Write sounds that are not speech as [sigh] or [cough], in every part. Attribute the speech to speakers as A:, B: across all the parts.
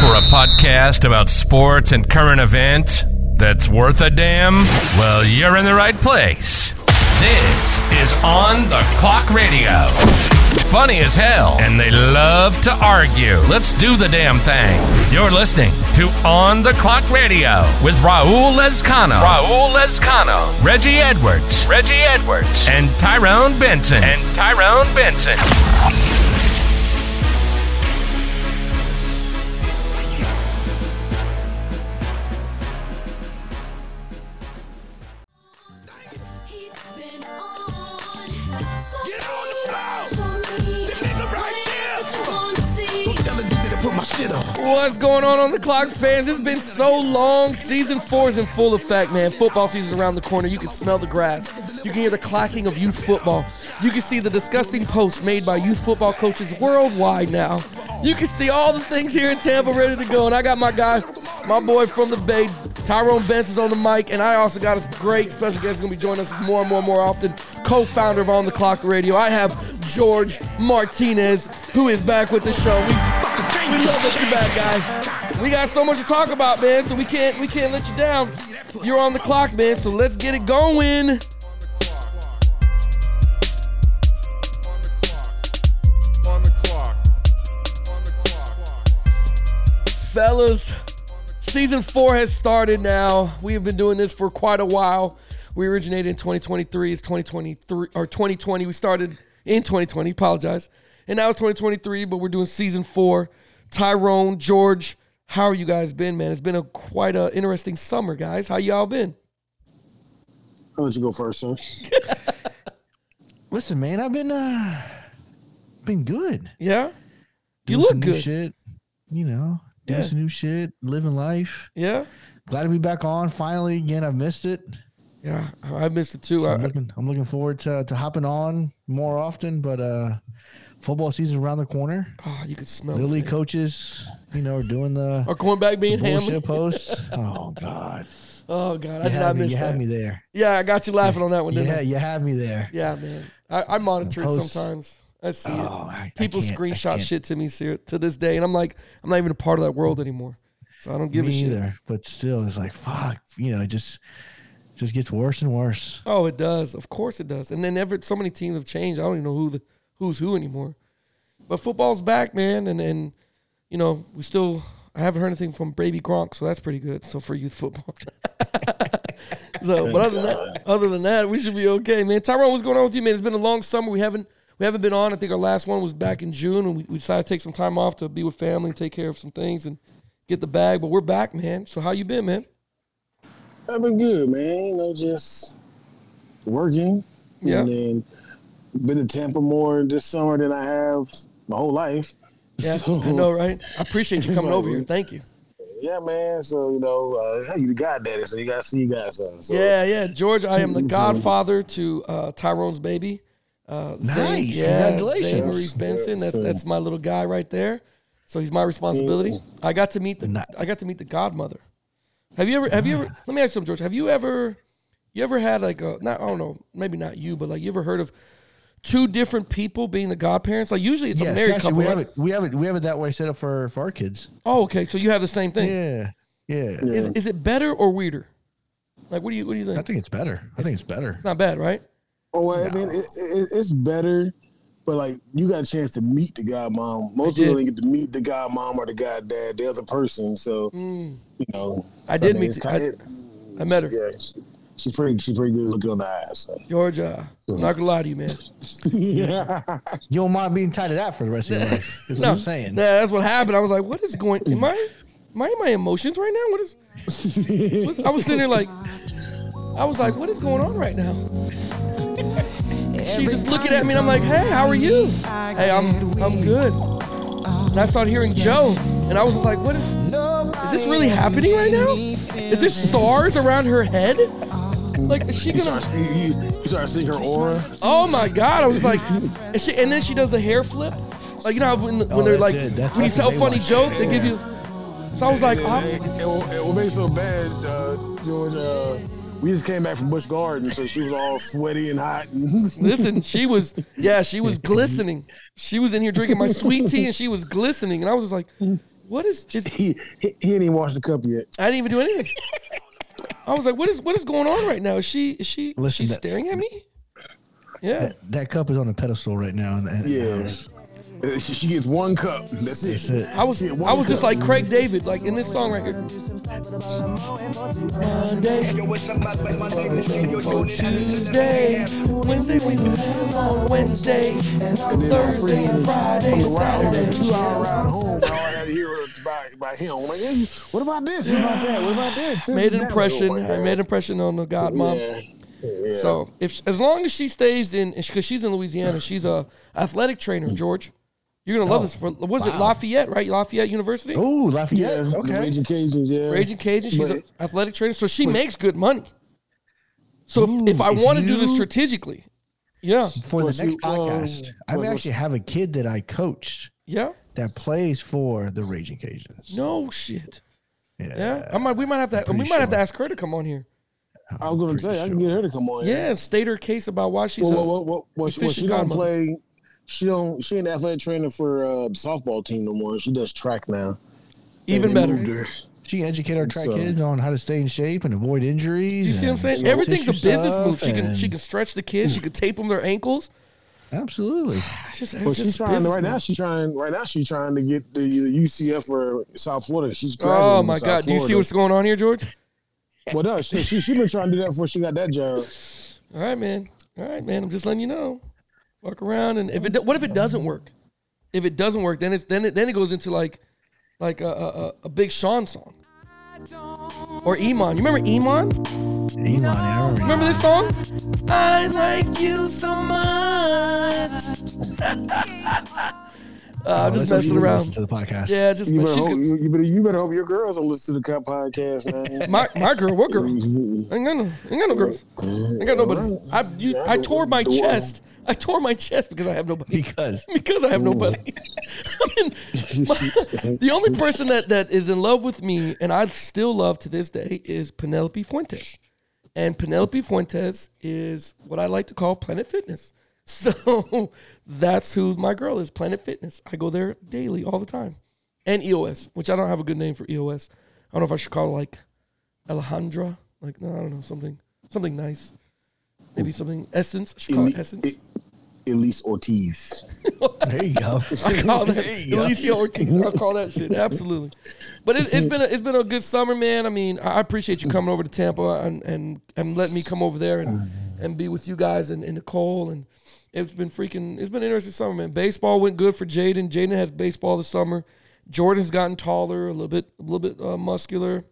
A: for a podcast about sports and current events that's worth a damn? Well, you're in the right place. This is On the Clock Radio. Funny as hell, and they love to argue. Let's do the damn thing. You're listening to On the Clock Radio with Raul Lescano. Raul Lescano. Reggie Edwards. Reggie Edwards. And Tyrone Benson. And Tyrone Benson.
B: He's been on so
C: Get on the floor!
B: lonely.
C: Get in the right chair!
B: Wanna see
C: Don't tell the DJ to put my shit on.
D: What's going on on the clock, fans? It's been so long. Season four is in full effect, man. Football season's around the corner. You can smell the grass. You can hear the clacking of youth football. You can see the disgusting posts made by youth football coaches worldwide now. You can see all the things here in Tampa ready to go. And I got my guy, my boy from the Bay, Tyrone Benson's on the mic. And I also got a great special guest going to be joining us more and more and more often, co founder of On the Clock Radio. I have George Martinez, who is back with the show. We
C: Fucking
D: we
C: thing
D: love that you're back, guy. We got so much to talk about, man. So we can't we can't let you down. You're on the clock, man. So let's get it going. Fellas, season four has started now. We have been doing this for quite a while. We originated in 2023. It's 2023 or 2020. We started in 2020. Apologize. And now it's 2023, but we're doing season four. Tyrone, George, how are you guys been, man? It's been a quite a interesting summer, guys. How y'all been?
E: I'll let you go first, sir.
F: Listen, man, I've been uh been good.
D: Yeah, you
F: Doing
D: look
F: some new
D: good.
F: shit, you know, doing
D: Yeah.
F: some new shit, living life.
D: Yeah,
F: Glad to be back on finally again. I've missed it.
D: yeah. I missed it too.
F: So
D: I-
F: I'm looking I'm looking forward to, to hopping on more often, but uh football season around the corner.
D: oh, you could smell
F: Little
D: it.
F: league coaches, you know, are doing the
D: Or going back being hammered.
F: bullshit posts.
D: [laughs]
F: Oh god.
D: Oh God, I
F: You
D: did not
F: had me,
D: miss
F: you had
D: that.
F: me there.
D: Yeah, I got you laughing on that one, didn't
F: Yeah,
D: I?
F: you had me there.
D: Yeah, man. I, I monitor it
F: posts.
D: sometimes. I see
F: Oh,
D: it.
F: I- I
D: People
F: can't- I
D: screenshot
F: can't.
D: shit to me ser- to this day, and I'm like, I'm not even a part of that world anymore. So I don't give
F: me
D: a shit.
F: either. But still, it's like fuck. You know, it just just gets worse and worse.
D: Oh, it does. Of course it does. And then ever so many teams have changed. I don't even know who the who's who anymore. But football's back, man, and and you know we still. I haven't heard anything from Baby Gronk, so that's pretty good. So for youth football. [laughs] so, but other than that, other than that, we should be okay, man. Tyrone, what's going on with you, man? It's been a long summer. We haven't we haven't been on. I think our last one was back in June, and we, we decided to take some time off to be with family, take care of some things, and get the bag. But we're back, man. So how you been, man?
E: I've been good, man. You know, just working.
D: Yeah.
E: And then been to Tampa more this summer than I have my whole life.
D: Yeah,
E: So,
D: I know, right? I appreciate you coming over here. Thank you.
E: Yeah, man. So, you know, uh, you the goddaddy, so you got to see your godson. So,
D: Yeah, yeah, George. I am the
E: So-
D: godfather to uh, Tyrone's baby. Uh, Zane,
F: Nice.
D: yeah,
F: Congratulations.
D: Zane Maurice Benson. That's
E: so-
D: that's my little guy right there. So he's my responsibility. I got to meet the
F: Ni-
D: I got to meet the godmother. Have you ever? Have you
F: [sighs]
D: ever? Let me ask you, something, George. Have you ever? You ever had like a not? I don't know. Maybe not you, but like you ever heard of two different people being the godparents? Like usually it's a
F: Yes,
D: married
F: actually,
D: couple.
F: we have
D: right?
F: it. We have it. We have it that way set up for for our kids.
D: Oh, okay. So you have the same thing.
F: Yeah, yeah.
D: Is is it better or weirder? Like what do you what do you think?
F: I think it's better. I think it's better.
D: not bad, right?
E: Oh, I mean, it, it, it's better, but like you got a chance to meet the godmom. Most
D: did.
E: people don't get to meet the godmom or the goddad, the other person. So, you know,
D: I
E: so,
D: did
E: mean,
D: meet
E: it's
D: the- I-
E: kinda-
D: I met her.
E: Yeah, she- she's pretty. She's pretty good looking on the eyes. So.
D: Georgia, I'm not gonna lie to you, man.
E: [laughs] yeah.
F: You don't mind being tied to that for the rest of
D: [laughs]
F: your life. Is [laughs] what I'm saying.
D: Nah, that's what happened. I was like, what is going? Am I, am I in my emotions right now? What is? what's- I was sitting there like, I was like, what is going on right now? She's just looking at me, and I'm like, hey, how are you? Hey, I'm, I'm good. And I started hearing Joe, and I was just like, what is? Is this really happening right now? Is there stars around her head? Like, is she gonna?
E: you, you, you start seeing her aura.
D: Oh my god! I was like, and, she, and then she does the hair flip, like you know how when, when
F: Oh,
D: they're like
F: that's it. That's-
D: when you
F: that's
D: tell
F: what they
D: funny
F: want.
D: joke, they give you. So I was like,
E: Yeah,
D: oh,
E: it, it, it, it made so bad, uh, George. Uh, we just came back from Bush Garden, so she was all sweaty and hot. [laughs]
D: listen, she was yeah, she was glistening. She was in here drinking my sweet tea and she was glistening, and I was just like, what is, is
E: He, he he ain't even washed the cup yet.
D: I didn't even do anything. I was like, what is what is going on right now? Is she is she is
F: Listen
D: she
F: to-
D: staring at me? Yeah.
F: That cup is on a pedestal right now. In the, in the
E: Yeah.
F: house.
E: Uh, She, she gets one cup. That's it.
F: That's it.
D: I was
E: She
D: I
E: get one
D: was just
E: cup.
D: like Craig David, like in this song right here. Monday, oh, Tuesday, Wednesday, we live on Wednesday, and on
E: And then my
D: Thursday,
E: friend
D: and Friday,
E: on the
D: and Saturday.
E: ride home, two hour ride home, I had to hear by, by him. I'm like, "Hey, what about this? What about that? What about this? This
D: Made
E: and
D: an
E: that."
D: impression.
E: Oh my
D: I
E: God.
D: made an impression on the godmom.
E: Yeah. Yeah.
D: So if as long as she stays in, because she's in Louisiana, she's a athletic trainer, George. You're gonna love
E: Oh,
D: this. For what is it, Lafayette, right? Lafayette University.
F: Oh, Lafayette.
E: yeah, the
F: okay.
E: Raging Cajuns, yeah.
D: Raging Cajun. She's an
E: But-
D: athletic trainer, so she makes good money. So if,
F: Ooh,
D: if I
F: if
D: want to do this
F: you-
D: strategically, yeah,
F: For the
E: Plus
F: next
E: you, um,
F: podcast, I
E: plus-
F: actually have a kid that I coached
D: yeah,
F: that plays for the Raging Cajuns.
D: no shit,
F: Yeah.
D: yeah. I might we might have to we
F: pretty
D: might have to
F: sure.
D: ask her to come on here.
E: I was gonna say I can get her to come on.
D: Yeah, state her case about why she's
E: Well,
D: a-
E: well, well, well, well, she, well, she
D: efficient
E: don't
D: godmother.
E: play. She don't. She ain't athletic trainer for uh, the softball team no more. She does track now.
D: even
E: They
D: better.
E: moved her.
F: She educated our track
E: So-
F: kids on how to stay in shape and avoid injuries.
D: You see what I'm
F: and
D: saying?
F: soft
D: Everything's a
F: tissue
D: business
F: stuff
D: move. She can she
F: and-
D: can stretch the kids. She can tape them their ankles. [sighs]
F: absolutely.
D: It's just, it's
E: Well,
D: just
E: she's trying to,
D: business
E: right
D: move.
E: now. She's trying right now. She's trying to get the, the UCF or South Florida. She's graduating
D: Oh
E: from
D: my
E: South
D: God! Do you see
E: Florida.
D: what's going on here, George?
E: Well, no, she she she been trying to do that before she got that job.
D: All right, man. All right, man. I'm just letting you know. Walk around, and if it do- what if it doesn't work? If it doesn't work, then it's then it then it goes into like like a a, a- a Big Sean song or Iman. You remember Iman?
F: Elon, I remember you.
D: Remember this song? I like you so [laughs] much. uh, I'm
F: Oh,
D: just
F: that's what she
D: messing
F: listens
D: around.
F: to the podcast.
D: Yeah, just
E: You
D: but
E: better,
D: she's
E: hope,
F: oh,
D: good.
E: you, you better you better hope your girls don't listen to the Cup
D: [laughs]
E: podcast, man. Mm-hmm.
D: my my girl. What girl? Ain't got no, ain't got no girls. Ain't got nobody. I you, I tore my chest. I tore my chest because I have nobody.
F: Because
D: [laughs] Because I have nobody. I mean, my- the only person that, that is in love with me and I still love to this day is Penelope Fuentes. And Penelope Fuentes is what I like to call Planet Fitness. [laughs] So that's who my girl is, Planet Fitness. I go there daily, all the time. And EOS, which I don't have a good name for EOS. I don't know if I should call it like Alejandra. Like, no, I don't know, something something nice. Maybe something Essence. I should call it Essence.
E: Elise Ortiz.
F: there
D: [laughs]
F: you go.
D: I call that Alicia Ortiz. I call that shit absolutely. But it, it's been a, it's been a good summer, man. I mean, I appreciate you coming over to Tampa and and, and letting me come over there and, and be with you guys and, and Nicole and it's been freaking it's been an interesting summer, man. Baseball went good for Jaden. Jaden had baseball this summer. Jordan's gotten taller, a little bit a little bit uh, muscular.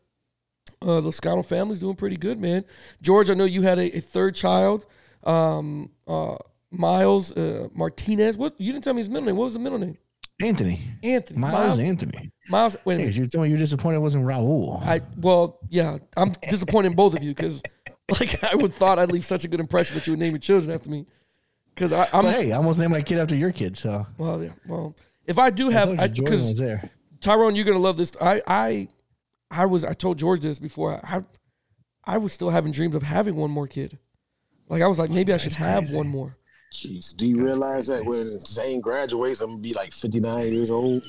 D: Uh, the Scotto family's doing pretty good, man. George, I know you had a, a third child. Um, uh, Miles uh, Martinez. What you didn't tell me his middle name. What was the middle name?
F: Anthony.
D: Anthony.
F: Miles
D: Miles.
F: Anthony.
D: Miles. Wait a
F: Hey,
D: minute.
F: you're telling me you're disappointed it wasn't Raul.
D: I well, yeah. I'm disappointed in both of you because, like, I would thought I'd leave such a good impression that you would name your children after me. Because I'm.
F: But hey, I almost named my kid after your kid, so
D: Well, yeah. Well, if I do
F: I
D: have,
F: told you
D: I-
F: Jordan was there.
D: Tyrone, you're gonna love this. I I I was I told George this before. I I was still having dreams of having one more kid. Like I was like, maybe I should have one more.
E: Jeez, do you realize that when Zane graduates, I'm gonna be like 59 years old?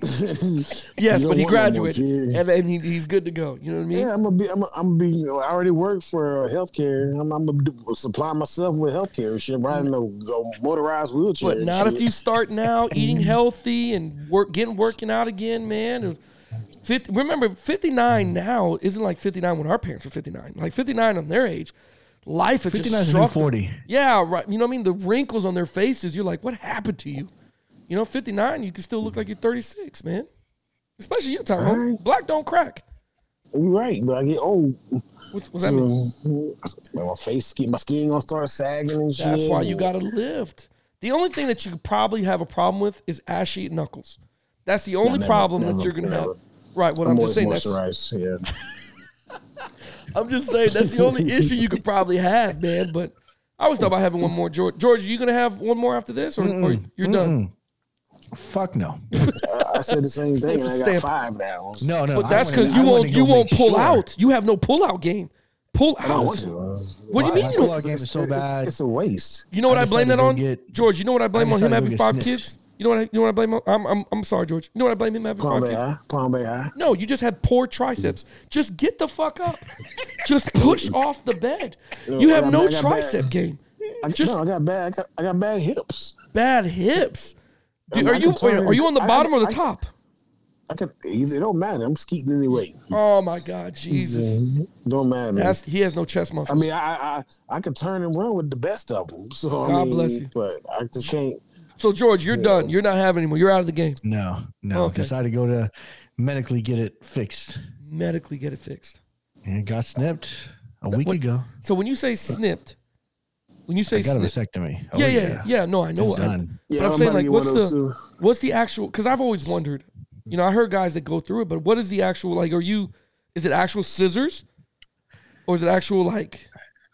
D: Yes,
E: don't
D: but he
E: want no more
D: graduated
E: kid.
D: and, and he, he's good to go. You know what I mean?
E: Yeah, I'm gonna be. I'm gonna, I'm gonna be. you know, I already work for uh, healthcare. I'm, I'm gonna do- supply myself with healthcare and shit. Riding a go motorized wheelchair.
D: Mm. But
E: and
D: not
E: shit.
D: if you start
E: [laughs]
D: now eating healthy and work getting working out again, man. 50, remember, 59 now isn't like 59 when our parents were 59. Like 59 on their age, life is
F: 59
D: just
F: is the new
D: struck them.
F: 40.
D: Yeah, right. You know what I mean? The wrinkles on their faces, you're like, what happened to you? You know, 59, you can still look like you're 36, man. Especially you, Tyrone.
E: Right.
D: Black don't crack.
E: You're right, but I get old.
D: What, what's that mean?
E: So, my face, skin, my skin gonna start sagging and shit.
D: That's why you gotta lift. The only thing that you could probably have a problem with is ashy knuckles. That's the only
E: never,
D: problem that
E: never,
D: you're gonna
E: never.
D: have. Right. What I'm,
E: I'm
D: just
E: always
D: saying. That's,
E: moisturized. Yeah.
D: I'm just saying that's the only issue you could probably have, man. But I was thought about having one more. George, George, are you gonna have one more after this, or, or you're done?
F: Fuck no.
E: I said the same
D: [laughs]
E: thing,
D: It's a
E: and I got
D: stamp.
E: five now.
F: No, no.
D: But
F: I
D: that's
F: wanted-
D: because
F: I
D: you
F: wanted
D: won't
F: to go
D: you won't
F: make
D: pull
F: sure.
D: out. You have no pull out game. Pull
E: I don't want
D: out.
E: to. Uh,
D: What do you mean you
F: pull
D: don't?
F: out game is so bad.
E: It's a waste.
D: You know what
F: I
D: I, blame
F: decided
D: that
F: to go
D: on?
F: get-
D: George, you know what I blame on him
F: decided to go
D: having
F: get
D: five
F: snitched.
D: kids? You know what? I, you know what I blame? I'm, I'm, I'm sorry, George. You know what I blame him having
E: Palm
D: five
E: Bay
D: kids?
E: High. Palm Bay High.
D: No, you just had poor triceps. Just get the fuck up. just push off the bed. You
E: I
D: have
E: got-
D: no
E: I got bad-
D: tricep game.
E: I,
D: Just-
E: no, I got bad. I got, I got bad hips.
D: Bad hips. Dude,
E: Um,
D: are
E: I
D: you
E: can turn-
D: are you on the
E: I-
D: bottom or the
E: I-
D: top?
E: I could. It don't matter. I'm skeeting anyway.
D: Oh my God, Jesus!
E: Don't matter. man.
D: That's, he has no chest
E: I
D: muscles.
E: mean, I, I I I could turn and run with the best of them. So I
D: God
E: mean,
D: bless you.
E: But I just can't.
D: so George, you're done. You're not having anymore. You're out of the game.
F: No, no.
D: Okay.
F: Decided to go to medically get it fixed
D: Medically get it fixed.
F: and got snipped a week
D: what-
F: ago.
D: So when you say snipped, when you say
F: I got a
D: snipped,
F: vasectomy. Oh,
D: yeah, yeah, yeah, No, I know.
F: It's
D: I-
F: done.
E: Yeah,
D: but I'm
E: I'm
D: saying
E: about to
D: like,
E: get one
D: what's
E: of those
D: the
E: too.
D: what's the actual? Because I've always wondered. You know, I heard guys that go through it, but what is the actual? Like, are you? Is it actual scissors, or is it actual like?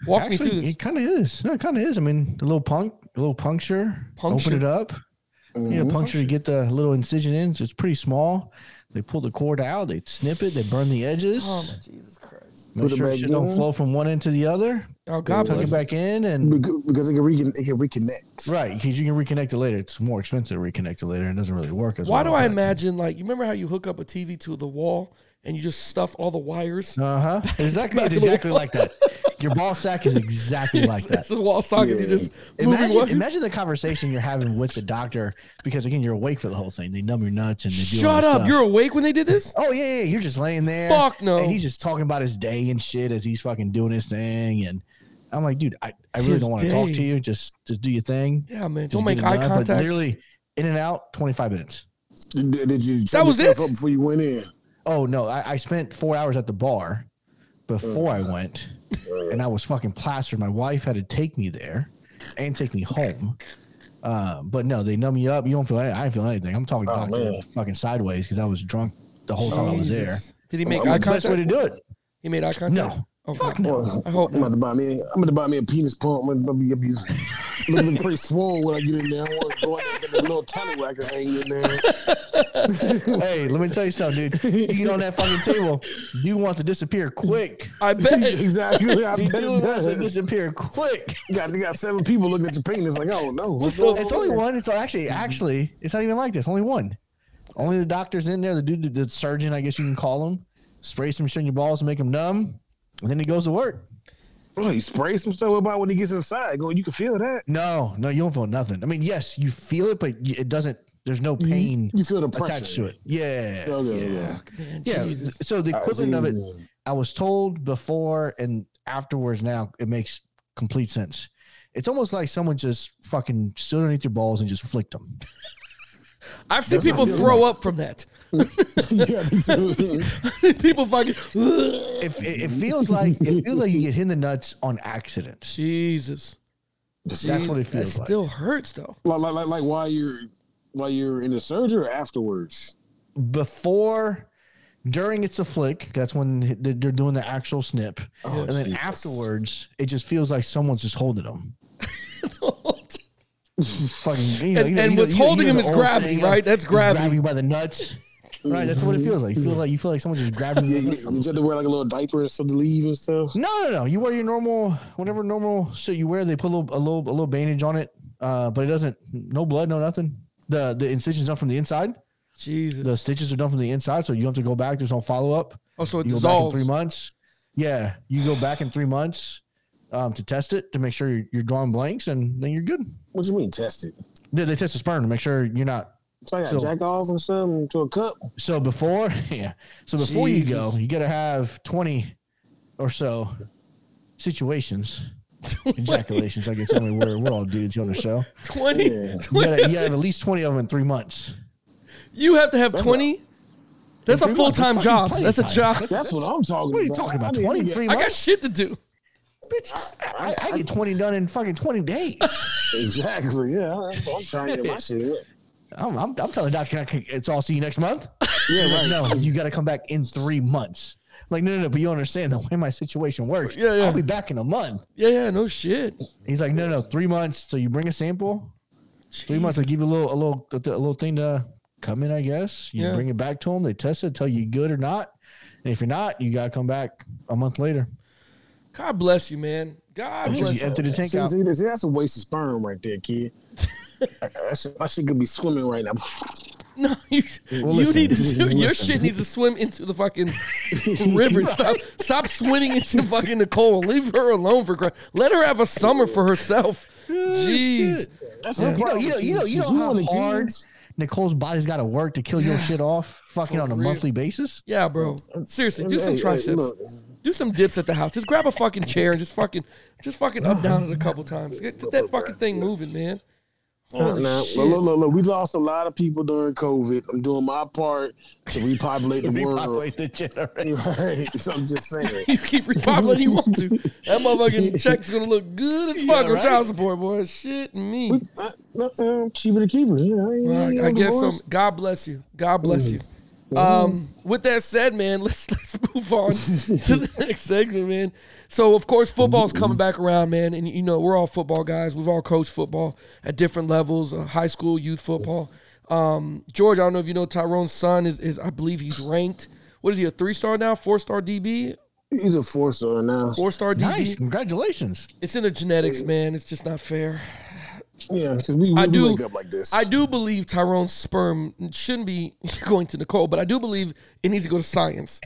D: Walk me through
F: Actually,
D: this.
F: it kind of is. No, it kind of is. I mean, a little punk, a little puncture.
D: Puncture?
F: Open it up. Yeah,
E: Mm-hmm.
F: puncture. You get the little incision in. So it's pretty small. They pull the cord out. They snip it. They burn the edges.
D: Oh my Jesus Christ!
F: make
E: Put it
F: sure
E: back
F: shit don't
E: in.
F: flow from one end to the other.
D: Oh God
F: Tuck it
D: bless.
F: back in and
E: Becau- Because it can, recon- it can reconnect.
F: right because you can reconnect it later. It's more expensive to reconnect it later. and It doesn't really work as
D: Why do
F: well.
D: I imagine like you remember how you hook up a TV to the wall and you just stuff all the wires?
F: Uh
D: [laughs]
F: huh. Exactly.
D: back
F: It's
D: of the
F: exactly like that. Your ball sack is
D: [laughs]
F: exactly like that.
D: It's a wall socket. You
E: Yeah.
D: just moving
F: Imagine,
D: wires.
F: imagine the conversation you're having with the doctor because again you're awake for the whole thing. They numb your nuts and they do all
D: Shut
F: this
D: up!
F: stuff.
D: You're awake when they did this?
F: oh yeah, yeah, you're just laying there.
D: Fuck no.
F: And he's just talking about his day and shit as he's fucking doing his thing. And I'm like, dude, I, I really
D: His
F: don't want to talk
D: day.
F: to you. Just just do your thing.
D: Yeah, man.
F: Just
D: Don't make
F: get it
D: eye
F: done. But
D: contact.
F: Literally in and out, 25 minutes.
E: Did, did you chop
D: was
E: yourself
D: it?
E: up before you went in?
F: Oh no, I, I spent four hours at the bar before I went,
E: Uh.
F: and I was fucking plastered. My wife had to take me there and take me home. Uh, but no, they numb you up. You don't feel. Any, I didn't feel anything. I'm talking
E: Oh,
F: doctor
E: man.
F: fucking sideways because I was drunk the whole time I was there.
D: Jesus. Did he make
E: I'm
D: eye
F: That's the best way to
D: contact?
F: do it.
D: He made eye contact.
F: No.
D: Oh,
F: Fuck
D: God.
E: Well,
D: I hope
E: I'm about to buy me. I'm about to buy me a penis pump. I'm gonna be,
D: [laughs]
E: be looking pretty swole when I get in there. I want to go in there and get a little tallywhacker hanging in
D: [laughs]
E: there.
F: hey, let me tell you something, dude. You get on that fucking table, you want to disappear quick.
D: I
F: [laughs]
D: bet.
E: exactly. I
F: You
E: bet
F: do
E: it
F: want to
E: does.
F: disappear quick.
E: Got, you got seven people looking at your penis like, oh no, what's
D: the-
E: going
F: It's
E: on?
F: only one. It's actually actually it's not even like this. Only one. Only the doctor's in there. The dude, the, the surgeon, I guess you can call him. Spray some shit in your balls, make them numb, and then he goes to work.
E: Oh, he sprays some stuff about when he gets inside. Going, you can feel that.
F: No, no, you don't feel nothing. I mean, yes, you feel it, but y- it doesn't. There's no
E: You-
F: pain
E: You feel the pressure
F: attached to it. Yeah,
E: Okay,
F: yeah,
D: Man,
F: yeah.
D: Jesus.
F: So the
E: I
F: equivalent of it,
E: see.
F: I was told before and afterwards. Now it makes complete sense. It's almost like someone just fucking stood underneath your balls and just flicked them.
D: I've seen
E: That's not
D: people
E: good.
D: throw up from that.
E: [laughs]
D: [laughs]
E: yeah, me too. [laughs]
D: people fucking.
F: it, it, it feels like it feels like you get hit in the nuts on accident.
D: Jesus.
F: That's what it
D: That
F: feels like.
D: still hurts though. [laughs]
E: like, like, like, like while you're while you're in the surgery or afterwards.
F: Before, during it's a flick. That's when h- they're they're doing the actual snip,
E: Oh,
F: and then
E: Jesus.
F: afterwards, it just feels like someone's just
D: [laughs]
F: holding them. Fucking, you know,
D: And-
F: you know-
D: and
F: you know-
D: what's
F: you know-
D: holding
F: you know
D: him
F: the
D: is
F: old
D: gravity,
F: saying,
D: right? That's
F: you
D: gravity.
F: Grab you by the nuts. Right, that's what it feels like. You feel like you feel like someone's just grabbing
E: Yeah,
F: you. by the
E: you, you
F: nuts.
E: had to wear like a little diaper or something to leave and stuff.
F: No, no, no. You wear your normal, whatever normal shit you wear. They put a little, a little, a little bandage on it, uh, but it doesn't. No blood, no nothing. The the incision's done from the inside.
D: Jesus.
F: the stitches are done from the inside, so you don't have to go back. There's no follow up.
D: oh, so it
F: You go back in
D: dissolves.
F: three months. Yeah, you go back in three months um, to test it to make sure you're, you're drawing blanks, and then you're good.
E: What you mean test it?
F: They, they test the sperm to make sure you're not.
E: So I got
F: So-
E: jack off and stuff into a cup.
F: So before, [laughs] yeah. So before you go,
D: Jesus.
F: you gotta have twenty or so
D: [laughs]
F: situations, ejaculations. I guess I mean we're we're all dudes on the show.
D: [laughs] 20,
E: Yeah.
F: You
D: 20
F: gotta, you gotta have at least twenty of them in three months.
D: You have to have
E: That's a-
D: 20. That's a
F: three
D: full
F: months,
D: time
F: that's
D: job.
F: fucking
D: That's a
F: plenty
D: job.
F: of
E: That's what I'm talking about.
F: What are you talking about?
E: I didn't
F: Twenty
E: get-
F: three
D: I
F: months.
D: got shit to do.
F: I, I get 20 done in fucking 20 days.
E: Exactly. Yeah, that's what I'm trying to get my shit.
F: I'm, I'm, I'm telling the doctor, "Can I- it's all see you next month.
E: Yeah, right.
F: No, you got to come back in three months. I'm like, no, no, no, but you don't understand the way my situation works.
D: Yeah, yeah.
F: I'll be back in a month.
D: Yeah, yeah, no shit.
F: He's like, no, no, three months. So you bring a sample. Three months, they give you a little, a little, a little thing to come in, I guess. You
D: Yeah.
F: bring it back to them. They test it, tell you good or not. And if you're not, you got to come back a month later.
D: God bless you, man. God
F: Just
D: bless you.
F: empty the tank
E: See,
F: out.
E: see, see, that's a waste of sperm right there, kid. [laughs] That shit- My shit could be swimming right now. [laughs]
D: [laughs] No, you,
F: Well,
D: you
F: listen,
D: need to.
F: listen,
D: your
F: listen.
D: shit needs to swim into the
F: [laughs]
D: fucking river. Stop, stop swimming into fucking Nicole. Leave her alone for crying. Let her have a summer for herself.
F: [laughs]
D: Jeez,
E: That's
F: Yeah.
E: no
F: You know,
E: problem.
F: you know, you know, you know
E: She's
F: how
E: doing the
F: hard
E: kids.
F: Nicole's body's got to work to kill your shit off, fucking on a
D: real.
F: monthly basis.
D: yeah, bro.
F: Uh,
D: Seriously, do
E: Hey,
D: some
E: hey,
D: triceps.
E: look.
D: Do some dips at the house. Just grab a fucking chair and just fucking, just fucking up down it a couple times. Get, get that fucking thing moving, man. [laughs] Holy
E: Nah,
D: Oh, shit.
E: look, look, look, look, we lost a lot of people during COVID. I'm doing my part to repopulate
D: [laughs]
E: the world. [laughs]
F: Repopulate the generation.
E: Right. So I'm just saying.
D: You keep repopulating you want to. That
F: [laughs]
D: motherfucking check's gonna look good as fuck on
F: right?
D: child support, boy. Shit, me.
E: Uh, uh, cheaper to keep it. You know, ain't-
D: Well,
E: ain't
D: I, I
E: no
D: guess so.
E: divorce.
D: God bless you. God bless you. Um, with that said, man, [laughs] let's let's move on to the next segment, man. So of course, football's coming back around, man, and you know we're all football guys. We've all coached football at different levels: uh, high school, youth football. Um, George, I don't know if you know Tyrone's son is is I believe he's ranked. What is he a three star now? Four star DB?
E: He's a four star now.
D: Four star DB?
F: Nice, congratulations.
D: It's in the genetics, man. It's just not fair.
E: Yeah, because we, we
D: I do-
E: wake up like this.
D: I do believe Tyrone's sperm shouldn't be [laughs] going to Nicole, but I do believe it needs to go to science.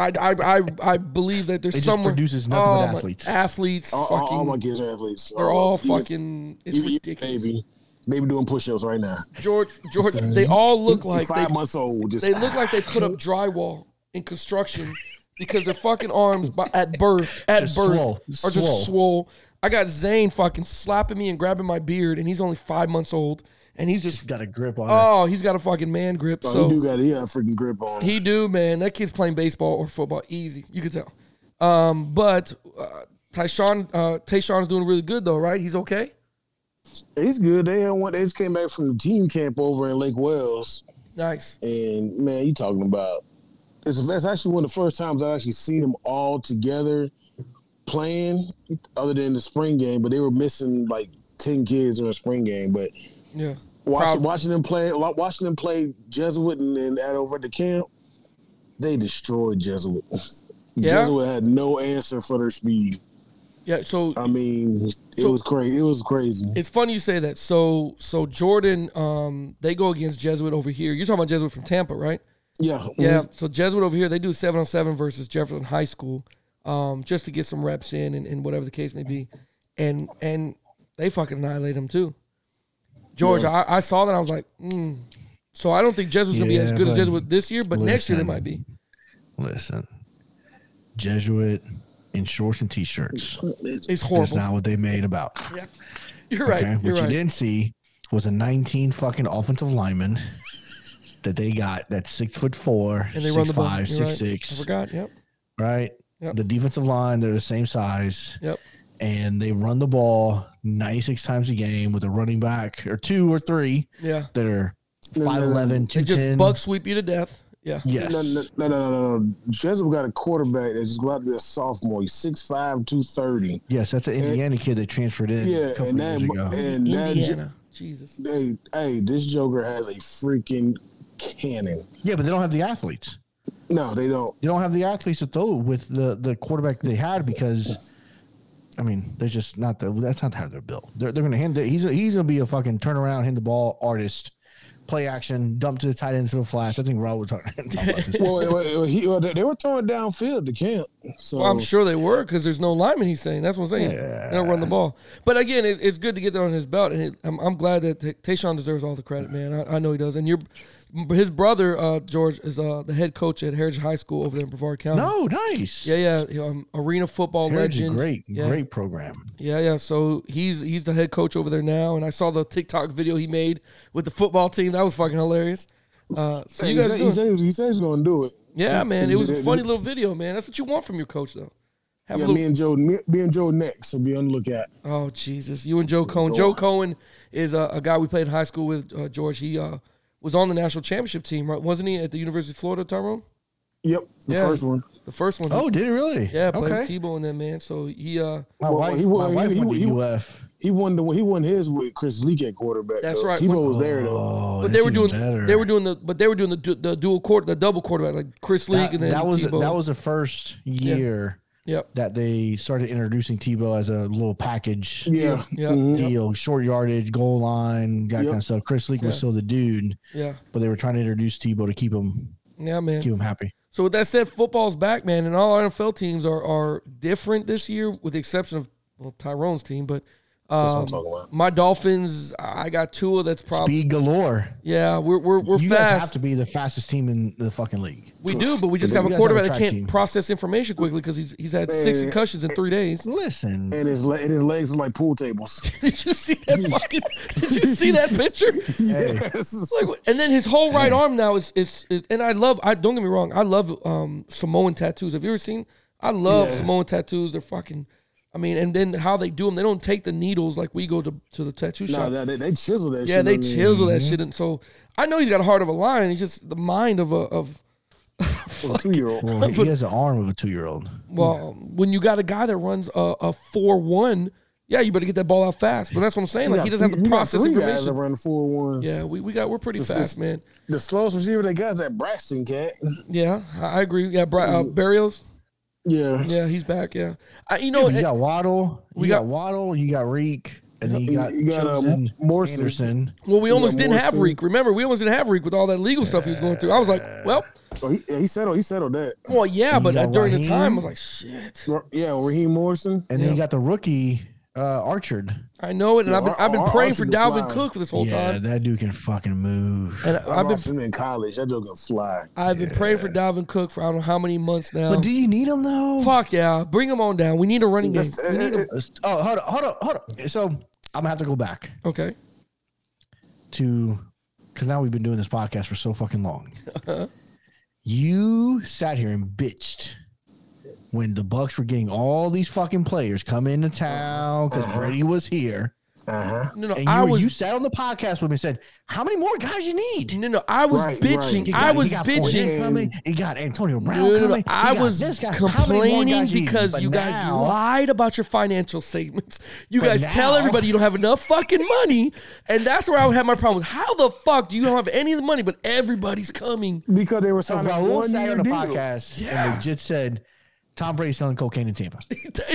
D: I I I, I believe that there's
F: It just
D: someone
F: produces nothing but
D: my-
F: athletes.
D: Athletes,
E: all, all-
D: fucking,
E: all Oh, my kids are athletes.
D: they're all
E: Even-
D: fucking. It's
E: even your
D: ridiculous.
E: Baby, baby doing push-ups right now.
D: George George, they all look
E: He's
D: like they,
E: five months old. Just
D: they look
E: [laughs]
D: like they put up drywall in construction because their fucking arms by, at birth at
F: Just
D: birth
F: swole.
D: are just
F: Swole.
D: swole. I got Zane fucking slapping me and grabbing my beard, and he's only five months old, and he's just.
F: Got a grip on
D: Oh, he's got a fucking man grip.
E: oh,
D: so
E: he do got he got a freaking grip on. him.
D: He do, man. That kid's playing baseball or football easy. You can tell. Um, but uh, Tyshawn, uh, Tayshawn's doing really good though, right? He's okay.
E: He's good. They had one. They just came back from the team camp over in Lake Wells,
D: Nice.
E: and man, you talking about? It's, it's actually one of the first times I've actually seen them all together playing, other than the spring game. But they were missing like ten kids in the spring game. But
D: Yeah.
E: watching
D: Prob-
E: watching them play wa- watching them play Jesuit and, and at over at the camp, they destroyed Jesuit.
D: Yeah?
E: Jesuit had no answer for their speed.
D: Yeah. So
E: I mean, it
D: So-
E: was crazy. It was crazy.
D: it's funny you say that. So so Jordan, um, they go against Jesuit over here. You're talking about Jesuit from Tampa, right?
E: yeah, Mm-hmm.
D: Yeah.
F: Mm-hmm.
D: So Jesuit over here, they do seven on seven versus Jefferson High School, um, just to get some reps in and, and whatever the case may be, and and they fucking annihilate them too. George, I, I saw that I was like, mm. so I don't think Jesuit's gonna be as
F: Yeah,
D: good as
F: but
D: Jesuit this year, but next year they
F: listen.
D: might be.
F: Listen, Jesuit in shorts and t-shirts.
D: It's
F: That's
D: horrible. [laughs]
F: not what they made about.
D: you're right.
F: Okay?
D: You're
F: what
D: right.
F: you didn't see was a 19 fucking offensive lineman that they got that's six foot four,
D: and they
F: six
D: run the ball.
F: five,
D: You're right.
F: six six,
D: I forgot. Yep.
F: right?
D: Yep.
F: The defensive line, they're the same size,
D: Yep.
F: and they run the ball 96 times a game with a running back or two or three
D: Yeah.
F: that are
E: No, no, no.
F: 5'11,
D: They just
F: 210.
D: bug sweep you to death. Yeah.
F: Yes.
E: No, no, no, no, no, no. Jesuit got a quarterback that's about to be a sophomore. He's 6'5", 230.
F: Yes, that's an Indiana kid that transferred in
E: Yeah,
F: a couple
E: and
F: years ago.
E: that and that Je-
D: Indiana. Jesus.
E: hey, hey, this Joker has a freaking cannon.
F: yeah, but they don't have the athletes.
E: No, they don't.
F: you don't have the athletes to throw with the the quarterback they had because I mean they're just not the that's not how they're built. They're, they're gonna hand the, he's he's gonna be a fucking turnaround hand the ball artist, play action, dump to the tight end to the flash. I think Rob was talking [laughs] talking about
E: [laughs]
F: this.
E: Well, well, well, he, well, they they were throwing downfield to camp. So
D: Well, I'm sure they were because there's no lineman. He's saying that's what I'm saying. They don't run the ball. But again, it, it's good to get that on his belt, and it, I'm, I'm glad that T- Tayshawn deserves all the credit, man. I, I know he does. And your his brother uh, George is uh, the head coach at Heritage High School over there in Brevard County.
F: No, nice.
D: Yeah, yeah, he, um, arena football
F: Heritage,
D: legend.
F: great,
D: yeah,
F: great program.
D: yeah, yeah. So he's he's the head coach over there now, and I saw the TikTok video he made with the football team. That was fucking hilarious. Uh, so
E: Hey,
D: you
E: he,
D: guys
E: said,
D: doing-
E: he, said, he was- he said he was going to do it.
D: yeah, man, it was a
E: Yeah,
D: funny little video, man. That's what you want from your coach, though. Have
E: Yeah,
D: a little
E: me and Joe, me, me and Joe next. So be on the lookout.
D: Oh Jesus! You and Joe Cohen. Joe Cohen is a, a guy we played in high school with. Uh, George. He uh, was on the national championship team, right? Wasn't he at the University of Florida, Tyrone?
E: Yep, the
D: Yeah.
E: first one.
D: The first one.
F: Oh, did it really?
D: yeah, played
F: okay.
D: Tebow and then man. So he. Uh,
F: My
E: Well,
F: wife,
E: he-
F: my
E: he-
F: wife
E: he-
F: went
E: he-
F: to UF.
E: He won the he won his with Chris Leak at quarterback.
D: That's
E: though.
D: right.
E: Tebow
D: When-
E: was there though.
F: Oh,
D: but they were doing. They were doing the. But they were doing the du- the dual quarter, the double quarterback, like Chris League
F: that,
D: and then
F: that was
D: Tebow.
F: that was the first year
D: Yep.
F: that they started introducing Tebow as a little package
E: Yeah.
D: Yeah.
F: deal, short yardage, goal line,
E: Mm-hmm.
F: that
E: Yep.
F: kind of stuff. Chris Leak was
D: Yeah.
F: still the dude,
D: Yeah.
F: but they were trying to introduce Tebow to keep him
D: Yeah, man.
F: keep him happy.
D: So with that said, football's back, man, and all our NFL teams are are different this year, with the exception of well Tyrone's team. But
E: That's what
D: um,
E: I'm talking about.
D: my Dolphins, I got Tua. That's probably
F: Speed galore.
D: yeah. We're we're, we're
F: you guys have
D: fast.
F: to be the fastest team in the fucking league.
D: We do, but we just have a
F: guys have a
D: quarterback that
F: track
D: can't
F: team.
D: process information quickly because he's he's had six
E: Man.
D: concussions in three days. [laughs]
F: Listen,
E: And his, le- and his legs are like pool
F: [laughs]
E: tables.
D: Did you see that fucking? Did you see that picture?
F: [laughs]
E: [laughs] yes.
D: Like, and then his whole right arm now is, is is and I love I don't get me wrong I love um Samoan tattoos. Have you ever seen? I love
E: Yeah.
D: Samoan tattoos. They're fucking. I mean, and then how they do them? They don't take the needles like we go to to the tattoo
E: Nah,
D: shop.
E: they, they chisel that shit. Mhm.
D: yeah, they
E: on there.
D: chisel that shit. And so I know he's got a heart of a lion. He's just the mind of a of
E: Two year
D: [laughs]
E: old.
F: well, he has the arm of a two-year-old.
D: well, when you got a guy that runs a, a four one. Yeah, you better get that ball out fast. But that's what I'm saying. Like he doesn't have to process
E: three Guys that
D: information.
E: run four ones.
D: Yeah, we, we got we're pretty
E: it's-
D: fast, man.
E: The slowest receiver they got is that Braxton cat.
D: Yeah, I I agree. Yeah, Bri- uh, Barrios.
E: Yeah.
D: Yeah, he's back. Yeah, I, you know,
F: You
D: it-
F: got Waddle. You
D: we
F: got,
D: got-
F: Waddle. You got Reek, and then you
E: You-
F: got
E: you got, uh,
F: Jefferson,
E: Morrison.
F: Anderson.
D: well, we almost
E: got
D: didn't have
E: Morrison.
D: Reek. Remember, we almost didn't have Reek with all that legal stuff he was going through. I was like, well,
E: Oh, he, yeah, he settled. He settled that.
D: well, yeah, but uh,
F: got
D: during the time, I
F: Raheem.
D: was like, shit,
E: Yeah, Raheem Morrison.
F: And then you got the rookie uh, Archard.
D: I know it, and I've been,
E: Ar-
D: I've been
E: Ar-
D: praying for
E: Archie was
D: Dalvin
E: flying.
D: Cook for this whole
F: yeah,
D: time,
F: that dude can fucking move.
D: and
E: I
D: I, I've
E: watched
D: been
E: him in college. That dude can fly.
D: I've been praying for Dalvin Cook for I don't know how many months now.
F: But do you need him though?
D: um, Fuck yeah, bring him on down. We need a running game.
E: That's-
D: We need him.
F: Oh, hold up, hold up, hold up. So I'm gonna have to go back
D: Okay,
F: to because now we've been doing this podcast for so
D: [laughs]
F: fucking long. you sat here and bitched when the Bucks were getting all these fucking players come into town because Brady was here.
D: no, no,
F: And you,
D: I
F: were-
D: was
F: you sat on the podcast with me and said, How many more guys you need?
D: no, no, I was
E: Right,
D: bitching.
E: right.
F: You
D: I
F: got-
D: was
F: you got
D: bitching.
F: Fournette coming. You got Antonio Brown
D: Dude,
F: coming. you
D: I
F: got
D: was
F: this guy. How many more
D: complaining
F: guys you need?
D: because
F: But
D: you guys
F: now-
D: lied about your financial statements. You
F: But
D: guys tell
F: now-
D: everybody you don't have enough fucking money, and that's where I would have my problem. How the fuck do you don't have any of the money, but everybody's coming? [laughs]
E: Because they were
F: So
E: signing
F: Raul
E: one
F: sat
E: year
F: on a
E: deals.
F: podcast
D: Yeah.
F: and legit said Tom Brady's selling cocaine in Tampa.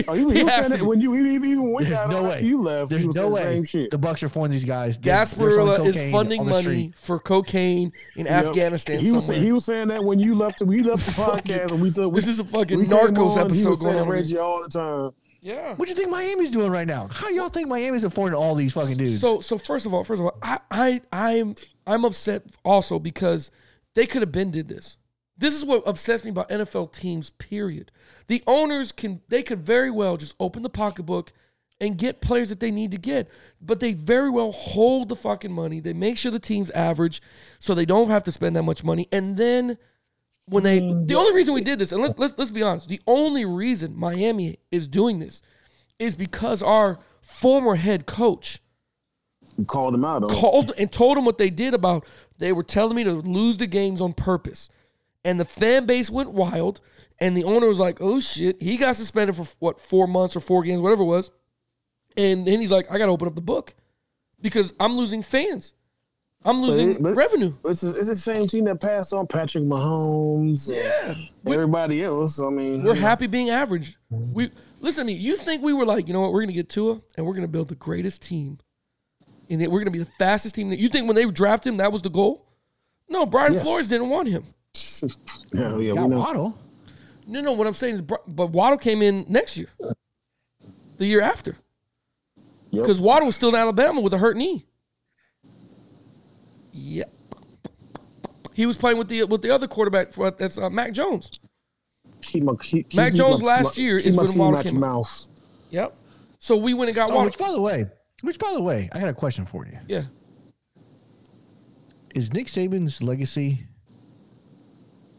E: Oh, you,
D: He
E: you were
D: has
E: saying
D: to-
E: that when you even, even when you
F: There's
E: got
F: no
E: out,
F: way.
E: you left,
F: There's
E: you was
F: no
E: saying the
F: way.
E: same shit.
F: The Bucks are fooling these guys. They- they're selling
D: Gasparilla is
F: cocaine
D: funding
F: on the
D: money
F: street.
D: for cocaine in
E: Yep.
D: Afghanistan
E: He was,
D: somewhere.
E: he was saying that when you left the, we left the
D: [laughs]
E: podcast and we took we,
D: this is a fucking
E: we came
D: Narcos
E: on, He
D: episode going
E: was saying
D: on.
E: to
D: here.
E: Reggie all the time.
D: Yeah.
F: What do you think Miami's doing right now? How y'all think Miami's affording all these fucking dudes?
D: So so first of all, first of all, I I I'm I'm upset also because they could have been did this. This is what upsets me about NFL teams. Period. The owners can they could very well just open the pocketbook and get players that they need to get, but they very well hold the fucking money. They make sure the team's average, so they don't have to spend that much money, and then. When they, the only reason we did this, and let's, let's let's be honest, the only reason Miami is doing this is because our former head coach,
E: You called him out on. it.
D: called and told them what they did about they were telling me to lose the games on purpose. And the fan base went wild. And the owner was like, oh shit. He got suspended for what, four months or four games, whatever it was. And then he's like, I got to open up the book because I'm losing fans. I'm losing
E: but-
D: revenue.
E: It's, the- it's the same team that passed on Patrick Mahomes and everybody else. I mean,
D: We're happy being average. We Listen to me. You think we were like, you know what, we're going to get Tua and we're going to build the greatest team. And that we're going to be the fastest team. You think when they drafted him, that was the goal? No, Brian
E: Yes.
D: Flores didn't want him.
E: yeah, yeah, we
F: got
E: know.
F: Waddle.
D: No, no. What I'm saying is, Bro- but Waddle came in next year, the year after,
E: Yep.
D: because Waddle was still in Alabama with a hurt knee. Yeah, he was playing with the with the other quarterback. For, that's uh, Mac Jones.
E: Keep my, keep, keep
D: Mac
E: my-
D: Jones
E: my-
D: last year
E: keep
D: is
E: my
D: when
E: team
D: Waddle
E: out
D: came
E: your
D: out.
E: mouth.
D: Yep. So we went and got
F: Oh,
D: Waddle.
F: which by the way, which by the way, I got a question for you.
D: Yeah.
F: Is Nick Saban's legacy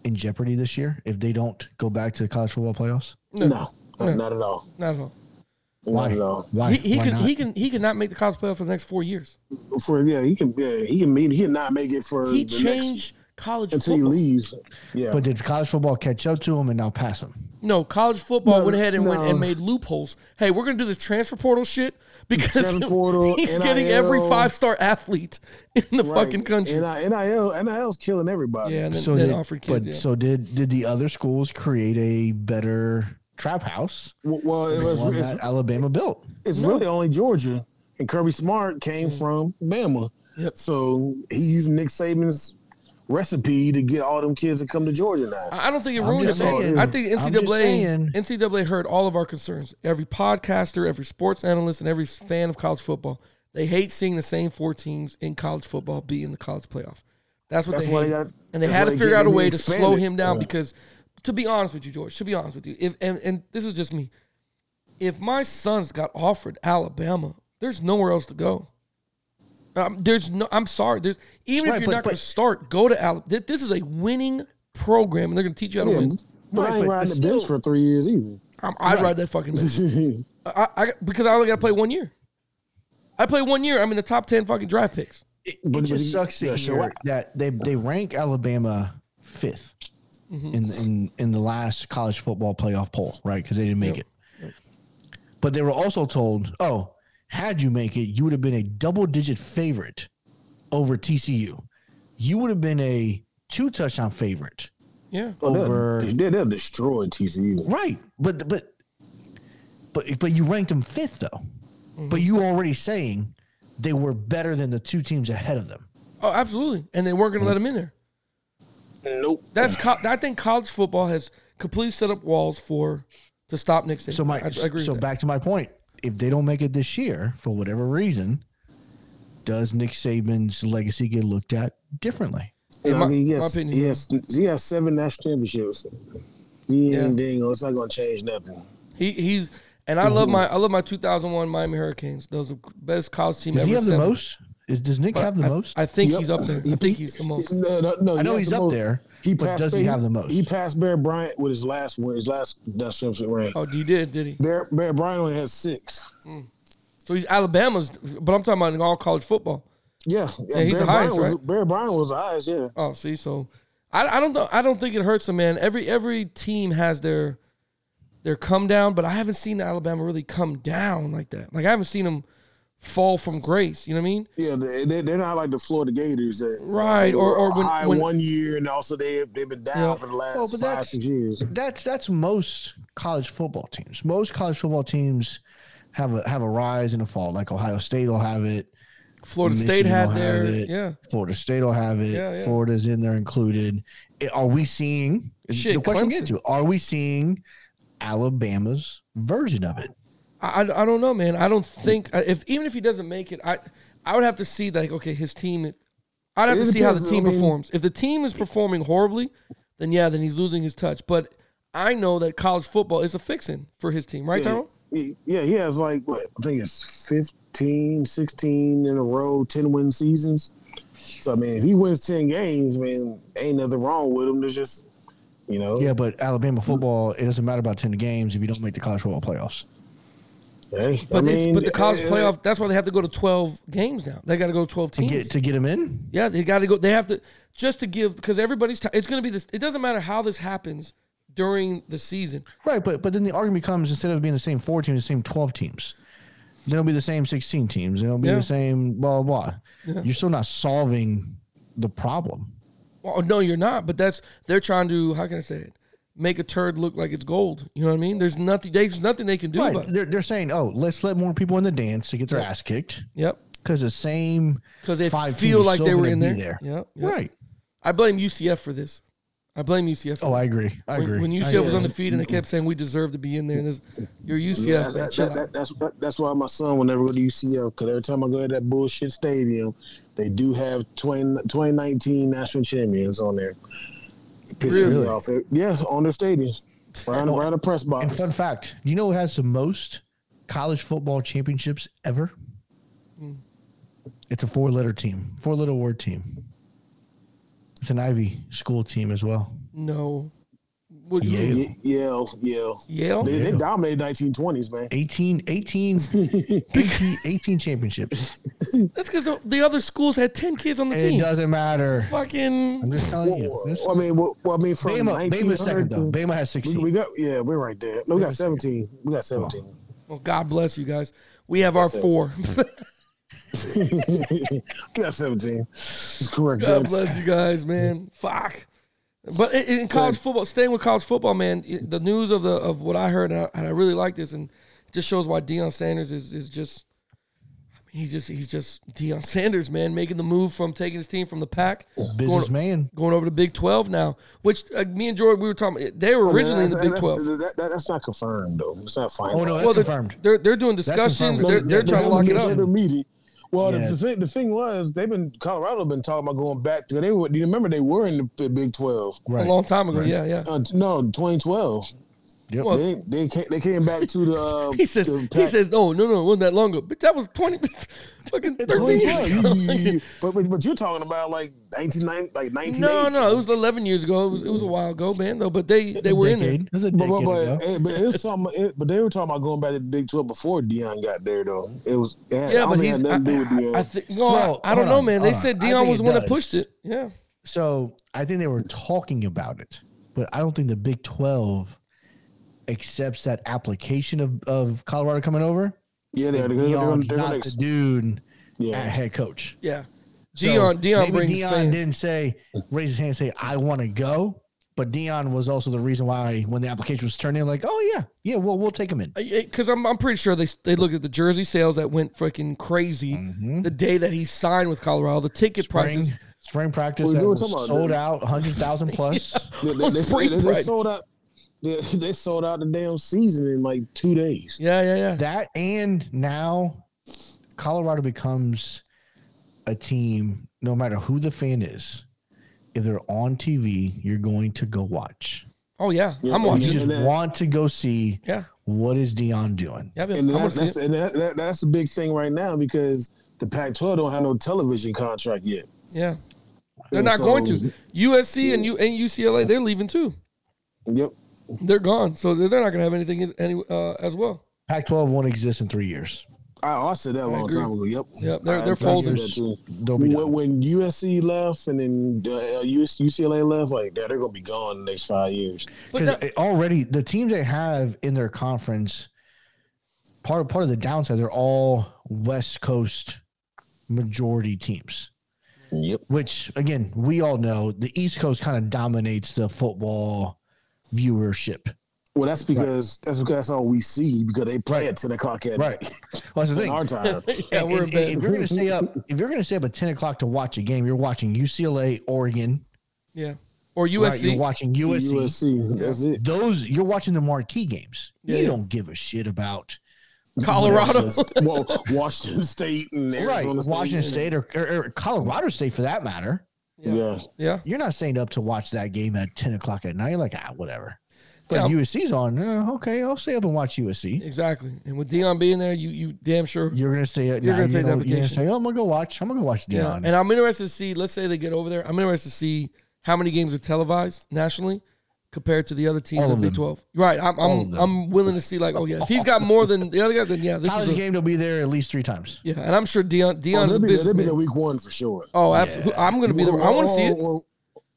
F: in jeopardy this year if they don't go back to the college football playoffs?
D: No,
E: No, not- not at all.
D: not at all.
E: Not at all.
F: Why?
D: He, he
F: Why
D: can
F: not?
D: he can he can not make the college playoff for the next four years.
E: For yeah, he can yeah, he can mean he can not make it for
D: He
E: the next,
D: changed college
E: until
D: football.
E: he leaves. Yeah,
F: But did college football catch up to him and now pass him?
D: No, college football
E: No,
D: went ahead and went
E: no.
D: and made loopholes. Hey, we're gonna do this transfer portal shit because
E: Transfer
D: [laughs]
E: portal,
D: he's getting every
E: NIL.
D: five star athlete in the
E: Right.
D: fucking country.
E: NI- NIL NIL's killing everybody.
D: yeah, and then,
F: So
D: then
F: did,
D: offered
F: but
D: kids. yeah.
F: so did did the other schools create a better trap house
E: Well, well it was,
F: one
E: it's,
F: that Alabama built.
E: it's really only Georgia, and Kirby Smart came from Bama.
D: Mm. Yep.
E: So he used Nick Saban's recipe to get all them kids to come to Georgia now.
D: I I don't think it
F: I'm
D: ruined it,
F: just
D: man.
F: saying.
D: I think
F: I'm just
D: NCAA
F: saying.
D: NCAA heard all of our concerns. Every podcaster, every sports analyst, and every fan of college football, they hate seeing the same four teams in college football be in the college playoff. That's what
E: That's
D: they hate.
E: why they got-
D: and they
E: that's
D: had
E: why
D: to
E: they
D: figure
E: get
D: out a
E: him to
D: way to
E: expand
D: slow
E: it.
D: him down
E: Yeah.
D: because, to be honest with you, George, to be honest with you, if and, and this is just me, if my sons got offered Alabama, there's nowhere else to go. Um, there's no. I'm sorry. There's even
F: Right,
D: if you're
F: but-
D: not going
F: but-
D: to start, go to Alabama. This is a winning program, and they're going to teach you how to
E: Yeah,
D: win.
E: but I
F: Right,
E: ain't
F: but
E: riding the
F: still-
E: bench for three years either.
D: I'm, I'd ride that fucking. bench.
E: [laughs]
D: I, I because I only got to play one year. I play one year. I'm in the top ten fucking draft picks.
E: but
F: It just sucks to
E: yeah,
F: hear
E: show out.
F: that they they rank Alabama 5th
D: Mm-hmm.
F: in in in the last college football playoff poll, right? Because they didn't make it. But they were also told, oh, had you make it, you would have been a double digit favorite over TCU. You would have been a two touchdown favorite.
D: Yeah.
E: Oh, they'll-
F: over-
E: They'll, they'll destroy TCU.
F: Right. But but but but you ranked them fifth though.
D: Mm-hmm.
F: But you already saying they were better than the two teams ahead of them.
D: Oh, absolutely. And they weren't going to
F: Mm.
D: let him in there.
E: Nope.
D: That's co- I think college football has completely set up walls for to stop Nick Saban.
F: So my
D: I, I agree.
F: so
D: with that.
F: back to my point. If they don't make it this year for whatever reason, does Nick Saban's legacy get looked at differently?
E: Yeah,
D: my-
E: I mean, he,
D: my
E: has,
D: opinion.
E: he, has, he has seven national championships. He
D: Yeah.
E: ain't dingo. It's not going to change nothing.
D: He he's and I love my I love my 2001 Miami Hurricanes. Those are the best college team.
F: Does
D: ever
F: he have the
D: sent.
F: most? Is does Nick have the
D: I-
F: most?
D: I think
E: Yep.
D: he's up there. I
E: He-
D: think he's the most.
E: No, no, no,
F: I know
E: he has
F: he's
E: the
F: up
E: most.
F: there, but does he have the most?
E: He passed Bear Bryant with his last win, his last national championship ring.
D: Oh, he did, did he?
E: Bear, Bear Bryant only has six.
D: So he's Alabama's, but I'm talking about in all college football.
E: Yeah, yeah,
D: he's the
E: Bear
D: highest,
E: Bryant was,
D: right?
E: Bear Bryant was the highest. Yeah,
D: Oh, see, so I, I don't know. I don't think it hurts him, man. Every every team has their their come down, but I haven't seen Alabama really come down like that. Like I haven't seen them fall from grace. You know what I mean?
E: yeah. They, they, they're not like the Florida Gators that
D: Right,
E: they
D: or-
E: were
D: or when-
E: high
D: when-
E: one year and also they they've been down
D: Yeah. Oh,
E: for the last
F: Well,
E: five
F: but that's-
E: six years.
F: That's that's most college football teams. Most college football teams have a have a rise and a fall. Like Ohio State will have it.
D: Florida State
F: Michigan
D: had
F: will have
D: theirs.
F: it,
D: Yeah.
F: Florida State will have it.
D: Yeah, yeah.
F: Florida's in there included. It- are we seeing
D: Shit,
F: the question I'm getting
D: Clemson.
F: to? Are we seeing Alabama's version of it?
D: I, I I don't know, man. I don't think I- if even if he doesn't make it, I I would have to see like okay, his team. I'd have
E: It
D: to see how the
E: depends,
D: team
E: I mean-
D: performs. If the team is performing horribly, then yeah, then he's losing his touch. But I know that college football is a fixin' for his team, right,
E: Yeah,
D: Tyrone?
E: he- yeah, he has like what I think it's 15, 16 in a row, 10 win seasons. So I mean, if he wins 10 games, man, ain't nothing wrong with him. There's just you know,
F: Yeah, but Alabama football, it doesn't matter about 10 games if you don't make the college football playoffs.
E: hey, I
D: But, it's-
E: mean,
D: but the college
E: eh, eh,
D: playoff, that's why they have to go to 12 games now. They got to go to 12
F: To
D: teams.
F: get to get them in?
D: yeah, they got to go. They have to, just to give, because everybody's, ti it's going to be this, it doesn't matter how this happens during the season.
F: Right, but but then the argument comes instead of being the same 4 teams, the same 12 teams. Then it'll be the same 16 teams. Then it'll be
D: Yeah.
F: the same blah blah. blah. You're still not solving the problem.
D: Well, Oh, no, you're not. But that's they're trying to. How can I say it? Make a turd look like it's gold. You know what I mean? There's nothing. There's nothing they can do.
F: Right.
D: about it.
F: They're, they're saying, "Oh, let's let more people in the dance to get their ass kicked."
D: Yep.
F: because the same
D: 'Cause they
F: five teams
D: feel
F: are
D: like
F: still
D: they were
F: gonna
D: in
F: be
D: there. Yep, yep.
F: Right.
D: I blame UCF for this. I blame UCF. For
F: Oh, I
D: this.
F: agree. I
D: When,
F: agree.
D: when
F: I
D: UCF
F: agree.
D: was undefeated and they kept saying we deserve to be in there, and this, you're UCF.
E: Yeah,
D: man,
E: that,
D: chill
E: that,
D: out.
E: that, that's that's why my son will never go to UCF because every time I go to that bullshit stadium, they do have 20, 2019 national champions on there. It pisses
D: Really?
E: me off. It- yes, on their stadium,
D: [laughs]
E: right, right the press box.
F: and fun fact, you know who has the most college football championships ever? It's a four-letter team, four-letter word team. It's an Ivy school team as well.
D: no. What do you
F: Yale.
D: mean?
E: Y- Yale, Yale.
D: Yale.
E: They, they dominated 1920s, man.
F: 18, 18, 18, 18 championships.
D: That's because the, the other schools had ten kids on the
F: It
D: team.
F: doesn't matter.
D: Fucking.
F: uh, I'm just telling you.
E: Well,
F: This-
E: well, I mean, well, well, I mean, from
F: Bama,
E: 1900
F: Bama's second, though.
E: to-
F: Bama has
E: we,
F: 16.
E: we got yeah, we're right there. No, we got 17. We got 17.
D: Well, God bless you guys. We have our
E: That's it.
D: four.
E: [laughs] we got 17. It's correct.
D: God
E: Dubs.
D: bless you guys, man. Fuck. But in, in college football, staying with college football, man, i- the news of the of what I heard, and I, and I really like this, and it just shows why Deion Sanders is is just. I mean, he's just he's just Deion Sanders, man, making the move from taking his team from the pack, going,
F: Businessman.
D: going over to Big Twelve now. Which uh, me and George, we were talking. They were originally in the
E: Oh, That's-
D: Big
E: that's-
D: Twelve.
E: That, that- that's not confirmed though. It's not final.
F: Oh no, that's
D: Well, they're,
F: confirmed.
D: they're they're doing discussions.
F: confirmed.
D: They're, they're trying to lock it up.
E: They're meeting. Well, the-
F: Yeah.
E: the, thing, the thing was, they've been Colorado been talking about going back to. They were, do you remember they were in the Big Twelve?
D: A
F: Right.
D: long time ago, yeah, yeah.
E: Uh, no, 2012.
F: Yep.
D: Well-
E: They they came, they came back to the. Uh,
D: [laughs] He says,
E: the
D: he
E: Pac-
D: says, no, no, no, it wasn't that long ago. But that was 20, [laughs] fucking 13 years
E: 2012. You-
D: ago.
E: Oh,
D: [laughs]
E: you- you- but, but but you're talking about like 1990, like 1980.
D: No, no, it was 11 years ago. It was, it was a while ago, man, though. But they, they were in there.
F: Decade. That's a
E: But
F: decade
E: but
F: ago.
E: but, eh, but it's something. It, but they were talking about going back to the Big Twelve before Dion got there, though. It was it had,
D: Yeah,
E: I don't
D: but
E: think
D: he's.
E: it had
D: I,
E: nothing to do with Dion.
D: I, think, no,
F: Well,
D: I, I don't
F: hold
D: know,
F: on,
D: man. They
F: hold on.
D: said
F: I
D: Dion
F: think
D: was the
F: it
D: one that
F: does.
D: pushed it. Yeah.
F: So I think they were talking about it, but I don't think the Big Twelve accepts that application of, of Colorado coming over.
E: yeah, they're, they're, they're, gonna-
F: Dion's
E: they're gonna
F: not the dude
E: Yeah.
F: at head coach.
D: Yeah.
F: So
D: Dion, Dion
F: maybe
D: brings
F: Dion
D: fans.
F: didn't say raise his hand and say I want to go, but Dion was also the reason why when the application was turned in, like oh yeah, yeah, we'll we'll take him in.
D: because I'm, I'm pretty sure they they looked at the jersey sales that went freaking crazy the day that he signed with Colorado. The ticket
F: Mm-hmm. Spring
D: prices,
F: spring practice
E: Well,
F: that
E: we were
F: was
E: talking about
F: sold
E: that.
F: out, hundred
D: [laughs]
F: thousand plus.
E: They, they,
D: on [laughs]
E: they-
D: spring
E: they- they
D: price.
E: sold out. They, [laughs] they sold out the damn season in like two days.
D: Yeah, yeah, yeah.
F: That and now Colorado becomes a team, no matter who the fan is, if they're on TV, you're going to go watch.
D: oh yeah, I'm
E: yeah,
F: You
D: watching.
F: just
E: And then-
F: want to go see
D: Yeah,
F: what is Dion doing.
D: yeah, yeah. I'm
E: And,
D: gonna
E: that,
D: see
E: that's,
D: it.
E: and that, that, that's a big thing right now because the Pac-12 don't have no television contract yet.
D: Yeah, they're not
E: So-
D: going to USC and U and UCLA. They're leaving too.
E: Yep.
D: They're gone, so they're they're not going to have anything in- any uh, as well.
F: Pac 12 won't exist in three years.
E: I, I said that a long
D: agree.
E: time ago. Yep.
D: Yep, they're-
E: I-
D: they're
E: I said
D: folded.
E: that too.
F: They'll be
E: When,
F: done.
E: when USC left and then uh, US, UCLA left, like yeah, they're gonna be gone in the next five years.
D: But
F: 'Cause
D: now-
F: it- already the teams they have in their conference, part part of the downside, they're all West Coast majority teams.
E: Yep.
F: which again we all know the east coast kind of dominates the football viewership
E: Well, that's because that's because that's all we see because they play
F: Right.
E: at ten o'clock at
F: right [laughs]
E: night [laughs]
F: well, that's the
E: in our
F: thing
E: time.
F: [laughs]
D: [laughs] yeah, we're
F: And-
D: in bed.
F: and if you're gonna stay up [laughs] if you're gonna stay up at 10 o'clock to watch a game you're watching ucla oregon
D: yeah, or
F: right?
D: USC.
F: you're watching usc,
E: USC. That's it.
F: those you're watching the marquee games
D: Yeah,
F: you
D: yeah.
F: don't give a shit about
D: [laughs] Colorado.
E: well, Washington State and
F: right
E: Arizona State.
F: washington state or, or, or colorado state for that matter
E: Yeah.
D: yeah,
F: you're not staying up to watch that game at 10 o'clock at night you're like ah whatever
D: Yeah.
F: but usc's on eh, okay i'll stay up and watch usc
D: exactly. And with Dion being there, you you damn sure.
F: You're gonna say you're
D: gonna
F: gonna,
D: take the
F: you know, you're gonna
D: application.
F: say, oh, I'm gonna go watch. I'm gonna go watch
D: Yeah,
F: Dion.
D: and I'm interested to see. Let's say they get over there. I'm interested to see how many games are televised nationally compared to the other teams
F: All
D: of
F: of
D: the
F: them.
D: 12. Right, I'm
F: of
D: I'm,
F: them.
D: I'm willing to see like, oh yeah, if he's got more than the other guy, then yeah, this
F: [laughs] College
D: is a,
F: game, they'll be there at least three times.
D: yeah, and I'm sure Dion
E: Oh,
D: Dion's
E: they'll
D: a
E: be, there- they'll be
D: businessman.
E: there week one for sure.
D: Oh, absolutely. I'm going to be there. I want to see
E: Or-
D: it.
E: Or,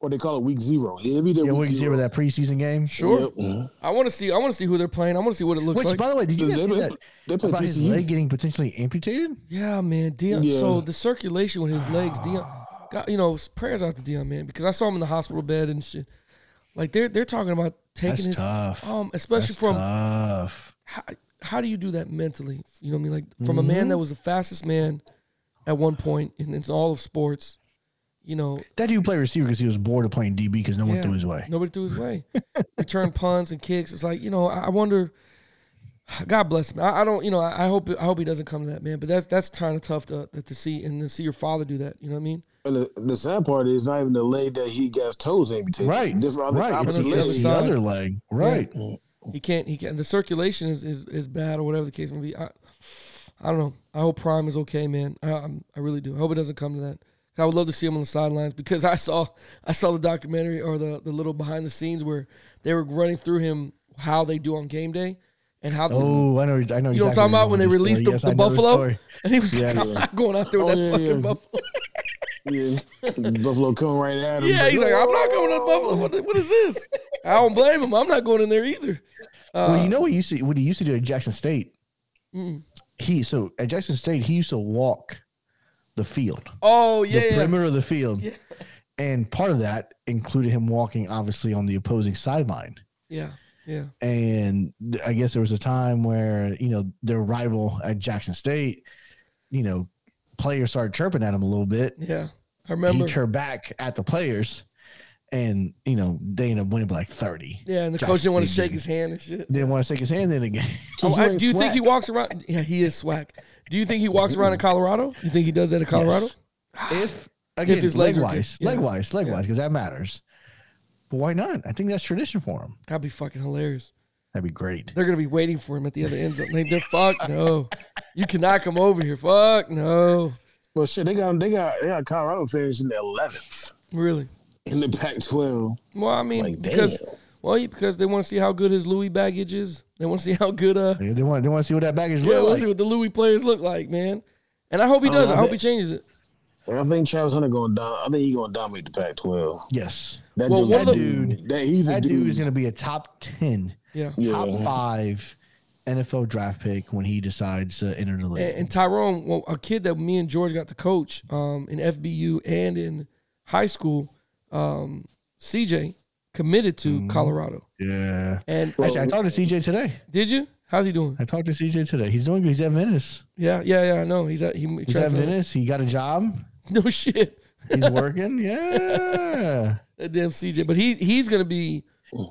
E: or they call it week zero. Yeah, It'll be there
F: Yeah,
E: week,
F: we can see
E: zero.
F: over that preseason game.
D: Sure.
E: Yep.
D: I want to see. I want to see who they're playing. I want to see what it looks
F: Which,
D: like.
F: by the way, did you
E: They-
F: guys
E: they-
F: see
E: they-
F: that
E: they play
F: about his
E: TCU.
F: leg getting potentially amputated?
D: yeah, man, Dion.
E: Yeah.
D: So the circulation with his legs, Dion. God, you know, prayers out to Dion, man, because I saw him in the hospital bed and shit. Like they're they're talking about taking
F: That's
D: his
F: tough.
D: um, especially
F: That's
D: from
F: tough.
D: how, how do you do that mentally? You know what I mean? Like from a
F: Mm-hmm.
D: man that was the fastest man at one point in, in all of sports, you know,
F: That dude played receiver because he was bored of playing DB because no one
D: yeah,
F: threw his way.
D: Nobody threw his way. Return punts and kicks. It's like, you know, I I wonder God bless him. I, I don't, you know, I, I hope I hope he doesn't come to that, man. But that's that's kind of tough to to see and to see your father do that. You know what I mean?
E: And the, the sad part is not even the leg that he got his toes amputated.
F: Right,
E: Different other
F: right.
E: opposite
F: It's
D: leg.
F: the other leg, right?
D: He can't. He can. not The circulation is, is is bad or whatever the case may be. I, I don't know. I hope Prime is okay, man. I I'm, I really do. I hope it doesn't come to that. I would love to see him on the sidelines because I saw I saw the documentary or the the little behind the scenes where they were running through him how they do on game day and how.
F: Oh, I know. I know. Exactly
D: you know what I'm talking about when they released the, the buffalo, and he was
F: Yeah,
D: like, "I'm
E: yeah.
D: not going out there with
E: Oh,
D: that
E: yeah,
D: fucking
E: yeah.
D: buffalo."
E: Yeah. Buffalo come right at him.
D: Yeah, he's like, "I'm not going to buffalo. What, what is this?" I don't blame him. I'm not going in there either. Uh,
F: well, you know what he used to what he used to do at Jackson State.
D: mm.
F: He so at Jackson State he used to walk the field,
D: Oh yeah,
F: the
D: yeah.
F: perimeter of the field, And part of that included him walking, obviously, on the opposing sideline.
D: Yeah. Yeah.
F: And th- I guess there was a time where, you know, their rival at Jackson State, you know, players started chirping at him a little bit.
D: Yeah. I remember.
F: He chirped back at the players. And, you know, they ended up winning by like 30.
D: yeah, and the
F: Jackson
D: coach didn't want to
F: State
D: shake his hand and shit.
F: Didn't want to shake his hand in the game.
D: Oh,
E: you
D: I-
E: ain't
D: do you think he
E: swag.
D: walks around? Yeah, he is swag. Do you think he walks around in Colorado? You think he does that in Colorado?
F: [sighs] If again,
D: his legs
F: leg
D: are
F: wise,
D: good, yeah.
F: leg wise, leg wise, because that matters. But why not? I think that's tradition for him.
D: That'd be fucking hilarious.
F: That'd be great.
D: They're gonna be waiting for him at the other end zone. Like, they're fuck no. You cannot come over here. Fuck no.
E: Well, shit, they got they got they got Colorado finishing eleventh
D: Really.
E: in the Pac-12.
D: Well, I mean,
E: Like,
D: because
E: damn.
D: well, yeah, because they want to see how good his Louis baggage is. They want to see how good uh
F: They want they want to see what that baggage
D: yeah, let's
F: looks
D: see
F: like.
D: what the Louis players look like, man. And I hope he does.
E: Oh,
D: I hope
E: that-
D: he changes it.
E: And I think Travis Hunter going down. I think he going to dominate the Pac-12.
F: Yes,
E: That
D: Well,
E: dude,
D: one
E: that
D: of the-
E: dude, that he's a
F: that dude
E: dude.
F: is going to be a top ten,
D: Yeah.
E: Yeah.
F: top five NFL draft pick when he decides to enter the
D: And,
F: league.
D: and Tyrone, well, a kid that me and George got to coach um, in FBU and in high school, um, CJ committed to
E: Mm-hmm.
D: Colorado.
F: Yeah.
D: And
F: Actually, I talked to CJ today.
D: did you? How's he doing?
F: I talked to CJ today. He's doing good. He's at Venice.
D: Yeah, yeah, yeah. I know he's at he.
F: He's at Venice. He got a job.
D: [laughs] No shit.
F: He's working. [laughs] Yeah.
D: That damn CJ, but he he's gonna be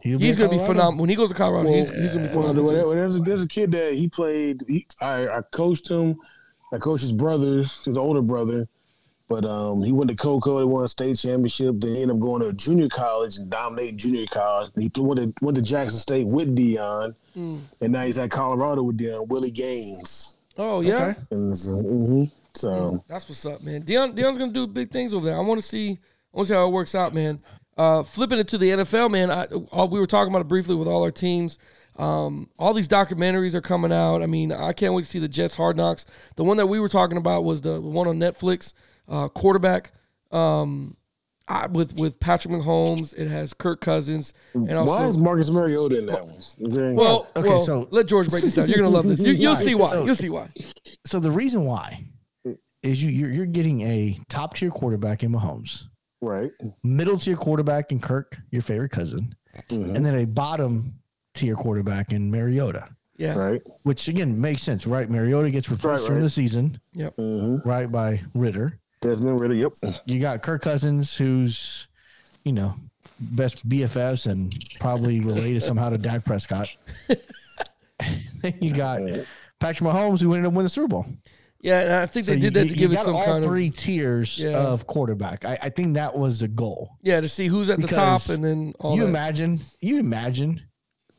F: He'll
D: he's
F: at
D: gonna be
F: Colorado.
D: phenomenal when he goes to Colorado. he's, he's gonna be
E: Well,
D: phenomenal.
E: there-
D: too.
E: well, there's, a, there's a kid that he played. He, I, I coached him. I coached his brothers, his older brother. But um, he went to Coco. They won a state championship. Then he ended up going to junior college and dominating junior college. And he pl- went to, went to Jackson State with Dion,
F: Mm.
E: and now he's at Colorado with Dion Willie Gaines.
D: Oh yeah,
F: Okay.
E: And so, hmm
F: Mm.
E: so
D: that's what's up, man. Dion Dion's gonna do big things over there. I want to see I want to see how it works out, man. Uh, flipping it to the NFL, man. I, all, we were talking about it briefly with all our teams. Um, all these documentaries are coming out. I mean, I can't wait to see the Jets Hard Knocks. The one that we were talking about was the one on Netflix, uh, quarterback. Um, I, with with Patrick Mahomes, it has Kirk Cousins, and also
E: why is Marcus Mariota in that one? Okay.
D: Well,
F: Okay,
D: well,
F: so-
D: let George break this down. You're gonna love this. You, you'll
F: [laughs] Right,
D: see why.
F: so-
D: you'll see why.
F: So the reason why
E: Hmm.
F: is you you're, you're getting a top tier quarterback in Mahomes,
E: right.
F: middle tier quarterback in Kirk, your favorite cousin,
E: Mm-hmm.
F: and then a bottom tier quarterback in Mariota.
D: Yeah.
E: Right.
F: Which again makes sense, right? Mariota gets replaced
E: Right,
F: during
E: right.
F: the season,
D: Yep.
F: right, by Ritter.
E: mm-hmm. Desmond Ritter. Yep.
F: You got Kirk Cousins, who's you know best BFFs and probably related somehow to Dak Prescott. [laughs] then you got Patrick Mahomes, who ended up winning the Super Bowl.
D: Yeah, and I think they
F: So
D: did
F: you-
D: that
F: you-
D: to
F: you
D: give it
F: got
D: some
F: all
D: kind of
F: three tiers
D: Yeah.
F: of quarterback. I, I think that was the goal.
D: yeah to see who's at the top
F: Because
D: and then all
F: you
D: that.
F: imagine, you imagine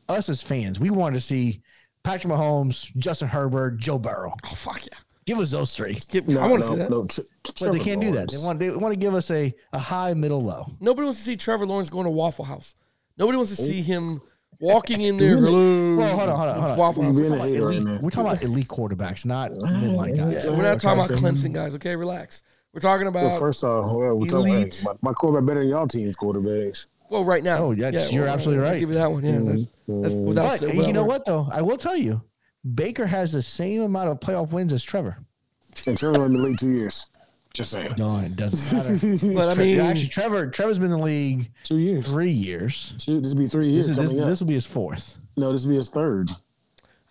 F: us as fans, we wanted to see Patrick Mahomes, Justin Herbert, Joe Burrow.
D: oh fuck yeah!
F: Give us those three.
D: Get-
E: No,
D: I want to
E: no,
D: see that.
E: No, Tr-
F: But they
E: Trevor
F: can't do that. They
E: Lawrence.
F: want they want to give us a, a high, middle, low.
D: Nobody wants to see Trevor Lawrence going to Waffle House. Nobody wants
E: Oh.
D: to see him walking in there.
F: Well, hold on, hold on, hold on.
D: Waffle House.
E: You're being
D: Yeah,
E: a hater right now.
F: We're talking about elite quarterbacks, not midline guys.
D: we're not talking about Clemson guys. Okay, relax. We're talking
E: Well,
D: about well,
E: first off, well, we're talking about,
D: elite.
E: hey, my, my quarterback better than y'all team's quarterbacks.
D: right now.
F: Oh, that's- you're
D: well,
F: absolutely
D: I'll
F: right.
D: Give you that one.
E: Mm-hmm.
D: Yeah, that's, that's
E: Mm.
D: without.
F: But
D: without
F: you know
D: work.
F: what though? I will tell you, Baker has the same amount of playoff wins as Trevor.
E: And Trevor in the league two years. Just saying.
F: No, it [laughs] doesn't matter.
D: But I mean,
F: actually, Trevor Trevor's been in the league
E: [laughs] Two years.
F: three years.
E: Two, this will be three
F: This,
E: years
F: is, this,
E: coming
F: this
E: up.
F: will be his fourth.
E: No, this will be his third.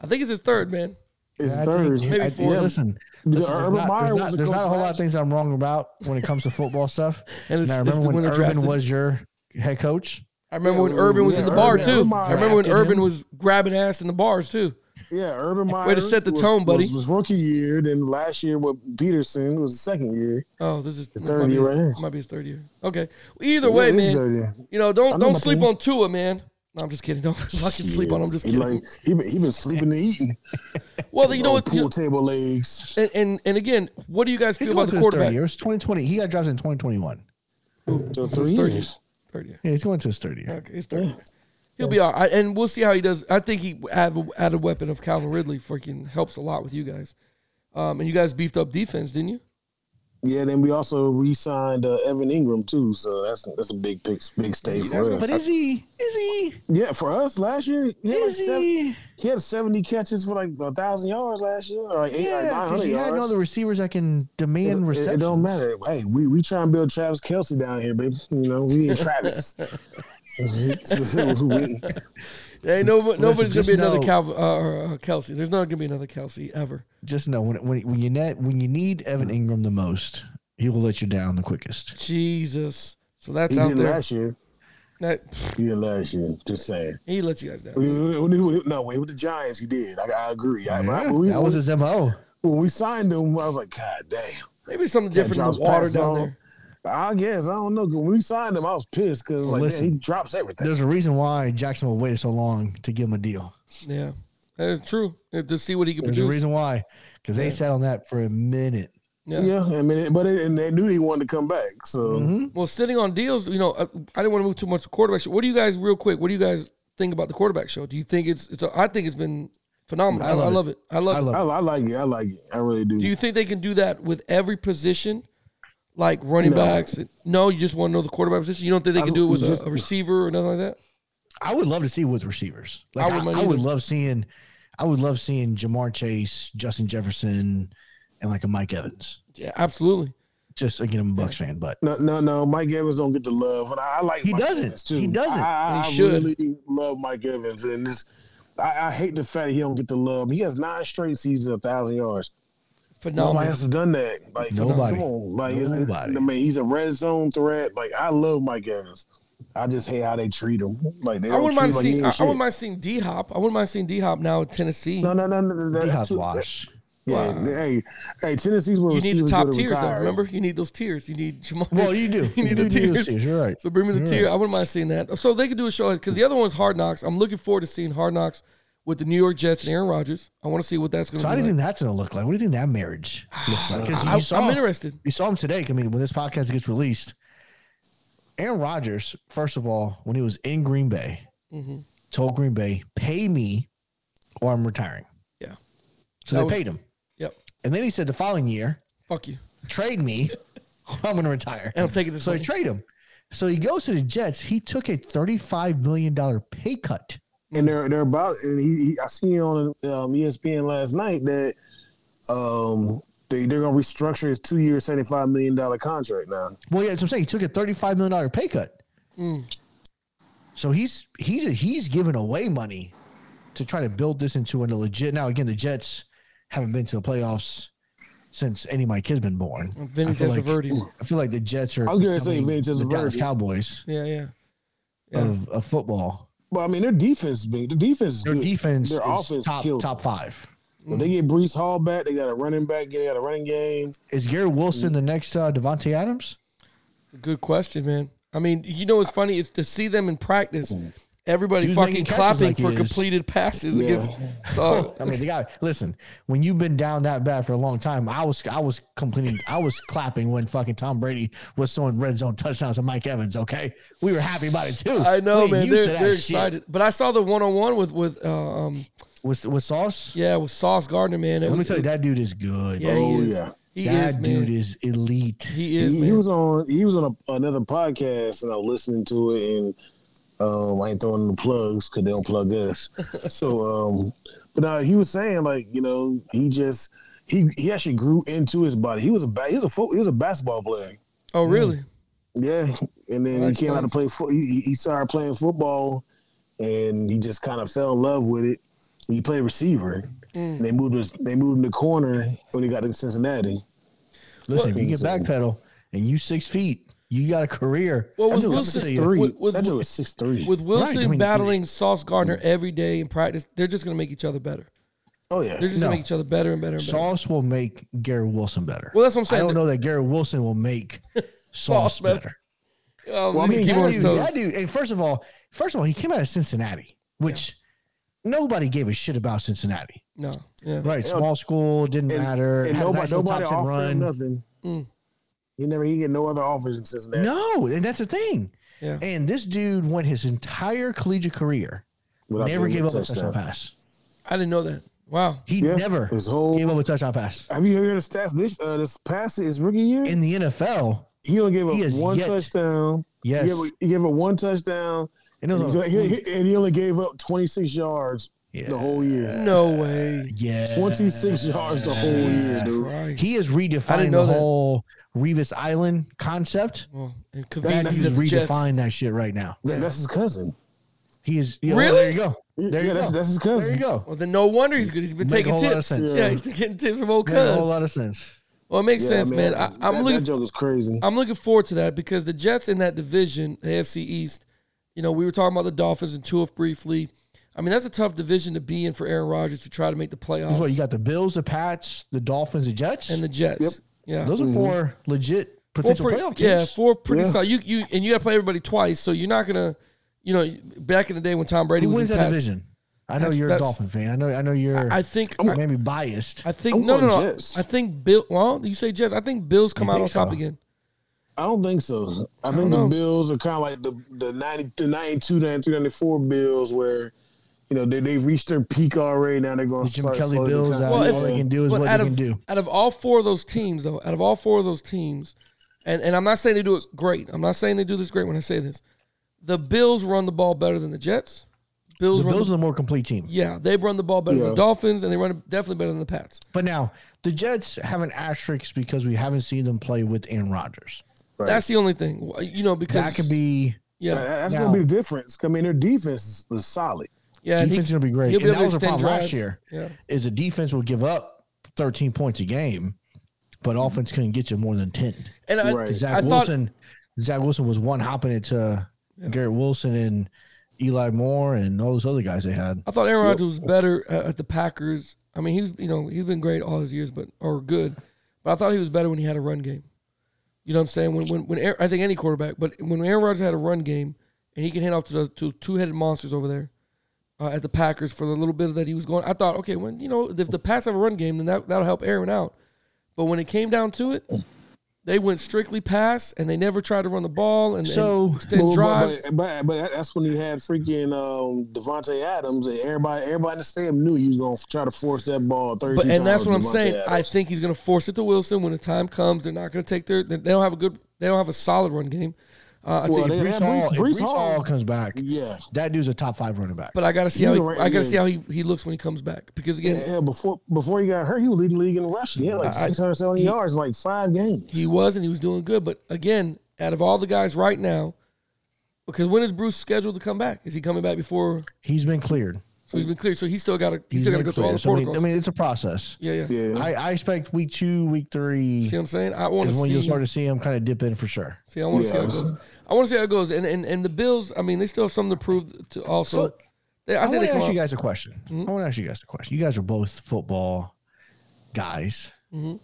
D: I think it's his third man.
E: His
F: I
E: third.
F: think-
D: Maybe
F: I-
D: four.
F: yeah, Listen,
E: Because
F: listen, there's
E: Urban
F: not, there's
E: Meyer
F: not-
E: was a
F: there's not a
E: coach
F: whole lot of
E: last
F: things I'm wrong about when it comes to
D: [laughs]
F: football stuff.
D: And
F: And,
D: it's-
F: I
D: it's
F: remember when
D: when they're
F: Urban
D: drafted.
F: was your head coach.
D: I remember when
E: Yeah,
D: Urban was
E: yeah,
D: at the bar
E: Urban-
D: too.
E: Urban
D: I remember when
F: drafted
D: Urban
F: him.
D: was grabbing ass in the bars too. [laughs]
E: Yeah, Urban Meyer.
D: to set the
E: was-
D: tone, buddy.
E: Was, was rookie year, then last year with Peterson was the second year.
D: Oh, this is
E: His
D: this
E: third
D: might be
E: year
D: his-
E: right here.
D: Might be his third year. Okay. Well, either way,
E: Yeah, this is
D: man.
E: third year.
D: You know, don't
E: know
D: don't
E: my
D: sleep
E: team.
D: on Tua, man. No, I'm just kidding. Don't [laughs] fucking sleep on him. I'm just
E: He
D: kidding.
E: like he been, he been sleeping and eating.
D: well, you know what?
E: pool table legs.
D: and, and and again, what do you guys
F: He's
D: feel
F: going
D: about the
F: to his third
D: quarterback?
F: year. It's 2020. He got drafted in 2021.
E: So
D: It's
E: three
D: his third
E: years.
D: year. Third year.
F: Yeah, he's going to his third year.
D: Okay, his third year. He'll be all right, and we'll see how he does. I think he add add a weapon of Calvin Ridley. Freaking helps a lot with you guys. Um, and you guys beefed up defense, didn't you?
E: Yeah, then we also re-signed uh, Evan Ingram too, so that's that's a big big big stay for us.
F: But is he? Is he?
E: yeah, for us last year, he had, like
F: Is
E: seven,
F: he?
E: he had seventy catches for like a thousand yards last year, or like eight, like
F: Yeah,
E: nine
F: because
E: hundred
F: you had
E: yards.
F: no other receivers that can
E: It-
F: demand
E: it,
F: reception.
E: it don't matter. Hey, we we try and build Travis Kelsey down here, baby. You know, we ain't
F: [laughs]
E: Travis. [laughs] So we-
D: Hey, no, nobody's gonna
F: just
D: be another
F: know-
D: Calv- uh, or, uh, Kelsey. There's not gonna be another Kelsey ever.
F: Just know when when when you net when you need Evan Ingram the most, he will let you down the quickest.
D: Jesus. So
E: he
D: that's out
E: did
D: there.
E: last year.
D: That,
E: He did last year. Just saying.
D: he lets you guys down.
E: When he- when he- No, with the Giants, he did. I, I agree. I, when I-
F: Yeah,
E: when, we,
F: that was his mo.
E: when we signed him, I was like, God damn.
D: Maybe something different in
E: drops
D: the water
E: pass
D: down
E: on.
D: there.
E: I guess I don't know. 'cause When we signed him, I was pissed because like
F: listen.
E: man, he drops everything.
F: There's a reason why Jacksonville waited so long to give him a deal.
D: Yeah, that's true. Uh, To see what he can
F: There's a
D: produce.
F: reason why, because they sat on that for a minute.
D: Yeah.
E: Yeah, I mean, it- but it, and they knew he wanted to come back. So
F: Mm-hmm.
D: Well, sitting on deals, you know, uh, I didn't want to move too much to quarterback show. What do you guys, real quick? What do you guys think about the quarterback show? Do you think it's? It's. A, I think it's been phenomenal. I, I love it. I love.
F: I
D: it.
F: love
E: I, I like it. I like it. I really do.
D: Do you think they can do that with every position, like running
E: No.
D: backs? No, you just want to know the quarterback position. You don't think they can do it with
E: just-
D: a, a receiver or nothing like that?
F: I would love to see with receivers. Like
D: I
F: I
D: wouldn't
F: would,
D: mind
F: I, would
D: either.
F: love seeing, I would love seeing Jamar Chase, Justin Jefferson, and like a Mike Evans.
D: Yeah, absolutely.
F: Just again, I'm a Bucks fan, but
E: No, no, no. Mike Evans don't get the love, and I, I like
F: He
E: Mike
F: doesn't.
E: Evans, too.
F: He doesn't.
E: I, I,
D: He should.
E: I really love Mike Evans, and this I, I hate the fact that he don't get the love. He has nine straight seasons, a thousand yards. Nobody
D: Phenomenal.
E: else has done that. Like
F: Nobody.
E: Come on, like it's- it's-
F: Nobody.
E: I mean, he's a red zone threat. Like I love Mike Evans. I just hate how they treat him. Like they
D: I
E: don't
D: wouldn't
E: treat
D: mind
E: him like he
D: seeing.
E: ain't
D: I, I
E: shit.
D: wouldn't mind seeing D Hop. I wouldn't mind seeing D Hop now in Tennessee.
E: No, no, no, no, no.
F: he had
E: That's too,
F: wash.
E: yeah,
D: Wow.
E: hey, hey, Tennessee's where
D: you need the
E: receivers
D: top
E: go to
D: tiers, though.
E: retire.
D: Remember, you need those tiers. You need Jamal.
F: Well, you do.
D: [laughs] You need the
F: do
D: tiers.
F: tiers, You're right.
D: So bring me the tier. I wouldn't mind seeing that. So they could do a show because the other one's Hard Knocks. I'm looking forward to seeing Hard Knocks with the New York Jets and Aaron Rodgers. I want to see what that's going
F: So
D: to
F: how do
D: be.
F: you
D: Like.
F: think that's going to look like? What do you think that marriage looks like?
D: [sighs]
F: 'Cause
D: I,
F: you saw-
D: I'm interested.
F: You saw him today. I mean, when this podcast gets released, Aaron Rodgers, first of all, when he was in Green Bay,
D: Mhm.
F: told Green Bay, "Pay me, or I'm retiring."
D: Yeah.
F: So
D: That
F: they
D: was-
F: paid him,
D: Yep.
F: and then he said the following year,
D: Fuck you.
F: "Trade me, [laughs] or I'm going to retire."
D: And I'm taking this.
F: So they
D: money.
F: trade him. So he goes to the Jets. He took a thirty-five million dollar pay cut.
E: and they're they're about. And he, he I seen on um, ESPN last night that um they they're gonna restructure his two year seventy five million dollar contract now.
F: Well, yeah, that's what I'm saying. He took a thirty-five million dollar pay cut.
D: Mm.
F: So he's he he's giving away money to try to build this into a legit. Now again, the Jets haven't been to the playoffs since any of my kids been born.
D: Vinny
F: I feel like-
D: Testaverde.
F: I feel like the Jets are.
E: I was gonna say Vinny
F: becoming the Dallas
E: Testaverde.
F: Cowboys
D: Yeah, yeah. Yeah.
F: of, of football.
E: But I mean, their defense is big. The defense is
F: Their
E: good.
F: defense,
E: Their
F: is
E: offense
F: top
E: killed.
F: top five.
E: When
D: Mm-hmm.
E: they get Brees Hall back, they got a running back. They got a running game.
F: Is Gary Wilson the next uh, Devontae Adams?
D: Good question, man. I mean, you know, it's funny it's to see them in practice. Everybody
F: Dude's
D: fucking
F: making catches
D: clapping
F: like he
D: for
F: is.
D: completed passes
E: Yeah.
F: [laughs]
D: against. So
F: I mean, the guy. [laughs] Listen, when you've been down that bad for a long time, I was, I was complaining, I was clapping when fucking Tom Brady was throwing red zone touchdowns to Mike Evans. Okay, we were happy about it too.
D: I know,
F: We ain't
D: man.
F: used
D: They're,
F: to that
D: they're
F: shit.
D: excited. But I saw the one on one with with uh, um
F: with with sauce.
D: yeah with Sauce Gardner, man. It
F: Let me
D: was-
F: tell you, that dude is good.
D: Yeah,
E: Oh,
D: he is.
E: yeah.
D: He
F: that
D: is, man.
F: dude is elite.
D: He is.
E: He, he
D: man.
E: was on. He was on a, another podcast, and I was listening to it. And um, I ain't throwing the plugs because they don't
D: [laughs]
E: plug us. so, um, but now he was saying like, you know, he just he he actually grew into his body. He was a ba- he was a fo- he was a basketball player.
D: oh, really?
E: Yeah, and then
D: Well,
E: he
D: that's
E: came out to play. Fo- he, he- he started playing football, and he just kind of fell in love with it. He played receiver.
D: Mm.
E: And they moved. His, they moved him to corner when he got to Cincinnati.
F: Listen, if you get
E: He's a-
F: backpedal and you six feet, you got a career.
D: Well,
E: That
D: with
E: dude was six
D: Wilson,
E: three.
D: with, with-
E: that dude was six three.
D: with Wilson
F: I mean,
D: battling Sauce Gardner every day in practice, they're just gonna make each other better.
E: oh yeah,
D: They're just
F: No.
D: gonna make each other better and better and better.
F: Sauce will make Gary Wilson better.
D: Well, that's what I'm
F: I
D: saying.
F: don't know that Gary Wilson will make
D: [laughs] Sauce
F: sauce
D: better.
F: better.
D: Um,
E: Well,
D: we
E: I
D: need
E: mean,
D: to keep
F: that
D: on his
F: dude,
D: toes.
F: that dude- and first of all, first of all, he came out of Cincinnati, which nobody gave a shit about Cincinnati.
D: No, yeah.
F: Right, small school didn't
E: And-
F: matter.
E: and
F: had a
E: nobody,
F: nice little
E: nobody
F: top 10
E: offered him
F: run.
E: nothing.
D: Mm.
E: He never he get no other offers in Cincinnati.
F: No, and that's the thing.
D: Yeah.
F: And this dude went his entire collegiate career,
E: Without
F: never
E: getting
F: gave
E: a
F: up a
E: touchdown.
F: touchdown pass.
D: I didn't know that. Wow.
F: He
E: Yeah,
F: never
E: his whole-
F: gave up a touchdown pass.
E: Have you heard the stats this uh, this past his rookie year?
F: In the NFL,
E: he only gave up
F: he has
E: one
F: yet-
E: touchdown.
F: Yes.
E: He gave, up- he gave up one touchdown.
F: and it
E: And,
F: was
E: he's-
F: a-
E: he, he- and he only gave up 26 yards
F: Yeah.
E: the whole year.
D: No way.
F: yeah,
E: 26 yards the whole year, dude.
D: Christ.
F: He is redefining
D: know
F: the
D: that.
F: whole Revis Island concept.
D: Well, and
F: That
D: convenience
F: he's
D: of the Jets.
F: redefined that shit right now.
E: That- that's his cousin.
F: He is yeah,
D: Really?
F: Well, there you go.
E: Yeah,
F: There you
E: that's,
F: go.
E: that's his
F: there you
E: cousin.
F: go.
D: Well, then no wonder he's good. He's been
F: Make a
D: taking
F: whole lot of
D: tips.
F: sense.
D: Yeah. he's been getting tips from old
F: Made a whole
D: cuz.
F: lot of sense.
D: Well, it makes
E: Yeah,
D: sense, man. I, I'm
E: that,
D: looking
E: that joke is crazy.
D: I'm looking forward to that because the Jets in that division, the AFC East, you know, we were talking about the Dolphins and Tua briefly. I mean, that's a tough division to be in for Aaron Rodgers to try to make the playoffs.
F: That's what you got: the Bills, the Pats, the Dolphins, the Jets.
D: and the Jets.
E: Yep.
D: Yeah.
F: Those are four legit
D: Four
F: potential
D: pretty-
F: playoff teams.
D: Yeah, four pretty
E: Yeah.
D: solid. You you and you got to play everybody twice, so you're not gonna, you know, back in the day when Tom Brady
F: Who
D: was
F: wins
D: in
F: that
D: Pats,
F: division? I know
D: That's-
F: you're a
D: that's-
F: Dolphin fan. I know. I know you're.
D: I think I,
F: maybe biased.
D: I think
E: I'm
D: no no
E: going
D: no.
E: Jets.
D: I think Bill. Well, you say Jets. I think Bills come
F: You
D: out
F: think
D: on top
F: so?
D: again.
E: I don't think so. I, think
D: know.
E: the Bills are kind of like the, the, 90, the 92, 93, 94 Bills where, you know, they, they've reached their peak already. Now they're going
F: The
E: to
F: Jim
E: start
F: Kelly
E: slowly
F: Bills.
E: decline.
F: all
D: Well, if-
F: they can do is
D: But
F: what they
D: out
F: can
D: of,
F: do.
D: Out of all four of those teams, though, out of all four of those teams, and, and I'm not saying they do it great. I'm not saying they do this great when I say this. The Bills run the ball better than the Jets. Bills
F: The
D: run
F: Bills
D: the,
F: are the more complete team.
D: yeah, they run the ball better than
E: Yeah.
D: the Dolphins, and they run it definitely better than the Pats.
F: But now the Jets have an asterisk because we haven't seen them play with Aaron Rodgers.
E: Right.
D: That's the only thing, you know, because
F: That could be
E: That-
D: yeah,
E: That's
F: Now-
E: going to be the difference. I mean, their defense is- is solid.
D: yeah, and he-
F: defense is gonna be great.
D: he'll be
F: And
D: able to
F: that was the
D: extend
F: problem last
D: drives.
F: year.
D: Yeah.
F: Is the defense will give up 13 points a game, but offense couldn't get you more than 10.
D: and I,
E: Right.
F: Zach
D: I thought
F: Wilson, Zach Wilson was one hopping it to Garrett Wilson and Eli Moore and all those other guys they had.
D: I thought Aaron Rodgers was better at, at the Packers. I mean, he's you know he's been great all his years, but or good, but I thought he was better when he had a run game. You know what I'm saying? When when when Aaron, I think any quarterback, but when Aaron Rodgers had a run game and he can hand off to the to two headed monsters over there uh, at the Packers for the little bit that he was going, I thought okay, when you know if the Pats have a run game, then that that'll help Aaron out. But when it came down to it, they went strictly pass and they never tried to run the ball and and
F: So-
D: extend
E: But-
D: drives.
E: But, but, but that's when he had freaking um, Devontae Adams, and everybody everybody in the stadium knew he was going to try to force that ball 32
D: But, and that's
E: times
D: what I'm
E: Devontae
D: saying. I
E: Adams.
D: think he's going to force it to Wilson when the time comes. They're not going to take their. They they don't have a good. They don't have a solid run game. Uh, I
E: Well,
D: think,
E: they-
F: Brees
E: they-
F: Hall, if
E: Brees
F: Brees
E: Hall-
F: Hall comes back.
E: Yeah.
F: That dude's a top five running back.
D: but I got to see how
E: he's
D: he,
E: the right-
D: I got to
E: yeah.
D: see how he, he looks when he comes back because again
E: Yeah, before before he got hurt, he was leading the league in rushing. He had like
D: I- I-
E: 670
D: he-
E: yards in like five games.
D: he was and he was doing good. But again, out of all the guys right now, because when is Bruce scheduled to come back? Is he coming back before?
F: He's been cleared.
D: So he's been clear. So he's still got to. He's
F: He's
D: still got to
F: been
D: go through all the
F: cleared. So, I mean-
D: protocols.
F: I mean, it's a process.
D: yeah, yeah.
E: yeah.
F: I, I expect week two, week three
D: See what I'm saying? I want to
F: is when
D: see.
F: you'll start to see him kind of dip in for sure.
D: See, I want to see how it
E: Yeah.
D: goes. I want to see how it goes. And and and the Bills. I mean, they still have something to prove to also.
F: So,
D: they, I,
F: I,
D: think
F: want
D: they
F: to
D: come
F: ask
D: out. Mm-hmm.
F: you guys a question. I want to ask you guys a question. You guys are both football guys.
D: Mm-hmm.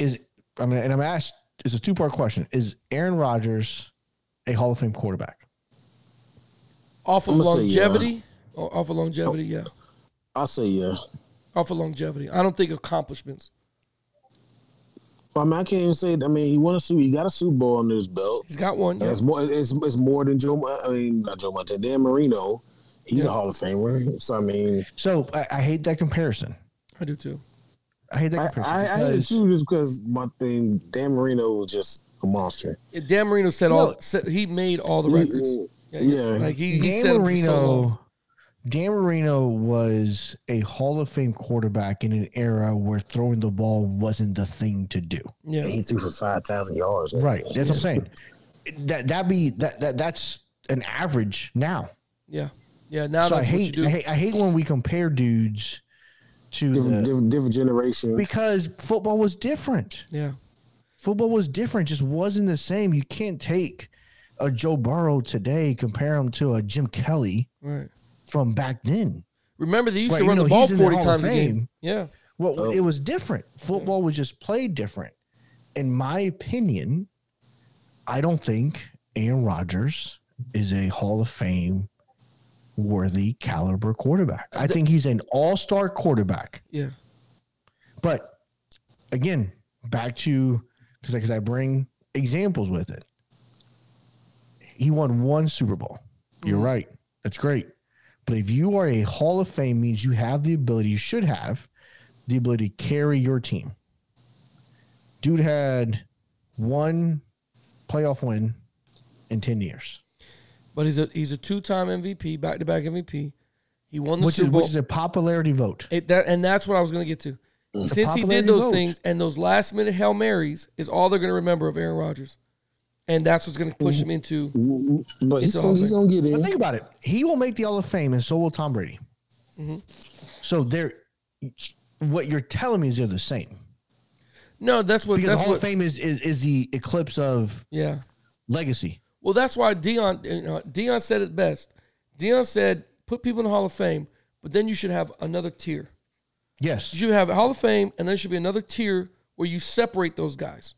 F: Is I mean, and I'm asked. It's a two part question. Is Aaron Rodgers a Hall of Fame quarterback?
D: off of
E: I'ma say, yeah.
D: longevity. O- Off of longevity, yeah.
E: I say yeah.
D: Off of longevity. I don't think accomplishments.
E: But, I mean, I can't even say. I mean, he won a Super. He got a Super Bowl under his belt.
D: He's got one.
E: And
D: Yeah.
E: It's more. It's, it's more than Joe. Mon- I mean, not Joe Montana. Dan Marino. He's a Hall of Famer. So I mean,
F: So I, I hate that comparison.
D: I do too.
F: I hate
E: I
F: that comparison.
E: I, I hate it
F: because-
E: too just because my thing. Dan Marino was just a monster.
D: Yeah, Dan Marino said all. Said, he made all the records.
E: He-
D: Yeah,
E: yeah.
D: Like he, he
F: Dan
D: said Marino.
F: Marino, Dan Marino was a Hall of Fame quarterback in an era where throwing the ball wasn't the thing to do.
D: Yeah.
E: He threw for five thousand yards. man.
F: Right. That's what I'm saying. That that be that, that that's an average now.
D: Yeah. Yeah. Now
F: So I
D: that's what you
F: hate,
D: do.
F: I hate I hate when we compare dudes to
E: Different,
F: the-
E: different, different generations.
F: because football was different.
D: yeah.
F: Football was different. Just wasn't the same. You can't take a Joe Burrow today compare him to a Jim Kelly
D: Right.
F: from back then.
D: Remember they used
F: Right,
D: to
F: you
D: run
F: know,
D: the ball
F: he's in the
D: forty
F: Hall of
D: times a game.
F: Fame.
D: Yeah.
F: Well, it was different. Football was just played different. In my opinion, I don't think Aaron Rodgers is a Hall of Fame worthy caliber quarterback. I think he's an all star quarterback.
D: Yeah.
F: But again, back to because because I bring examples with it. Mm-hmm. He won one Super Bowl. You're right. That's great. But if you are a Hall of Fame, means you have the ability, you should have the ability to carry your team. Dude had one playoff win in 10 years,
D: But he's a he's a two time MVP, back to back MVP. He won the
F: which
D: Super
F: is
D: Bowl.
F: which is a popularity vote.
D: It, that, and that's what I was going to get to. Since he did
F: popularity
D: those
F: vote.
D: things and those last minute Hail Marys is all they're going to remember of Aaron Rodgers. And that's what's going to push him into.
E: But he's
D: It's
E: gonna,
D: all
E: he's gonna get
F: But
E: in.
F: think about it. He will make the Hall of Fame, and so will Tom Brady.
D: Mm-hmm.
F: So they're what you're telling me is they're the same
D: No, that's what.
F: because the
D: That's
F: Hall
D: what
F: of Fame is, is is the eclipse of
D: yeah.
F: legacy.
D: Well, that's why Dion uh, you know, Dion said it best. Dion said, "Put people in the Hall of Fame, but then you should have another tier. You
F: Yes,
D: should have a Hall of Fame, and then there should be another tier where you separate those guys.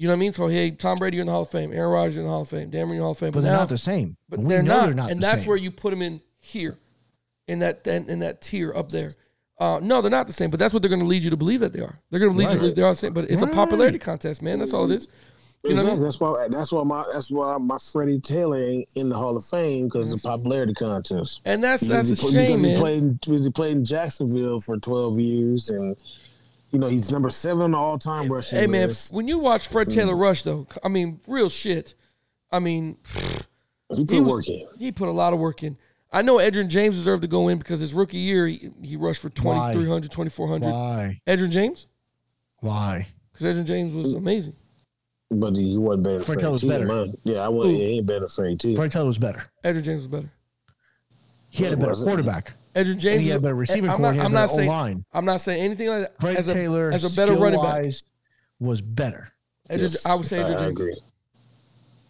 D: You know what I mean? So hey, Tom Brady you're in the Hall of Fame, Aaron Rodgers you're in the Hall of Fame, Dan Marino in the Hall of Fame,
F: but they're
D: now-
F: not the same.
D: But
F: We
D: they're,
F: know
D: not. and
F: the
D: that's
F: same.
D: where you put them in here, in that in, in that tier up there. Uh, no, they're not the same, but that's what they're going to lead you to believe that they are. They're going to lead you to believe they are the same, but it's a popularity contest, man. That's all it is. You know what I
E: Exactly.
D: mean?
E: That's why. That's why my. That's why my Freddie Taylor ain't in the Hall of Fame because of the popularity contest.
D: And that's that's
E: Because
D: a
E: he pla-
D: shame,
E: because He
D: man.
E: played, because he played in Jacksonville for twelve years, and you know he's number seven on the all-time rushing
D: Hey man,
E: list.
D: when you watch
F: Mm.
D: Fred Taylor Rush though, I mean, real shit. I mean,
E: he put
D: he was-
E: work in.
D: he put a lot of work in. I know Edrin James deserved to go in because his rookie year he, he rushed for 2300, 2400.
F: why
D: Edrin James?
F: why
D: Cuz Edrin James was amazing.
E: But he wasn't better than
F: Fred
E: Freddie
F: Taylor's
E: Taylor.
F: better.
E: man. Yeah, I wasn't. He ain't better than Freddie Taylor.
F: Fred Taylor was better.
D: Edrin James was better.
F: He had a better
E: wasn't.
F: quarterback.
D: Edrin James
F: he had
D: was-
F: better receiving
D: I'm
F: core,
D: not,
F: he had
D: I'm
F: better
D: not saying
F: O-line.
D: I'm not saying anything like that.
F: Fred
D: as a,
F: Taylor
D: as a better running back.
F: skill-wise, was better.
D: Edrin-
E: Yes,
D: I would say Edrin
E: I
D: James.
E: agree.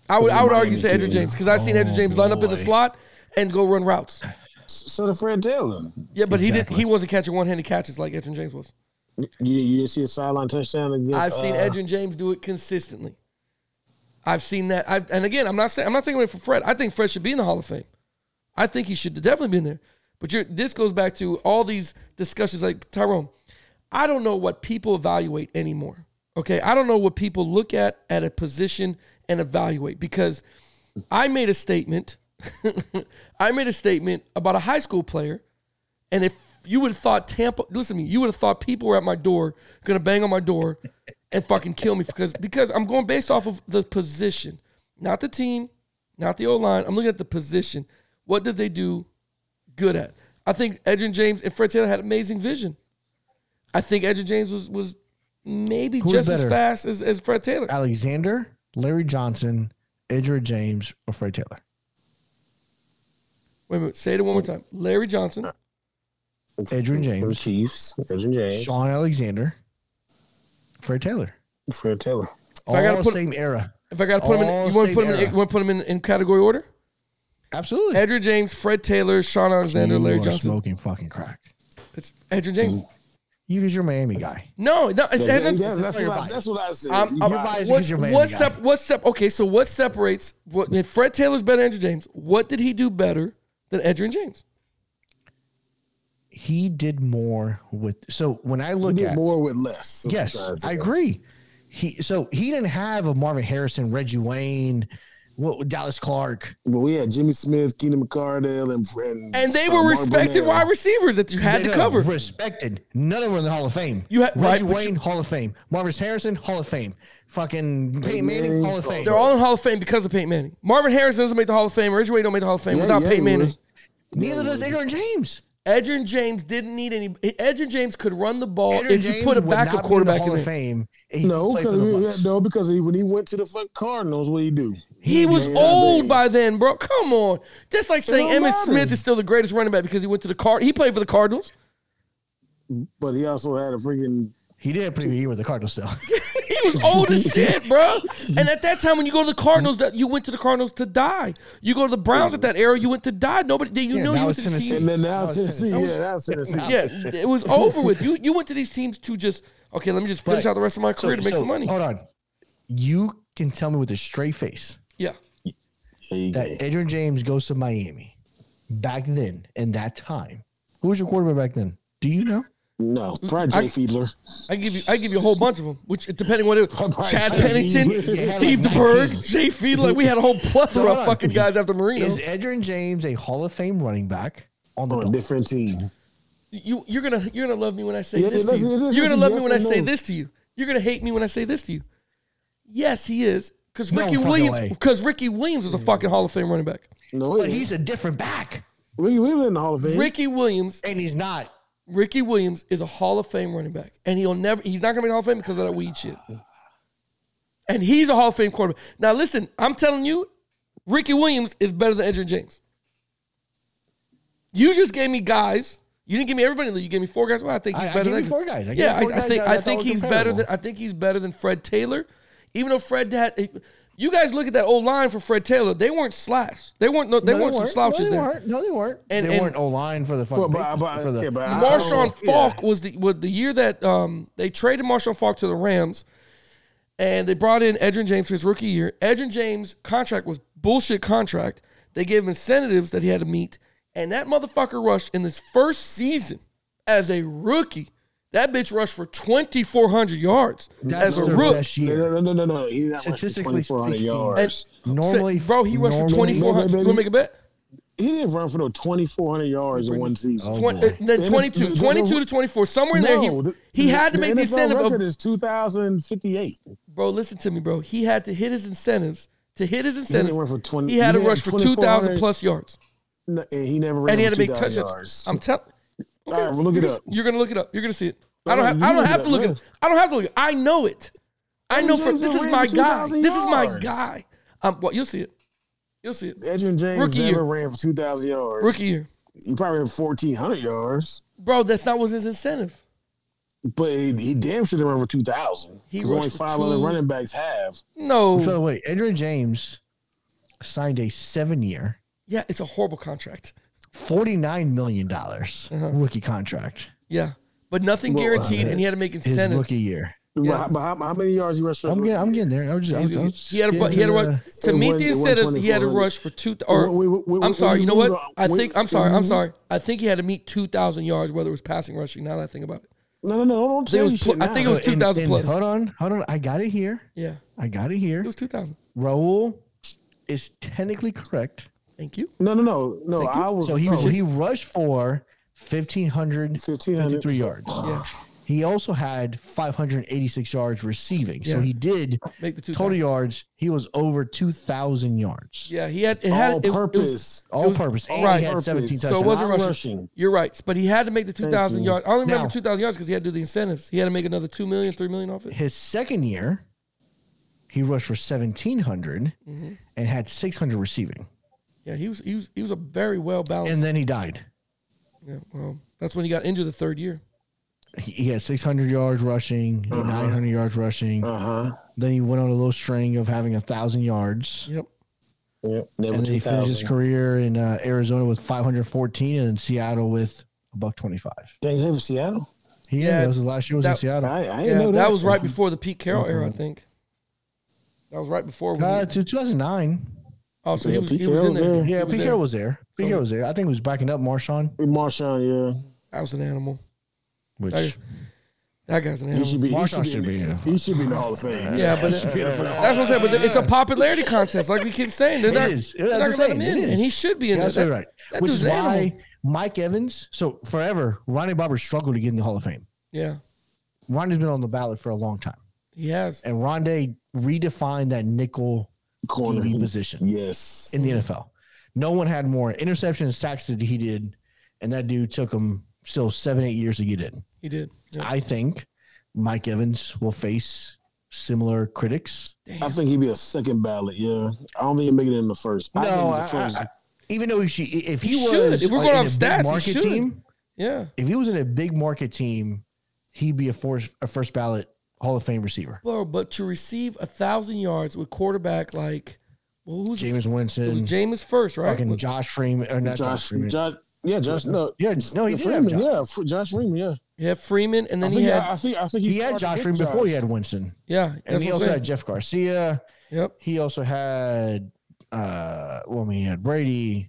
D: I would
E: This is
D: I would
E: Miami
D: argue say Edrin
E: kid.
D: James cuz I seen Edrin James line up in the
F: boy.
D: slot and go run routes.
E: So the Fred Taylor.
D: Yeah, but he did
F: Exactly.
D: he wasn't catching one-handed catches like Edrin James was.
E: You, you didn't see a sideline touchdown against.
D: I've seen
E: uh,
D: Edrin James do it consistently. I've seen that. I've, and again, I'm not saying I'm not taking away from Fred. I think Fred should be in the Hall of Fame. I think he should definitely be in there. But you're, this goes back to all these discussions, like Tyrone. I don't know what people evaluate anymore. Okay, I don't know what people look at at a position and evaluate because I made a statement. [laughs] I made a statement about a high school player and if you would have thought Tampa, listen to me, you would have thought people were at my door, gonna bang on my door, and fucking kill me because because I'm going based off of the position, not the team, not the O line. I'm looking at the position. What did they do good at? I think Edrin James and Fred Taylor had amazing vision. I think Edrin James was was maybe
F: was
D: just as
F: better?
D: fast as, as Fred Taylor.
F: Alexander, Larry Johnson, Edger James, or Fred Taylor.
D: Wait a minute, say it one more time. Larry Johnson,
F: Edger
E: uh, the
F: James,
E: Chiefs. Edrin James.
F: Sean Alexander, Fred Taylor.
E: Fred Taylor.
F: All
D: I gotta put-
F: same era.
D: if I gotta put him in,
F: All
D: you want to
F: same
D: put him in,
F: era.
D: you want to put him in, in category order?
F: Absolutely.
D: Edrin James, Fred Taylor, Sean Alexander,
F: You
D: Larry
F: are
D: Johnson.
F: smoking fucking crack.
D: It's Edrin James.
F: Mm. You because you're a Miami guy.
D: No, no, it's Um,
E: That's,
D: Edrin.
E: that's, that's,
F: You're
E: what, I,
F: biased.
E: that's what I said.
D: I'm,
E: You
D: I'm,
E: biased.
F: biased
D: what's
F: because you're a Miami
D: what's
F: guy.
D: sep- what's sep- Okay, so what separates what if Fred Taylor's better than Edrin James? What did he do better than Edrin James?
F: He did more with. So when I
E: You
F: look
E: did
F: at
E: more with less.
F: yes,
E: sometimes.
F: I agree. He so he didn't have a Marvin Harrison, Reggie Wayne, what, Dallas Clark.
E: But we had Jimmy Smith, Keenan McCardell, and and,
D: And they
E: uh,
D: were
E: Mark
D: respected
E: Brunell.
D: wide receivers that you had
F: They
D: to
F: know,
D: cover.
F: Respected. None of them were in the Hall of Fame.
D: You had- right,
F: Reggie
D: but
F: Wayne, Hall of Fame. Marvin Harrison, Hall of Fame. Fucking Peyton Manning,
E: Manning,
F: Hall of Fame.
D: They're all in Hall of Fame because of Peyton Manning. Marvin Harrison doesn't make the Hall of Fame. Reggie Wayne don't make the Hall of Fame
E: Yeah,
D: without
E: yeah,
D: Peyton
E: he
D: Manning.
E: was.
F: Neither does Adrian James.
D: Edrin James didn't need any. Edrin James could run the ball
F: Adrian
D: if you
F: James
D: put a
F: would
D: backup
F: not be
D: quarterback in
F: in the Hall of
D: there.
F: Fame. if he
E: No,
F: played for
E: because
F: the
E: he-
F: Bucks.
E: no, because he, when he went to the fuck Cardinals, what he do?
D: He was
E: Yeah,
D: old
E: man.
D: by then, bro. Come on. That's like saying
E: don't
D: Emmitt
E: matter.
D: Smith is still the greatest running back because he went to the card. He played for the Cardinals.
E: But he also had a freaking
F: He did have a pretty good year with the Cardinals [laughs] still.
D: He was old as shit, bro. And at that time, when you go to the Cardinals, that you went to the Cardinals to die. You go to the Browns at that era, you went to die. Nobody, they- you
F: Yeah,
D: know,
F: now
D: you went
F: it's
D: to these
F: Tennessee.
E: and
D: teams.
E: then now Tennessee, yeah, now
F: [laughs]
E: Tennessee.
D: Yeah, it was over with. You you went to these teams to just okay. Let me just finish
F: Right.
D: out the rest of my career to make some money.
F: Hold on. You can tell me with a straight face
D: Yeah,
E: There you
F: that
E: go.
F: Adrian James goes to Miami back then in that time. Who was your quarterback back then? Do you know?
E: No, probably Jay Fiedler.
D: I give you I give you a whole bunch of them, which depending what it
F: [laughs]
E: Probably
D: was, Chad
E: Chad
D: Pennington,
E: Fiedler.
F: Yeah,
D: Steve
F: like
D: DeBerg,
F: 19.
D: Jay Fiedler. Like we had a whole plethora
F: Hold
D: of
F: on.
D: fucking guys after Marino.
F: Is Edrin James a Hall of Fame running back? on the
E: on a
F: dog.
E: different team.
D: You you're gonna you're gonna love me when I say
E: Yeah,
D: this to
E: listen,
D: you.
E: listen,
D: you're gonna
E: listen,
D: love
E: yes
D: me when I
E: or
D: say
E: no?
D: this to you. You're gonna hate me when I say this to you. Yes, he is. Because
F: No
D: Ricky
F: fucking
D: Williams,
F: way.
D: because Ricky Williams is a fucking Hall of Fame running back.
E: No,
F: But
E: it-
F: he's a different back,
E: we we in the Hall of Fame.
D: Ricky Williams,
F: and he's not.
D: Ricky Williams is a Hall of Fame running back, and he'll never. He's not gonna be in the Hall of Fame because of that weed shit. And he's a Hall of Fame quarterback. Now listen, I'm telling you, Ricky Williams is better than Edgerrin James. You just gave me guys. You didn't give me everybody. in the league. You gave me four guys. Well, I think he's
F: I, I
D: better
F: give
D: than
F: you
D: Edgerrin.
F: four guys. I give
D: Yeah,
F: you four
D: I, I
F: guys
D: think
F: that-
D: I
F: that
D: think
F: were
D: he's better
F: comparable.
D: than I think he's better than Fred Taylor. Even though Fred had, you guys look at that old line for Fred Taylor. They weren't slaps. They weren't. No, they
F: No,
D: weren't some slouches
F: no, they
D: there.
F: Weren't. No, they weren't.
D: And-
F: they
D: and-
F: weren't O line for the fucking.
E: Well, but- but-
F: for the,
E: yeah, but I-
D: Marshawn
E: yeah.
D: Falk was the was the year that um they traded Marshawn Falk to the Rams, and they brought in Edrin James for his rookie year. Edrin James' contract was bullshit contract. They gave him incentives that he had to meet, and that motherfucker rushed in his first season as a rookie. That bitch rushed for twenty four hundred yards
F: that's
D: as a
F: their
D: rookie.
F: best
E: No,
F: year.
E: no, no, no, no. He not rushing
F: Statistically
E: twenty four hundred
F: speaking.
E: yards.
F: Normally,
D: bro, he rushed for
F: normally-
D: twenty four hundred. You want to make a bet?
E: he didn't run for no twenty four hundred yards in one season.
F: Oh,
D: Twen-
F: boy.
D: uh, then
E: The
D: 22,
E: NFL
D: 22 to 24, somewhere in there.
E: the-
D: He, he had to make the
E: NFL
D: incentive of
E: record is two thousand fifty eight.
D: bro, listen to me, bro. He had to hit his incentives. To hit his incentives,
E: run for 20
D: he had to
E: he had
D: rush for
E: 2,400
D: 2,000 plus yards.
E: And he never ran
D: And he had
E: for
D: to make
E: 2,000
D: touchdowns.
E: yards.
D: I'm telling
E: All right, well, look it up.
D: you're going to look it up. You're going to see it. I don't
E: No,
D: have
E: you
D: I don't
E: look it
D: have to
E: up,
D: look it
E: yeah.
D: up. I don't have to look it. I know it. I know for
E: James
D: this is
E: ran
D: my
E: for
D: guy.
E: 2,000
D: This is my
E: yards.
D: guy. Um well, you'll see it. You'll see it.
E: Edgerrin James
D: Rookie
E: never
D: year.
E: ran for two thousand yards.
D: Rookie year.
E: He probably ran fourteen hundred yards,
D: Bro, that's not was his incentive.
E: but he, he damn sure didn't run for two thousand.
D: He
E: Because only
D: rushed for
E: five
D: two-
E: other running backs have.
D: No.
F: So wait, Edrin James signed a seven-year,
D: yeah, it's a horrible contract.
F: forty-nine million dollars
D: Uh-huh.
F: rookie contract.
D: Yeah. But nothing
E: Well, uh,
D: guaranteed and he had to make
F: His
D: incentives.
F: rookie year.
D: Yeah.
E: But, how, but how many yards he rushed for?
F: I'm getting, I'm getting there. I was just, I was, I was just
D: he had a, bu-
F: getting
D: he had a
F: to
D: rush
F: the-
D: to
E: it
D: meet
E: won-
D: the
E: it won
D: incentives. He had to
E: 2400.
D: rush for two. Or
E: When- when- when-
D: I'm
E: when
D: sorry.
E: you
D: You know
E: lose
D: what?
E: a-
D: I
E: when-
D: think I'm
E: when
D: sorry. I'm
E: you-
D: sorry. I think he had to meet two thousand yards, whether it was passing rushing. Now that I think about it,
E: No, no, no. Don't
D: There
E: tell
D: was
E: me
D: pl-
E: shit
D: I
E: now.
D: think it was
F: so in-
D: 2,000
F: in-
D: plus.
F: Hold on, hold on. I got it here.
D: yeah,
F: I got it here.
D: it was two thousand.
F: Raul is technically correct.
D: Thank you.
E: No, no, no, no. I was
F: So he
E: no,
D: Oh,
F: so he rushed for 1,553
E: 1500.
F: yards.
D: Yeah,
F: He also had 586 yards receiving. So
D: Yeah.
F: he did
D: make the two
F: total yards. He was over 2,000 yards.
D: Yeah, he had it had
E: all
D: it- it was-
E: purpose.
F: All
D: was-
F: purpose. And
D: right.
F: he had 17
D: So it
F: touchdowns.
D: wasn't rushing.
E: rushing.
D: You're right, but he had to make the two thousand
E: you.
D: yards. I only remember
F: Now-
D: two thousand yards because he had to do the incentives. He had to make another two million, three million off it.
F: [laughs] His second year, he rushed for 1,700 and had 600 receiving.
D: Mm-hmm. Yeah, he was he was he was a very well balanced.
F: And then he died.
D: yeah, well, that's when he got injured the third year.
F: He, he had 600 yards rushing, he had 900 yards rushing.
E: Uh huh.
F: Then he went on a little string of having 1,000 yards.
D: Yep.
E: Yep. Never
F: and then
E: two
F: he finished his
E: thousand.
F: career in uh, Arizona with 514 and in Seattle with a buck 25.
E: Dang, they were Seattle.
F: He
D: Yeah,
F: yeah, that was his last year was in
D: that-
F: Seattle.
E: I, I didn't
D: Yeah,
E: know
D: that.
E: that.
D: was right before the Pete Carroll era,
F: Mm-hmm.
D: I think. That was right before. When
F: Uh,
D: he,
F: to 2009.
D: oh, so he
E: yeah,
D: was,
E: Pete
D: he was in
E: Carroll's
D: there.
E: there.
D: He
F: Yeah,
D: was
F: Pete
D: there.
F: Carroll was there. Pete Carroll was there. I think he was backing up Marshawn,
E: Marshawn. Yeah.
D: That was an animal.
F: which
D: That, that guy's an
E: He
F: [laughs]
D: animal.
E: should be. He
F: Marshawn
E: should be,
F: should be in.
E: he should be in the Hall of Fame.
D: Yeah, but it- that's what I'm saying. But it's a popularity contest, like we keep saying. They're
F: It
D: not,
F: is.
D: they're
F: That's
D: not
F: what
D: gonna let him
F: I'm saying.
D: in,
F: It
D: and
F: is.
D: he should be in
F: Yeah,
D: there.
F: that's
D: That-
F: right.
D: That
F: Which
D: dude's
F: is
D: an
F: why
D: animal.
F: Mike Evans. So forever, Ronnie Barber struggled to get in the Hall of Fame.
D: Yeah,
F: Ronnie's been on the ballot for a long time,
D: he has.
F: and Rondé redefined that nickel
E: Corner.
F: DB position.
E: Yes.
F: in the NFL. No one had more interceptions and sacks than he did, and that dude took him still seven, eight years to get in.
D: He did. Yeah.
F: I think Mike Evans will face similar critics.
E: I think he'd be a second ballot. Yeah, I don't think he'd make it in the first. I
F: No,
E: think he's the
F: I- I-
E: first.
F: I- even though he should, if
D: He
F: he, was,
D: should. If we're going
F: in
D: off
F: a big
D: stats, he
F: market
D: should.
F: team,
D: yeah.
F: if he was in a big market team, he'd be a first, a first ballot Hall of Fame receiver.
D: Bro, but to receive a thousand yards with quarterback like, well, who's
F: Jameis
D: It was
F: Winston,
D: Jameis first, right?
F: fucking Josh Freeman, or not Josh,
E: Josh,
F: Freeman.
E: Josh, yeah, Josh. No,
F: Yeah, no, he did have
E: Freeman,
F: Josh.
E: yeah, Fr- Josh Freeman, yeah.
D: yeah, Freeman, and
E: I
D: then he
E: think,
D: had.
E: I, I think, I think
F: he had Josh Freeman before he had Winston,
D: yeah,
F: and
D: that's
F: he
D: what I'm
F: also
D: saying.
F: had Jeff Garcia.
D: Yep.
F: he also had uh well, I mean, he had Brady.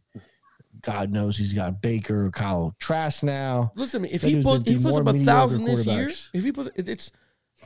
F: God knows he's got Baker, Kyle Trask now.
D: Listen, if
F: That
D: he
F: dude's
D: puts
F: been
D: if he
F: through
D: puts
F: more
D: up a
F: mediocre
D: thousand this year,
F: quarterbacks.
D: if he puts it- it's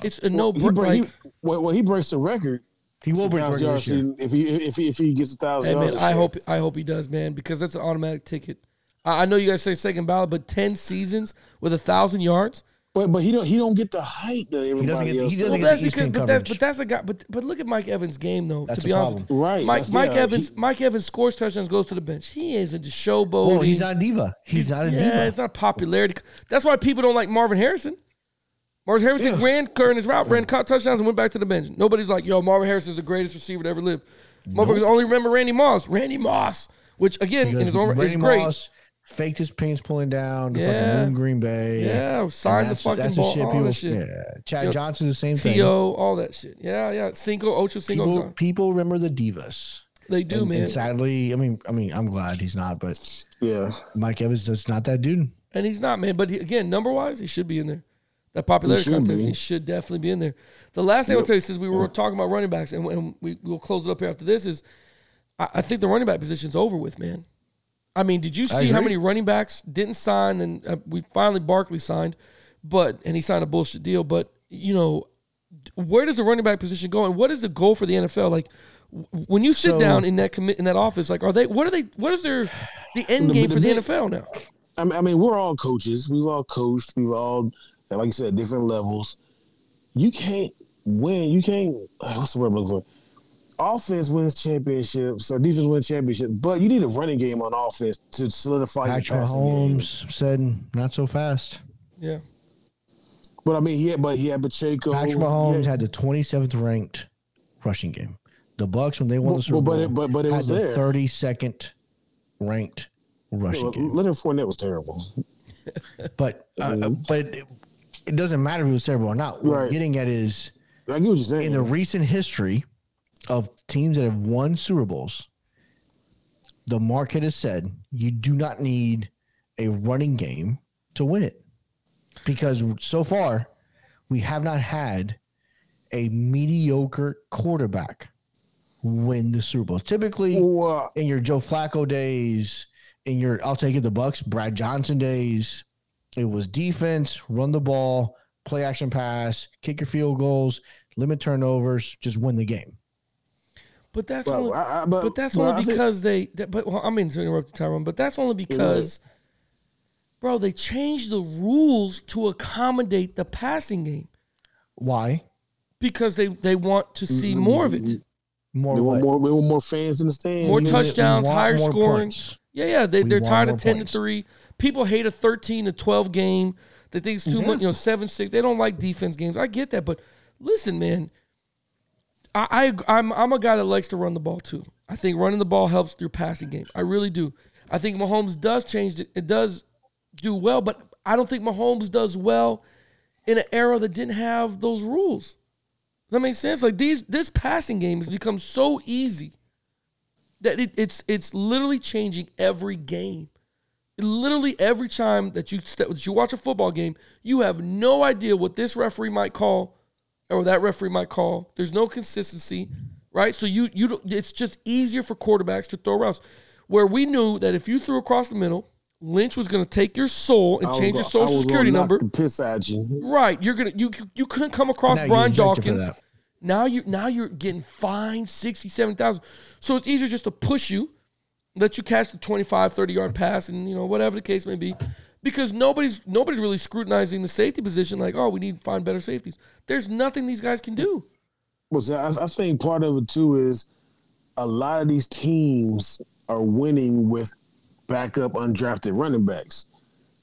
D: it's a no
E: No, he,
D: brainer.
E: bre-
D: Like,
E: he, well, well, he breaks the record.
F: He will break the
E: Thousand
F: record this
E: yards
F: year.
E: if he if he if he gets a thousand
D: hey,
E: yards.
D: man,
E: this
D: I
E: year.
D: hope I hope he does, man, because that's an automatic ticket. I I know you guys say second ballot, but ten seasons with a thousand yards.
E: But but he don't he don't get the hype that everybody
F: get- he
E: else.
F: doesn't
E: does.
D: Well,
F: get
D: that's
F: the Eastern
D: because, but, that,
F: coverage.
D: but that's a guy. But but look at Mike Evans' game though.
F: That's
D: to be
F: a
D: honest,
E: problem. Right,
D: Mike
E: that's-
D: Mike
E: yeah,
D: Evans
E: he-
D: Mike Evans scores touchdowns, goes to the bench. He isn't just showboating.
F: Well, Oh, he's not a diva. He's not a
D: yeah,
F: diva.
D: it's not popularity. That's why people don't like Marvin Harrison. Marvin Harrison ran during his route, ran caught touchdowns, and went back to the bench. Nobody's like, "Yo, Marvin Harrison's the greatest receiver to ever live." Motherfuckers only remember Randy Moss. Randy Moss, which again in
F: Because
D: his own right is
F: Randy
D: great.
F: Moss faked his pants pulling down to
D: Yeah.
F: fucking ruin Green Bay.
D: yeah,
F: And
D: sign the
F: that's-
D: fucking
F: that's the
D: ball, all that shit.
F: Yeah. Chad
D: You know,
F: Johnson, the same
D: To all that shit. Yeah, yeah. Cinco, Ocho,
F: thing.
D: Cinco.
F: People, people remember the divas.
D: They do,
F: and,
D: man.
F: and sadly, I mean, I mean, I'm glad he's not, but
E: Yeah,
F: Mike Evans is not that dude.
D: And he's not, man. But he, again, number wise, he should be in there. That popularity
E: He should
D: contest,
E: be.
D: he should definitely be in there. The last thing I'll tell you, since we were talking about running backs, and, and we, we'll close it up here after this, is I, I think the running back position's over with, man. I mean, did you see how
F: agree.
D: many running backs didn't sign? And uh, we finally Barkley signed, but and he signed a bullshit deal. But you know, d- where does the running back position go, and what is the goal for the NFL? Like, w- when you sit
F: So-
D: down in that commi- in that office, like, are they? What are they? What is their the end game
E: the
D: for the
E: big-
D: NFL now?
E: I mean, I mean we're all coaches. We've all coached. We've all like you said different levels. You can't win. You can't. uh, What's the word I'm looking for? Offense wins championships or defense wins championships, but you need a running game on offense to solidify your
F: Patrick
E: passing game.
F: Mahomes said, "Not so fast."
D: Yeah.
E: But I mean, he had, but he had Pacheco.
F: Patrick Mahomes
E: yeah.
F: had the 27th ranked rushing game. The Bucks when they won
E: Well,
F: the Super
E: but
F: Bowl,
E: it- but- but it
F: had
E: was
F: the
E: there.
F: 32nd ranked rushing game.
E: Leonard Fournette was terrible. mm.
F: But uh, but it, it doesn't matter if it was terrible or not. What I'm
E: Right.
F: getting at is
E: I get what you're saying.
F: in the recent history of teams that have won Super Bowls, the market has said you do not need a running game to win it. Because so far, we have not had a mediocre quarterback win the Super Bowl. Typically,
E: Well,
F: in your Joe Flacco days, in your I'll take it the Bucks, Brad Johnson days, it was defense, run the ball, play action pass, kick your field goals, limit turnovers, just win the game.
D: But that's
E: Well,
D: only,
E: I- I-
D: but,
E: but-
D: that's
E: well, I
D: only
E: think-
D: because they. That, but well, I mean to interrupt you, Tyrone. But that's only because, bro, they changed the rules to accommodate the passing game
F: Why?
D: because they they want to
E: Mm-hmm.
D: see more of it,
F: More
E: we want
F: what?
E: more. We want more fans in the stands.
D: more
E: You know,
D: touchdowns,
F: want
D: higher
F: more
D: scoring.
F: points.
D: Yeah, yeah. They
F: We
D: they're
F: want
D: tired
F: more
D: of ten
F: points.
D: to three. People hate a thirteen to twelve game. They think it's too
F: Mm-hmm.
D: much. You know, seven six. They don't like defense games. I get that, but listen, man. I, I I'm I'm a guy that likes to run the ball too. I think running the ball helps your passing game. I really do. I think Mahomes does change it. It does do well, but I don't think Mahomes does well in an era that didn't have those rules. Does that make sense? Like these this passing game has become so easy that it, it's it's literally changing every game. Literally every time that you step, that you watch a football game, you have no idea what this referee might call or that referee might call. There's no consistency, right? So you you don't, it's just easier for quarterbacks to throw routes. Where we knew that if you threw across the middle, Lynch was going to take your soul and
E: I was
D: change your
E: gonna- I
D: social
E: was
D: security
E: gonna knock
D: number.
E: the Piss at you.
D: Right. You're gonna you you couldn't come across
F: Now you
D: Brian
F: get rejected for
D: Dawkins.
F: that.
D: Now you now you're getting fined sixty seven thousand. So it's easier just to push you, let you catch the 25, 30 yard pass, and you know whatever the case may be, because nobody's nobody's really scrutinizing the safety position. Like oh, we need to find better safeties. There's nothing these guys can do.
E: But I, I think part of it too is a lot of these teams are winning with backup undrafted running backs.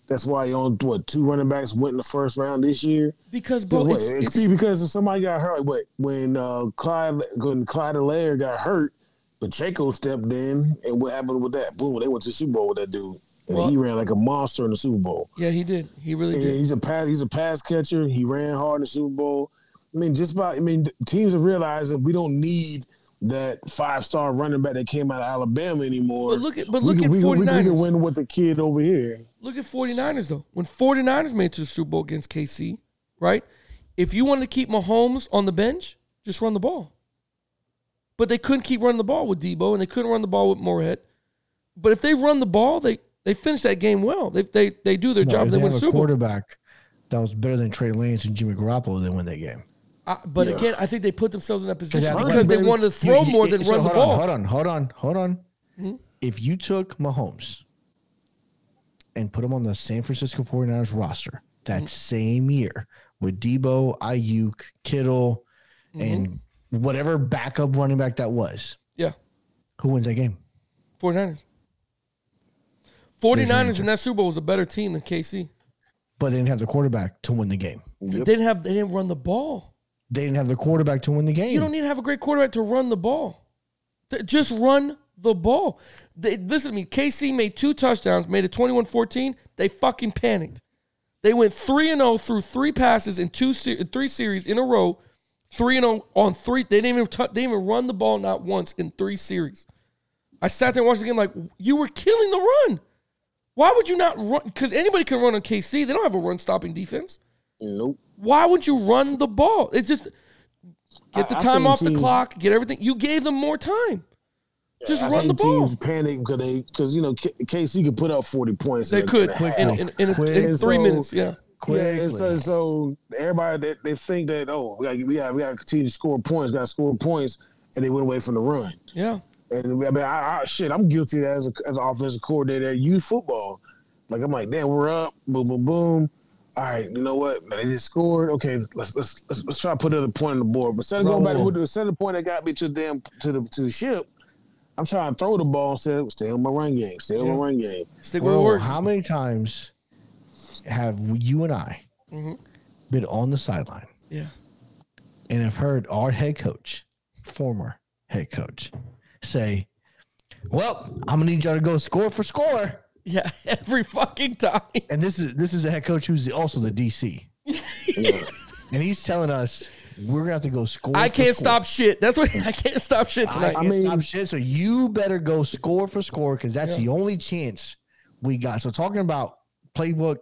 E: That's why you on what two running backs went in the first round this year.
D: Because bro,
E: What,
D: it's,
E: it
D: it's,
E: could be because if somebody got hurt, like what when uh, Clyde when Clyde Allaire got hurt, Pacheco stepped in, and what happened with that? Boom, they went to the Super Bowl with that dude, and
D: Well-
E: he ran like a monster in the Super Bowl.
D: yeah, he did. He really
E: And
D: did.
E: he's a pass, he's a pass catcher. He ran hard in the Super Bowl. I mean, just by I mean, teams are realizing we don't need that five star running back that came out of Alabama anymore.
D: But look at- but
E: We
D: look
E: can-
D: at
E: we, can- we, can- we can
D: 49ers.
E: win with the kid over here.
D: Look at 49ers though. When 49ers made it to the Super Bowl against KC, right? If you wanted to keep Mahomes on the bench, just run the ball. But they couldn't keep running the ball with Debo, and they couldn't run the ball with Moorhead. But if they run the ball, they they finish that game well. They they, they do their
F: No,
D: job.
F: if
D: They,
F: they
D: win
F: have
D: the
F: a
D: Super Bowl.
F: quarterback that was better than Trey Lance and Jimmy Garoppolo, they win that game.
D: I, but
E: Yeah.
D: again, I think they put themselves in that position
F: Exactly.
D: because they
E: But
D: wanted to throw
F: You- you-
D: more than
F: so
D: run the Hmm?
F: hold on,
D: ball.
F: hold on, hold on, hold on. If you took Mahomes and put him on the San Francisco 49ers roster that
D: Hmm?
F: same year with Debo, Ayuk, Kittle,
D: Hmm?
F: and whatever backup running back that was.
D: Yeah.
F: Who wins that game?
D: 49ers.
F: your
D: 49ers
F: answer.
D: in that Super Bowl was a better team than KC.
F: But they didn't have the quarterback to win the game.
D: They didn't have they didn't run the ball.
F: They didn't have the quarterback to win the game.
D: You don't need to have a great quarterback to run the ball. Th- Just run the ball. They, listen to me. KC made two touchdowns, made it 21 14. They fucking panicked. They went 3 and 0 through three passes in two se- three series in a row. 3 and 0 on three. They didn't even tou- they didn't even run the ball not once in three series. I sat there and watched the game like you were killing the run. Why would you not run? Cuz anybody can run on KC. They don't have a run stopping defense.
E: Nope.
D: Why would you run the ball? It's just get the
E: I- I
D: time
E: think
D: off the
E: teams-
D: clock, get everything. You gave them more time. Just
E: I
D: run the
E: think
D: ball.
E: Teams panic because they because you know K- KC could put up forty points.
D: they
E: in a-
D: could
E: in a
D: in,
E: half.
D: in, in, in, in,
F: Quick.
D: three
E: So-
D: minutes. Yeah.
E: Yeah, and so,
F: Quickly.
E: so everybody that they think that oh we got we got we got to continue to score points, got to score points, and they went away from the run.
D: Yeah.
E: And I mean, I, I, shit, I'm guilty of that as, a, as an offensive coordinator at youth football. Like I'm like, damn, we're up, boom, boom, boom. All right, you know what? They just scored. Okay, let's let's let's, let's try to put another point on the board. But instead of going
F: Roll
E: back
F: on.
E: to the instead of the point that got me to the damn to the to the ship, I'm trying to throw the ball and say, stay on my run game, stay on
D: Yeah.
E: my run game.
D: Stick with
F: Bro,
D: it works.
F: how many times have you and I
D: Mm-hmm.
F: been on the sideline
D: yeah.
F: and have heard our head coach, former head coach, say, "Well, I'm gonna need y'all to go score for score."
D: Yeah. [laughs] Every fucking time.
F: And this is this is a head coach who's also the DC, and he's telling us we're gonna have to go score.
D: I
F: for
D: can't
F: score.
D: stop shit. That's what [laughs] I can't stop shit
E: [laughs]
F: I
D: tonight.
F: can't stop shit. So you better go score for score because that's the only chance we got. So talking about playbook,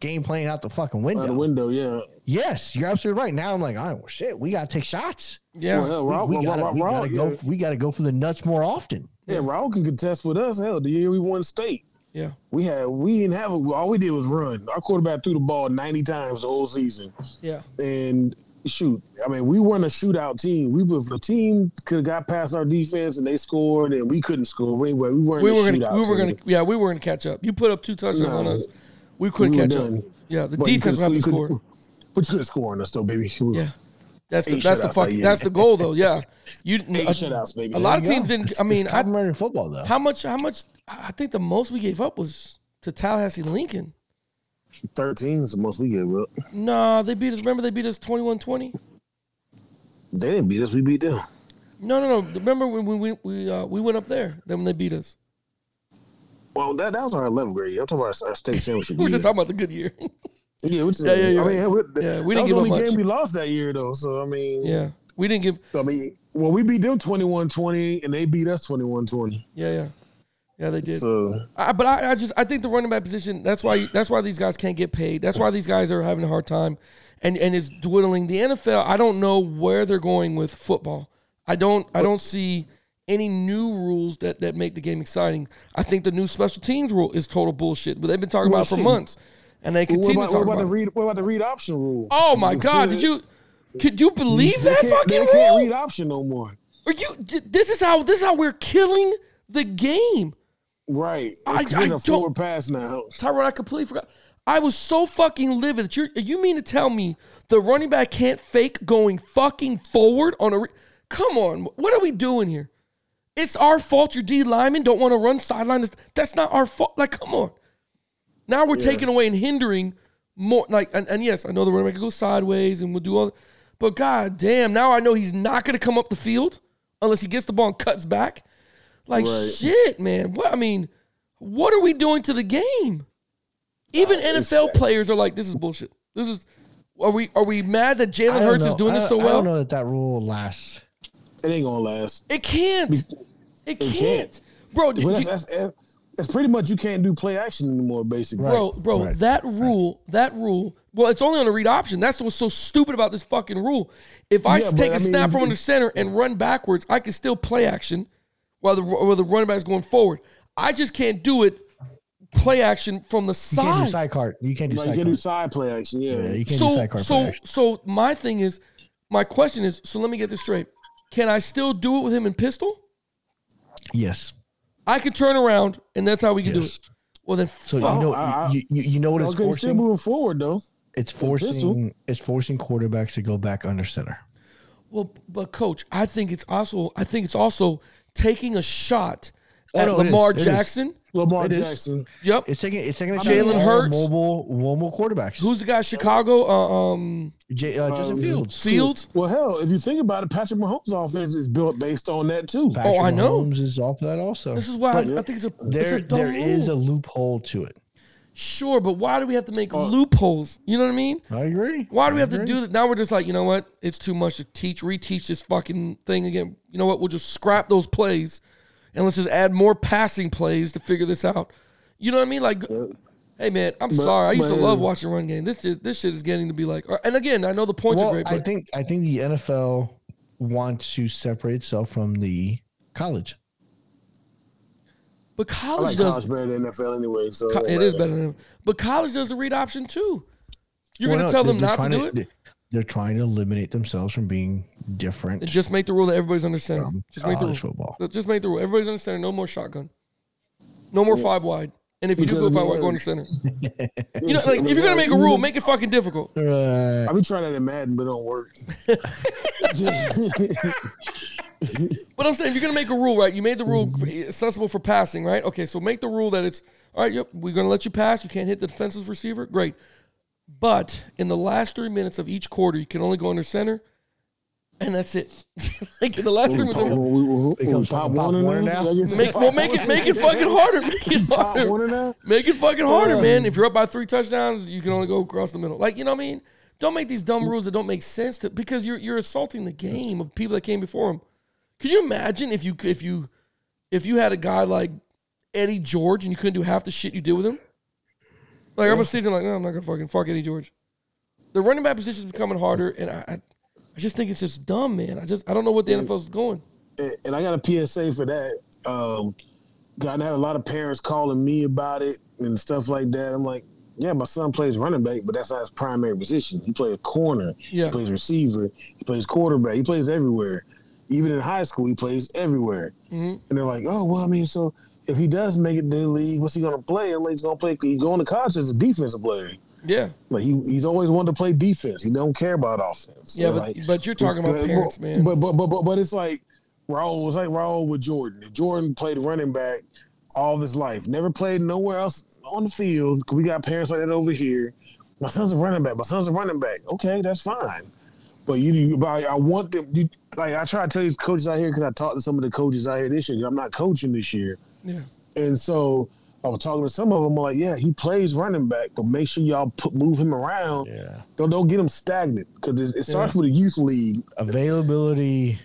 F: game playing out the fucking
E: Out the
F: window.
E: window, yeah.
F: Yes, you're absolutely right. Now I'm like, all right, well, shit, we gotta take shots.
D: yeah.
E: Well, hell, Raul,
F: We, we
E: Raul-
F: gotta, we
E: Raul-
F: gotta
E: yeah.
F: go. We gotta go for the nuts more often.
E: Yeah, Raul can contest with us. Hell, the year we won state,
D: yeah.
E: we had we didn't have a, all we did was run. Our quarterback threw the ball ninety times the whole season,
D: Yeah.
E: and shoot, I mean, we weren't a shootout team. We were if a team could have got past our defense and they scored, and we couldn't score. We, were- we weren't.
D: We
E: a
D: were gonna
E: shootout
D: we were
E: team.
D: gonna yeah, we were gonna catch up. You put up two touchdowns
E: No.
D: on us. We couldn't
E: We were
D: catch up.
E: done.
D: Yeah, the
E: But you
D: defense
E: couldn't-
D: had to
E: you couldn't- [laughs]
D: score.
E: But you couldn't score on us though, baby. We were-
D: Yeah. That's the
E: Eight
D: that's the
E: shutouts that
D: fucking
E: year.
D: that's the goal though.
E: [laughs]
D: Yeah. You
E: Eight
D: a,
E: shutouts, baby.
D: a lot of
E: There you
D: teams
E: go.
D: didn't I mean
F: It's
D: I,
F: complimentary football though.
D: How much? How much? I think the most we gave up was to Tallahassee Lincoln.
E: Thirteen is the most we gave up.
D: Nah, they beat us. Remember they beat us 21-20?
E: They didn't beat us. We beat them.
D: No, no, no. Remember when we we we, uh, we went up there? Then when they beat us, [laughs]
E: Well, that, that was our 11th grade. year. I'm talking about our state
D: [laughs]
E: championship.
D: we were
E: year.
D: just talking about the good year.
E: Yeah, which is,
D: Yeah, yeah, you're
E: I mean,
D: right.
E: hell, we,
D: Yeah, we didn't
E: that was
D: give
E: the
D: up
E: only
D: much.
E: game we lost that year, though. So I mean,
D: yeah, we didn't give.
E: I mean, well, we beat them 21-20, and they beat us 21-20.
D: Yeah, yeah, yeah. They did.
E: So
D: I, but I, I just I think the running back position. That's why that's why these guys can't get paid. That's why these guys are having a hard time, and and it's dwindling. The NFL. I don't know where they're going with football. I don't I don't see any new rules that that make the game exciting. I think the new special teams rule is total bullshit. But they've been talking about it for
E: Bullshit.
D: months, and they
E: what
D: continue
E: about,
D: to
E: what
D: talk
E: about
D: about.
E: the
D: it.
E: read? What about the read option rule?
D: oh my
E: So-
D: god!
E: so
D: Did you? Could you believe
E: They
D: that
E: can't,
D: fucking
E: they
D: rule?
E: can't read option no more.
D: Are you? d- This is how this is how we're killing the game.
E: Right?
D: I-
E: It's
D: I
E: been a
D: don't-
E: forward pass now.
D: Tyrod, I completely forgot. I was so fucking livid. that You're, you mean to tell me the running back can't fake going fucking forward on a? Re- Come on, what are we doing here? It's our fault. Your D linemen don't want to run sideline. That's not our fault. Like, come on. Now we're taking away and hindering more. Like, and, and yes, I know the running back can go sideways and we'll do all. But god damn, now I know he's not going to come up the field unless he gets the ball and cuts back. Like
E: Right.
D: shit, man. What I mean, what are we doing to the game?
F: Uh,
D: Even NFL players are like, this is bullshit. This is. Are we are we mad that
F: I
D: Jalen
F: don't
D: Hurts is
F: know.
D: doing
F: I
D: this so
F: don't- I
D: well?
F: don't know that that rule lasts.
E: It ain't gonna last.
D: It can't. It can't,
E: can't.
D: bro. did
E: Well,
D: you-
E: that's, that's, that's pretty much you can't do play action anymore, basically.
D: bro,
F: Right,
D: bro,
F: right,
D: that rule, that rule. Well, it's only on a read option. That's what's so stupid about this fucking rule. If I
E: Yeah,
D: take
E: but
D: a
E: I mean,
D: snap from under
E: it's-
D: center and run backwards, I can still play action while the while the running back's going forward. I just can't do it play action from the
F: You can't
D: side.
F: do side card. You can't do
E: Like,
F: side
E: you can't
F: card.
E: do side play action. Yeah,
F: Yeah, you can't do
D: so
F: side card. play
D: so
F: action.
D: so my thing is, my question is, so let me get this straight. Can I still do it with him in pistol?
F: yes,
D: I could turn around and that's how we can do
F: yes.
D: it. Well, then,
F: So
D: fuck.
F: you know,
E: I- I-
F: you, you, you know what it's
E: Okay, he's still
F: forcing?
E: moving forward though.
F: It's
E: pistol.
F: forcing it's forcing quarterbacks to go back under center.
D: well, but coach, I think it's also I think it's also taking a shot at
F: no, it is.
D: Lamar
F: It is.
D: Jackson.
E: Lamar
F: It is.
E: Jackson.
D: Yep.
F: It's taking it's taking a
D: Jalen Hurts.
F: mobile mobile quarterbacks.
D: Who's the guy? Chicago. Uh, um,
F: J, uh, Justin
E: Um,
F: Fields?
D: Fields.
E: Well, hell, if you think about it, Patrick Mahomes' offense is built based on that too.
F: Patrick
D: oh, I know.
F: Mahomes is off of that also.
D: This is why I,
F: But
D: I think it's a it's
F: there
D: a dumb
F: there is a
D: rule.
F: loophole to it.
D: sure, but why do we have to make loopholes? You know what I mean?
F: I agree.
D: Why do we
F: Uh, I
D: have to
F: agree.
D: do that? Now we're just like, you know what? It's too much to teach, reteach this fucking thing again. You know what? We'll just scrap those plays and let's just add more passing plays to figure this out. You know what I mean? Like, hey man, I'm sorry. I used to
E: but-
D: love watching run game. This shit, this shit is getting to be like, uh, and again, I know the points are
F: Well,
D: great,
F: I
D: but
F: think I think the NFL wants to separate itself from the college.
D: but
E: I
D: college
E: like
D: does
E: college better than NFL anyway. So
D: co- it is better than, but college does the read option too. You're
F: Well,
D: gonna
F: no,
D: tell
F: they're-
D: them
F: they're
D: not to
F: trying
D: do it?
F: They're trying to eliminate themselves from being different.
D: And just make the rule that everybody's under center.
F: from
D: Just make the rule.
F: college football.
D: Let's Just make the rule. Everybody's under center. No more shotgun. No more five wide. And if you do go
E: Because
D: five wide,
E: we-
D: go under center. You know,
E: [laughs]
D: like if you're gonna make a rule, make it fucking difficult.
F: Right.
E: I've been trying that in Madden, but it don't
D: [laughs]
E: work. [laughs]
D: But I'm saying if you're gonna make a rule, right? You made the rule accessible for passing, right? Okay, so make the rule that it's all right. Yep, we're gonna let you pass. You can't hit the defenseless receiver. Great, but in the last three minutes of each quarter, you can only go under center, and that's it. [laughs] like in the last three minutes,
E: Pop-
D: of-
E: we- we- we
F: Becomes
E: pop
F: fucking pop
E: one in
F: Warner
E: there?
F: now?
E: I guess-
D: make, well, make it make it fucking harder.
E: [laughs]
D: Make it
E: Pop
D: harder.
E: one in there?
D: Make it fucking harder, man. If you're up by three touchdowns, you can only go across the middle. Like, you know what I mean? Don't make these dumb rules that don't make sense to because you're you're assaulting the game of people that came before him. Could you imagine if you if you if you had a guy like Eddie George and you couldn't do half the shit you did with him? Like I'm gonna sit there like, no, I'm not gonna fucking fuck Eddie George. The running back position is becoming harder, and I, I I just think it's just dumb, man. I just I don't know what the NFL's going.
E: [laughs] and- and I got a PSA for that. Um, God, I had a lot of parents calling me about it and stuff like that. I'm like, yeah, my son plays running back, but that's not his primary position. He plays corner,
D: Yeah.
E: he plays receiver, he plays quarterback, he plays everywhere. Even in high school, he plays everywhere.
F: Mm-hmm.
E: And they're like, oh, well, I mean, so if he does make it to the league, what's he going to play? I'm like, he's going to play, he's going to college as a defensive player.
D: Yeah.
E: Like he, he's always wanted to play defense. He don't care about offense.
D: Yeah,
E: They're
D: but- but you're talking about
E: but-
D: parents,
E: but,
D: man.
E: But but but but, but it's like Raul. It's like Raul with Jordan. If Jordan played running back all of his life, never played nowhere else on the field. 'cause we got parents like that over here. My son's a running back. My son's a running back. Okay, that's fine. But you, you but I, I want them. You, like I try to tell these coaches out here because I talked to some of the coaches out here this year. 'cause I'm not coaching this year.
D: Yeah.
E: And so I was talking to some of them. I'm like, yeah, he plays running back, but make sure y'all put move him around.
F: Yeah.
E: Don't don't get him stagnant because it, it starts with a youth league.
F: Availability,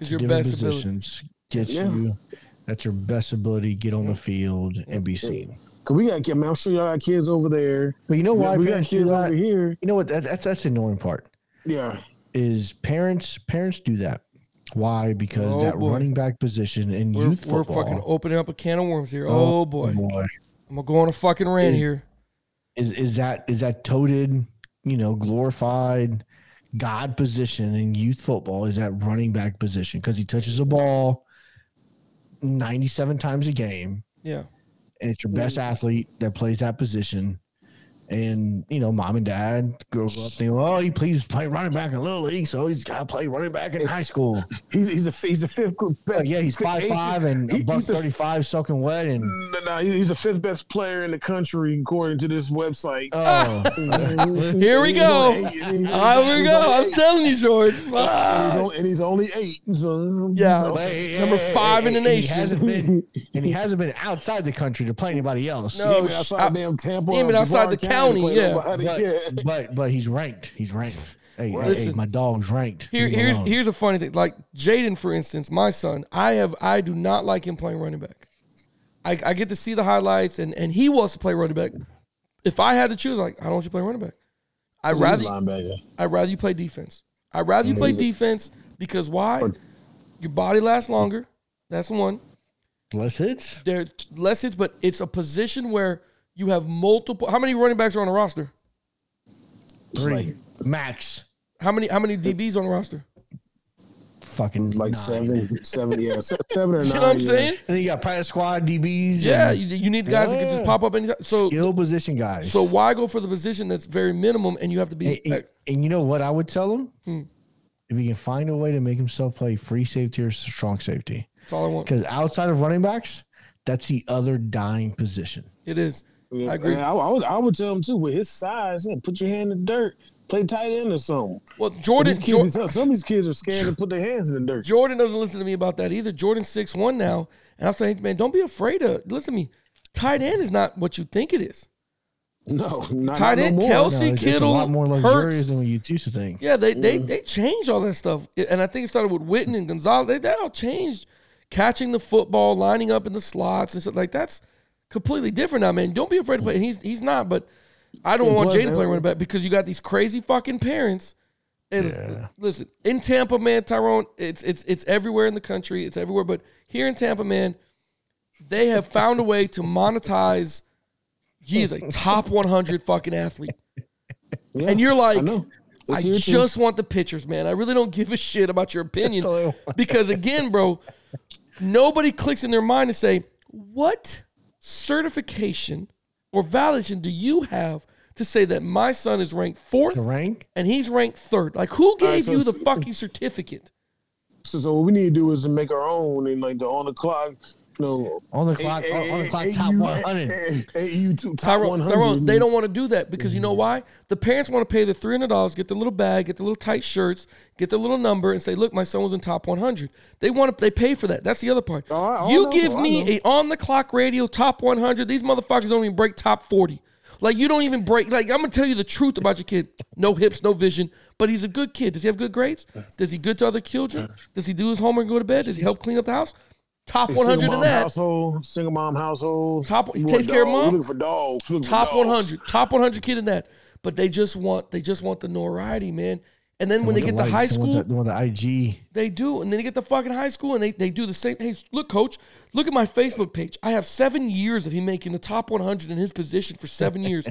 D: Is your
F: different
D: best ability.
F: positions gets
E: Yeah.
F: you. That's your best ability. Get on the field and be seen.
E: Cause we got, I mean, I'm sure y'all got kids over there.
F: But you know why
E: we got
F: parents do
E: kids
F: that?
E: over here.
F: You know what? That, that's that's the annoying part.
E: Yeah,
F: is parents parents do that. Why? Because
D: Oh,
F: that
D: boy.
F: running back position in
D: We're,
F: youth
D: we're
F: football.
D: fucking opening up a can of worms here. Oh, boy.
F: boy.
D: I'm gonna go on a fucking rant
F: Is-
D: here.
F: Is is that is that toted, you know, glorified God position in youth football is that running back position because he touches a ball 97 times a game
D: Yeah.
F: and it's your best athlete that plays that position. And you know, mom and dad grow up thinking, "Oh, he plays play running back in little league, so he's got to play running back in high school."
E: he's he's a he's a fifth group best.
F: Like, Oh, yeah, he's
E: fifth-
F: five
E: eighth-
F: five and a
E: he-
F: buck
E: he's the-
F: thirty five, soaking wet, and
E: No, no, he- he's the fifth best player in the country according to this website. [laughs]
D: [laughs]
F: oh,
D: Here we
E: He's
D: go.
E: only eight, and he's-
D: Ah, Here we
E: he's
D: go.
E: only
D: I'm
E: eight.
D: telling you, George.
E: And he's
D: Fuck.
E: only, and he's only eight. So,
D: Yeah. Number five in the
F: and
D: nation.
F: He hasn't
D: [laughs]
F: been, and he hasn't been outside the country to play anybody else.
D: No,
E: even outside
D: Oh, I-
E: damn Tampa,
D: even
E: or
D: outside the
E: Brevard
D: county,
E: play
D: yeah.
E: nobody.
F: but,
E: yeah.
F: but but he's ranked. He's ranked. Hey, hey,
D: Listen.
F: hey, my dog's ranked.
D: Here,
F: Leave him
D: here's
F: alone.
D: here's a funny thing. Like Jaden, for instance, my son, I have I do not like him playing running back. I, I get to see the highlights and, and he wants to play running back. If I had to choose, like, I don't want you to play running back. I'd rather
E: He's a linebacker.
D: I'd rather you play defense. I'd rather you play defense because why?
E: Or-
D: Your body lasts longer. That's one.
F: less hits.
D: There less hits, but it's a position where you have multiple. How many running backs are on the roster?
F: Three max
D: How many? How many DBs on the roster?
F: fucking
E: like
F: nine.
E: seven, seven, yeah, se- seven or nine.
D: [laughs] You know what I'm
E: yeah.
D: saying?
F: And then you got practice squad DBs.
D: Yeah,
F: and
D: you, you need guys that can just
F: Yeah.
D: pop up anytime. So
F: skill position guys.
D: so why go for the position that's very minimum and you have to
F: and,
D: be
F: and- and you know what I would tell him?
D: Hmm.
F: If he can find a way to make himself play free safety or strong safety,
D: that's all I want.
F: because outside of running backs, that's the other dying position.
D: It is.
E: Yeah,
D: I agree.
E: and I, I would, I would tell him too. With his size, yeah, put your hand in the dirt, play tight end or something.
D: Well,
E: These
D: Jordan Jor-
E: kids, some of these kids are scared to put their hands in the dirt.
D: Jordan doesn't listen to me about that either. Jordan six one now, and I'm saying, man, don't be afraid of. Listen to me. Tight end is not what you think it is.
E: No, not,
D: Tight
E: not
D: end,
E: no more.
D: Kelsey.
F: No, it's, it's a
D: Kittle,
F: lot more
D: Hurts.
F: luxurious than what you used to think.
D: Yeah, they they
E: Mm.
D: they changed all that stuff, and I think it started with Witten and Gonzalez. They, they all changed catching the football, lining up in the slots, and stuff like that's completely different now, man. Don't be afraid to play. And he's he's not, but I don't
E: And
D: want
E: plus,
D: Jay to play
E: uh,
D: running back because you got these crazy fucking parents. And listen, listen, in Tampa, man, Tyrone, it's it's it's everywhere in the country. It's everywhere, but here in Tampa, man, they have found a way to monetize. He is a
E: [laughs]
D: top 100 fucking athlete,
E: Yeah,
D: and you're
E: I
D: like,
E: know. It's
D: I
E: here, too.
D: just want the pictures, man. I really don't give a shit about
F: [laughs]
D: your opinion
F: all I want.
D: because again, bro, nobody clicks in their mind to say what certification or validation do you have to say that my son is ranked fourth
F: The rank.
D: and he's ranked third? Like, who gave
E: so
D: you the
E: it's-
D: fucking certificate?
E: So, so what we need to do is to make our own and like the on the clock, you know,
F: On the clock- on the clock, top 100.
E: AU two top
D: Tyrone,
E: one
D: Tyrone,
E: hundred. Mm-hmm.
D: they don't want to do that because you know why? The parents want to pay the three hundred dollars, get the little bag, get the little tight shirts, get the little number, and say, "Look, my son was in top one hundred. They want to, they pay for that. That's the other part.
E: Oh, I- oh,
D: you
E: I know,
D: give
E: I know.
D: me a on the clock radio top one hundred. These motherfuckers don't even break top forty. Like you don't even break. Like I'm gonna tell you the truth about your kid. No hips, no vision, but he's a good kid. Does he have good grades? Does he good to other children? Does he do his homework and go to bed? Does he help clean up the house? Top one hundred
E: Single
D: in
E: mom
D: that.
E: household, single mom household.
D: Top-
E: You
D: takes
E: want
D: care of
E: dogs,
D: mom?
E: we Looking for dogs. we looking for
D: top
E: dogs.
D: 100 top 100 kid in that but they just want they just want the notoriety man and then when they
F: The
D: get to
F: likes,
D: high
F: they want
D: school
F: the, they want the IG.
D: they do and then they get to fucking high school and they, they do the same hey look coach look at my facebook page i have seven years of him making the top 100 in his position for seven years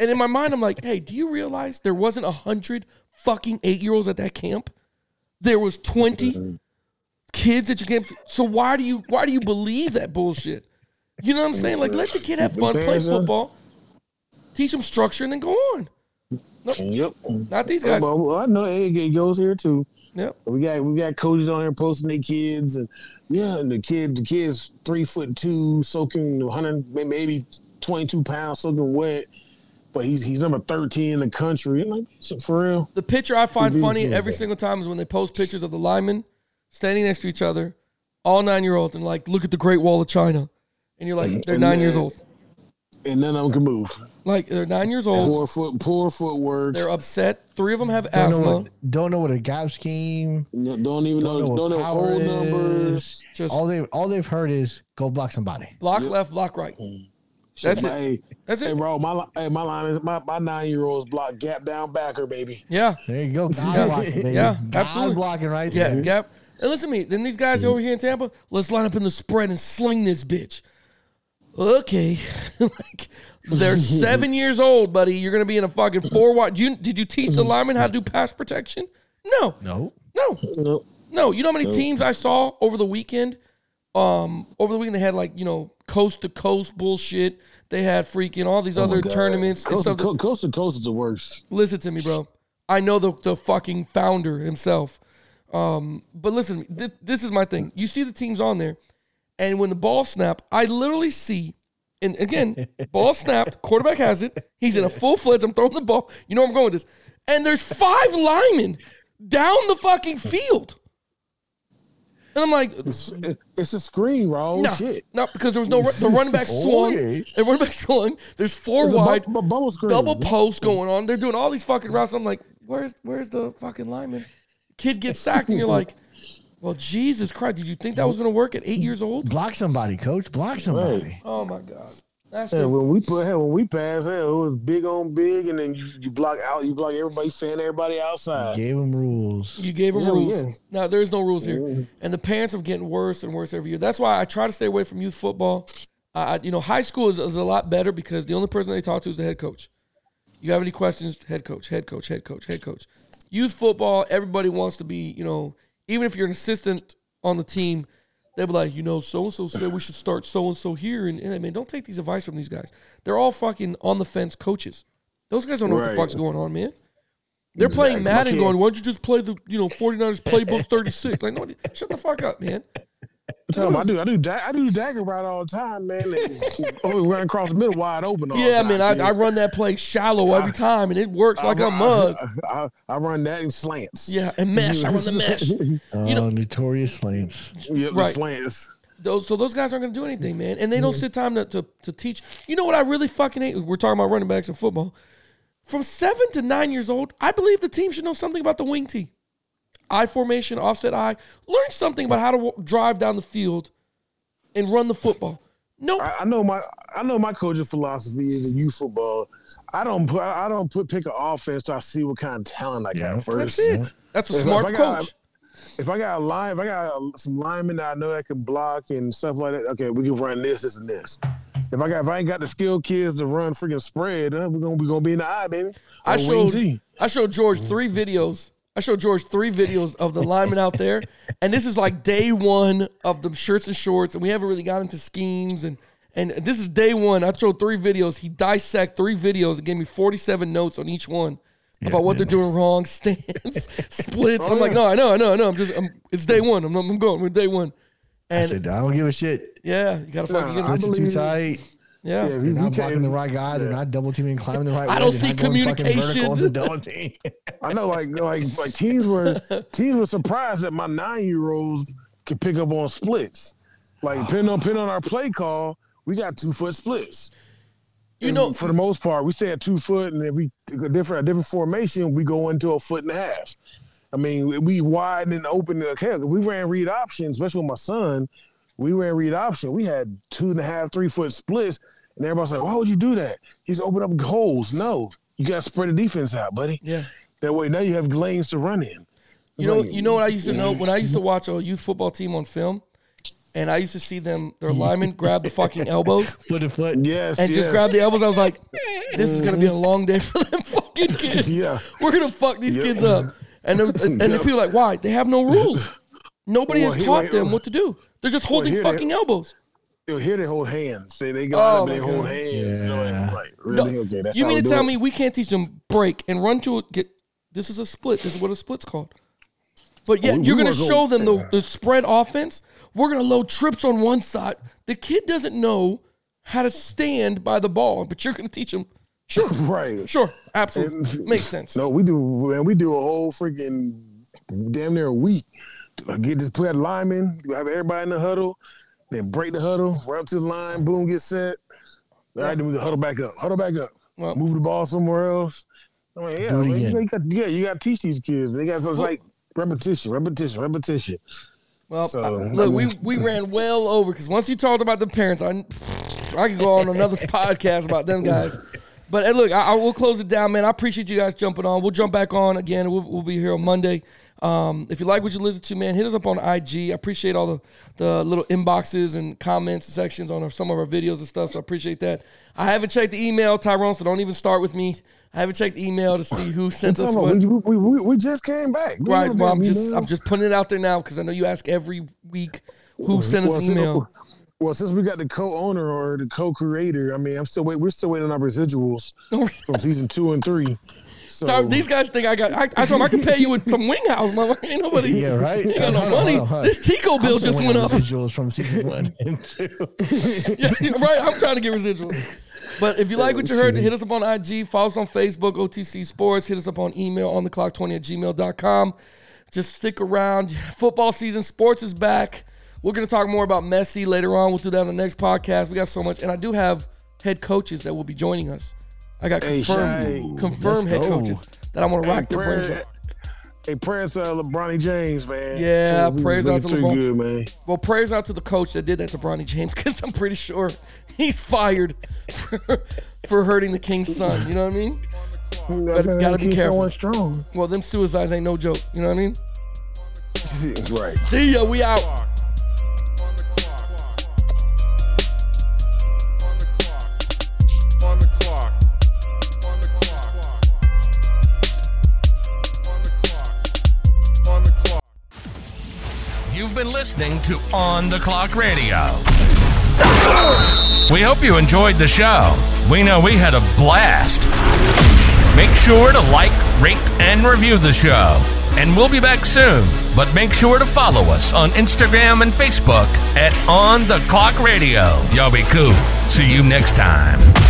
D: and in my mind i'm like hey do you realize there wasn't a hundred fucking eight year olds at that camp there was 20 kids at your camp so why do you why do you believe that bullshit you know what i'm saying like let the kid have fun play football teach them structure and then go on
E: Yep.
D: not these guys
E: Well, well, I know it it goes here too.
D: yep
E: We got we got coaches on there posting their kids, and yeah, and the kid the kid's three foot two, soaking hundred maybe twenty two pounds, soaking wet, but he's he's number thirteen in the country. I'm like for real,
D: The picture I find
E: Who's
D: funny
E: doing
D: every
E: that?
D: single time is when they post pictures of the linemen standing next to each other, all nine year olds, and like, look at the Great Wall of China. And you're like, they're
E: And
D: nine years
E: then-
D: old.
E: and none of them can move.
D: Like, they're nine years old.
E: Poor foot, poor footwork.
D: Oh. They're upset. Three of them have
F: Don't know,
D: asthma.
F: what, don't know what a gap scheme.
E: No- Don't even know,
F: what
E: don't know
F: power
E: whole
F: is.
E: numbers.
D: Just-
F: all they all they've heard is go block somebody.
D: Block left, block right. That's
E: my,
D: it.
E: Hey,
D: That's
E: hey,
D: it.
E: bro, my li- hey, my line is my, my nine year olds block gap down backer, baby.
D: Yeah.
F: There
D: [laughs]
F: you go. God
D: Yeah.
F: blocking, baby.
D: Yeah,
F: God
D: absolutely.
F: blocking right
D: Yeah,
F: there.
D: Gap. And listen to me. Then these guys over here in Tampa, let's line up in the spread and sling this bitch. Okay, [laughs] like they're seven years old, buddy. You're gonna be in a fucking four wide. Do you, did you teach the linemen how to do pass protection? No,
F: No.
D: no,
E: Nope.
D: no. You know how many teams I saw over the weekend? Um, over the weekend they had like you know coast to coast bullshit. They had freaking all these other tournaments. and
E: Oh Coast to,
D: stuff that-
E: co- coast to coast is the worst.
D: Listen to me, bro. I know the, the fucking founder himself. Um, but listen to me. Th- this is my thing. You see the teams on there, and when the ball snap, I literally see, and
E: [laughs]
D: again, ball snapped, quarterback has it. He's in a full fledged. I'm throwing the ball. You know where I'm going with this. And there's five linemen down the fucking field. And I'm like,
E: It's, it's a screen, bro.
D: no,
E: Shit.
D: no, because there was no ru- the running back swung.
F: yeah.
D: The running back swung. There's four
E: It's a bu-
D: wide
E: bu- bubble screen.
D: double post going on. They're doing all these fucking routes. I'm like, where's where's the fucking lineman? Kid gets sacked, and you're like, well, Jesus Christ, did you think that was gonna work at eight years old?
F: Block somebody, coach. Block somebody.
E: Right.
D: Oh my god, that's
E: Hey,
D: the-
E: when we put hey, when we pass, hey, it was big on big, and then you, you block out, you block everybody, fan everybody outside.
F: Gave him rules.
D: you gave them
E: Yeah,
D: rules.
E: yeah.
D: Now there's no rules here, and the parents are getting worse and worse every year. That's why I try to stay away from youth football. I I- you know, high school is, is a lot better because the only person they talk to is the head coach. You have any questions? Head coach, head coach, head coach, head coach. Youth football, everybody wants to be, you know, even if you're an assistant on the team, they'd be like, you know, so and so said we should start so and so here. And, and I mean, don't take these advice from these guys. They're all fucking on the fence coaches. Those guys don't know what the
E: Right.
D: fuck's going on, man. They're playing
E: Exactly. My
D: Madden
E: kid-
D: going, why don't you just play the, you know, 49ers
E: [laughs]
D: playbook 36? Like, no, shut the fuck up, man.
E: Oh, Tell him I do. I do. Da- I do dagger right all the time, man. And [laughs] oh, we run across the middle wide open. All
D: Yeah,
E: the time,
D: man, I, I run that play shallow every time, and it works like a
E: run-
D: mug.
E: [laughs] I, I, I run that in slants.
D: Yeah, and mesh. I run the
E: [laughs]
D: mesh.
F: Oh,
D: You know-
F: notorious slants.
E: Yep, the
D: Right.
E: slants.
D: Those, so those guys aren't going to do anything, man. And they don't sit time to, to, to teach. You know what I really fucking hate? We're talking about running backs in football. From seven to nine years old, I believe the team should know something about the wing tee. I formation, offset eye. Learn something about how to w- drive down the field and run the football. No,
E: I, I know my. I know my coaching philosophy is in youth football. I don't put. I don't put pick an offense. till I see what kind of talent I
F: Yeah.
E: got first.
D: that's it. That's a
E: If- if
D: smart
E: I got-
D: coach.
E: If I got a line, if I got a- some linemen that I know that can block and stuff like that, okay, we can run this, this, and this. If I got, if I ain't got the skilled kids to run freaking spread, uh, we're gonna we gonna be in the eye, baby.
D: I
E: Or wing
D: showed
E: T.
D: I showed George three
E: Mm-hmm.
D: videos. I showed George three videos of the linemen out there, and this is like day one of the shirts and shorts, and we haven't really got into schemes and and this is day one. I showed three videos. He dissect three videos and gave me forty seven notes on each one about what they're doing wrong, [laughs] stance, splits.
E: Oh,
D: I'm like, no, I know, I know, I know. I'm just, I'm, it's day one. I'm, I'm going. We're day one,
F: I
D: and
F: said, I don't give a shit.
D: yeah, you gotta fucking
E: Nah,
D: get
E: I
D: it.
F: Blitz too
E: believe-
F: tight.
D: Yeah,
E: Yeah,
F: They're
E: he, he
F: not blocking
E: came,
F: the right guy. They're not double teaming and climbing the right
D: I
F: way.
D: don't
F: They're
D: see
F: not going fucking vertical
D: communication.
F: on the [laughs] double team.
E: I know, like like like teams were teams were surprised that my nine year olds could pick up on splits. Like depending on depending on our play call, we got two foot splits.
D: you
E: And
D: know,
E: for the most part, we stay at two foot, and if we take a different a different formation, we go into a foot and a half. I mean, we- we widen and open. Okay, we ran read option, especially with my son. We ran read option. We had two and a half, three foot splits, and everybody's like, "Why would you do that? You Just open up holes." No, you got to spread the defense out, buddy.
D: yeah.
E: That way, now you have lanes to run in.
D: You know, you know what I used to
E: Mm-hmm.
D: know when I used to watch a youth football team on film, and I used to see them their linemen grab the fucking
E: [laughs]
D: elbows
F: Foot to foot.
E: Yes,
D: and just
E: yes.
D: grab the elbows. I was like, this is gonna be a long day for them fucking kids.
E: Mm-hmm. [laughs] Yeah.
D: we're gonna fuck these
E: Yep.
D: kids up. And then, and the
E: Yep.
D: people are like, why? They have no
E: [laughs]
D: rules. Nobody
E: Well,
D: has
E: here-
D: taught them what to do. They're just holding
E: here they-
D: fucking elbows.
E: You'll hear they hold hands. Say they go
D: Oh,
E: out and they
D: my
E: hold
D: God.
E: hands. You know,
F: Yeah.
E: like, right, really?
D: No,
E: okay, that's
D: you
E: how we
D: mean to
E: do
D: tell
E: it. [laughs]
D: me we can't teach them break and run to it? Get this is a split. This is what a split's called. But yeah,
E: we-
D: you're
E: we
D: going to
E: were
D: show them
E: going-
D: the, the spread offense. We're going to load trips on one side. The kid doesn't know how to stand by the ball, but you're going to teach him. Sure,
E: right?
D: sure, absolutely, makes sense.
E: No, we do, man. We do a whole freaking damn near a week. Get this, put that lineman, have everybody in the huddle, then break the huddle, right up to the line, boom, get set. All right, then we huddle back up, huddle back up,
D: Well-
E: move the ball somewhere else. I mean, yeah,
F: Do it
E: man, you,
F: again.
E: got, yeah, you got to teach these kids. They got so it's like repetition, repetition, repetition.
D: Well,
E: So,
D: I-
E: I
D: look, we, we ran well over because once you talked about the parents, I I could go on another podcast about them guys. But hey, look, I, I will close it down, man. I appreciate you guys jumping on. We'll jump back on again. We'll, we'll be here on Monday. Um, if you like what you listen to, man, hit us up on IG. I appreciate all the, the little inboxes and comments and sections on our, some of our videos and stuff. So I appreciate that. I haven't checked the email, Tyrone. So don't even start with me. I haven't checked the email to see who sent us
E: Talking
D: what.
E: about, we, we, we, we just came back. We
D: Right.
E: never
D: Well,
E: been-
D: I'm
E: we
D: just
E: never-
D: I'm just putting it out there now because I know you ask every week who sent us
E: Well,
D: an
E: since-
D: email.
E: well, since we got the co-owner or the co-creator, I mean, I'm still wait. We're still waiting on our
D: [laughs]
E: residuals from season two and three. So
F: Oh.
D: Sorry, These guys think I got. I, I told them I can pay you with some wing house, motherfucker. [laughs] Ain't nobody.
F: Yeah, right?
D: Ain't got no
F: Hold on,
D: money.
F: hold on, hold on.
D: This Tico bill
F: I'm still
D: just went
F: waiting on
D: up.
F: Residuals from season one [laughs] and two.
D: [laughs] yeah, yeah, right. I'm trying to get residuals. But if you like what you heard, hit us up on IG, follow us on Facebook, OTC Sports, hit us up on email on the clock 20 at gmail.com. Just stick around. Football season, sports is back. We're gonna talk more about Messi later on. We'll do that on the next podcast. We got so much, and I do have head coaches that will be joining us. I got
E: Hey,
D: confirmed,
E: Shay.
D: confirmed head
F: Let's go.
D: coaches that I want to
E: Hey,
D: rock their brains out.
E: prayer- Hey, prayers to uh, LeBron James, man.
D: Yeah,
E: we
D: prayers out to
E: looking
D: LeBron.
E: pretty Good, man.
D: Well, prayers out to the coach that did that to Bronny James [laughs] because I'm pretty sure he's fired [laughs] for, for hurting the king's son. You know what I mean?
E: Gotta,
D: gotta be careful.
E: Someone strong.
D: Well, them suicides ain't no joke. You know what I mean?
E: [laughs] right.
D: See ya. We out.
G: On the clock. On the clock. On the clock. On the clock. On the clock. On the clock.
A: You've been listening to On the Clock Radio. We hope you enjoyed the show. We know we had a blast. Make sure to like, rate, and review the show. And we'll be back soon. But make sure to follow us on Instagram and Facebook at On the Clock Radio. Y'all be cool. See you next time.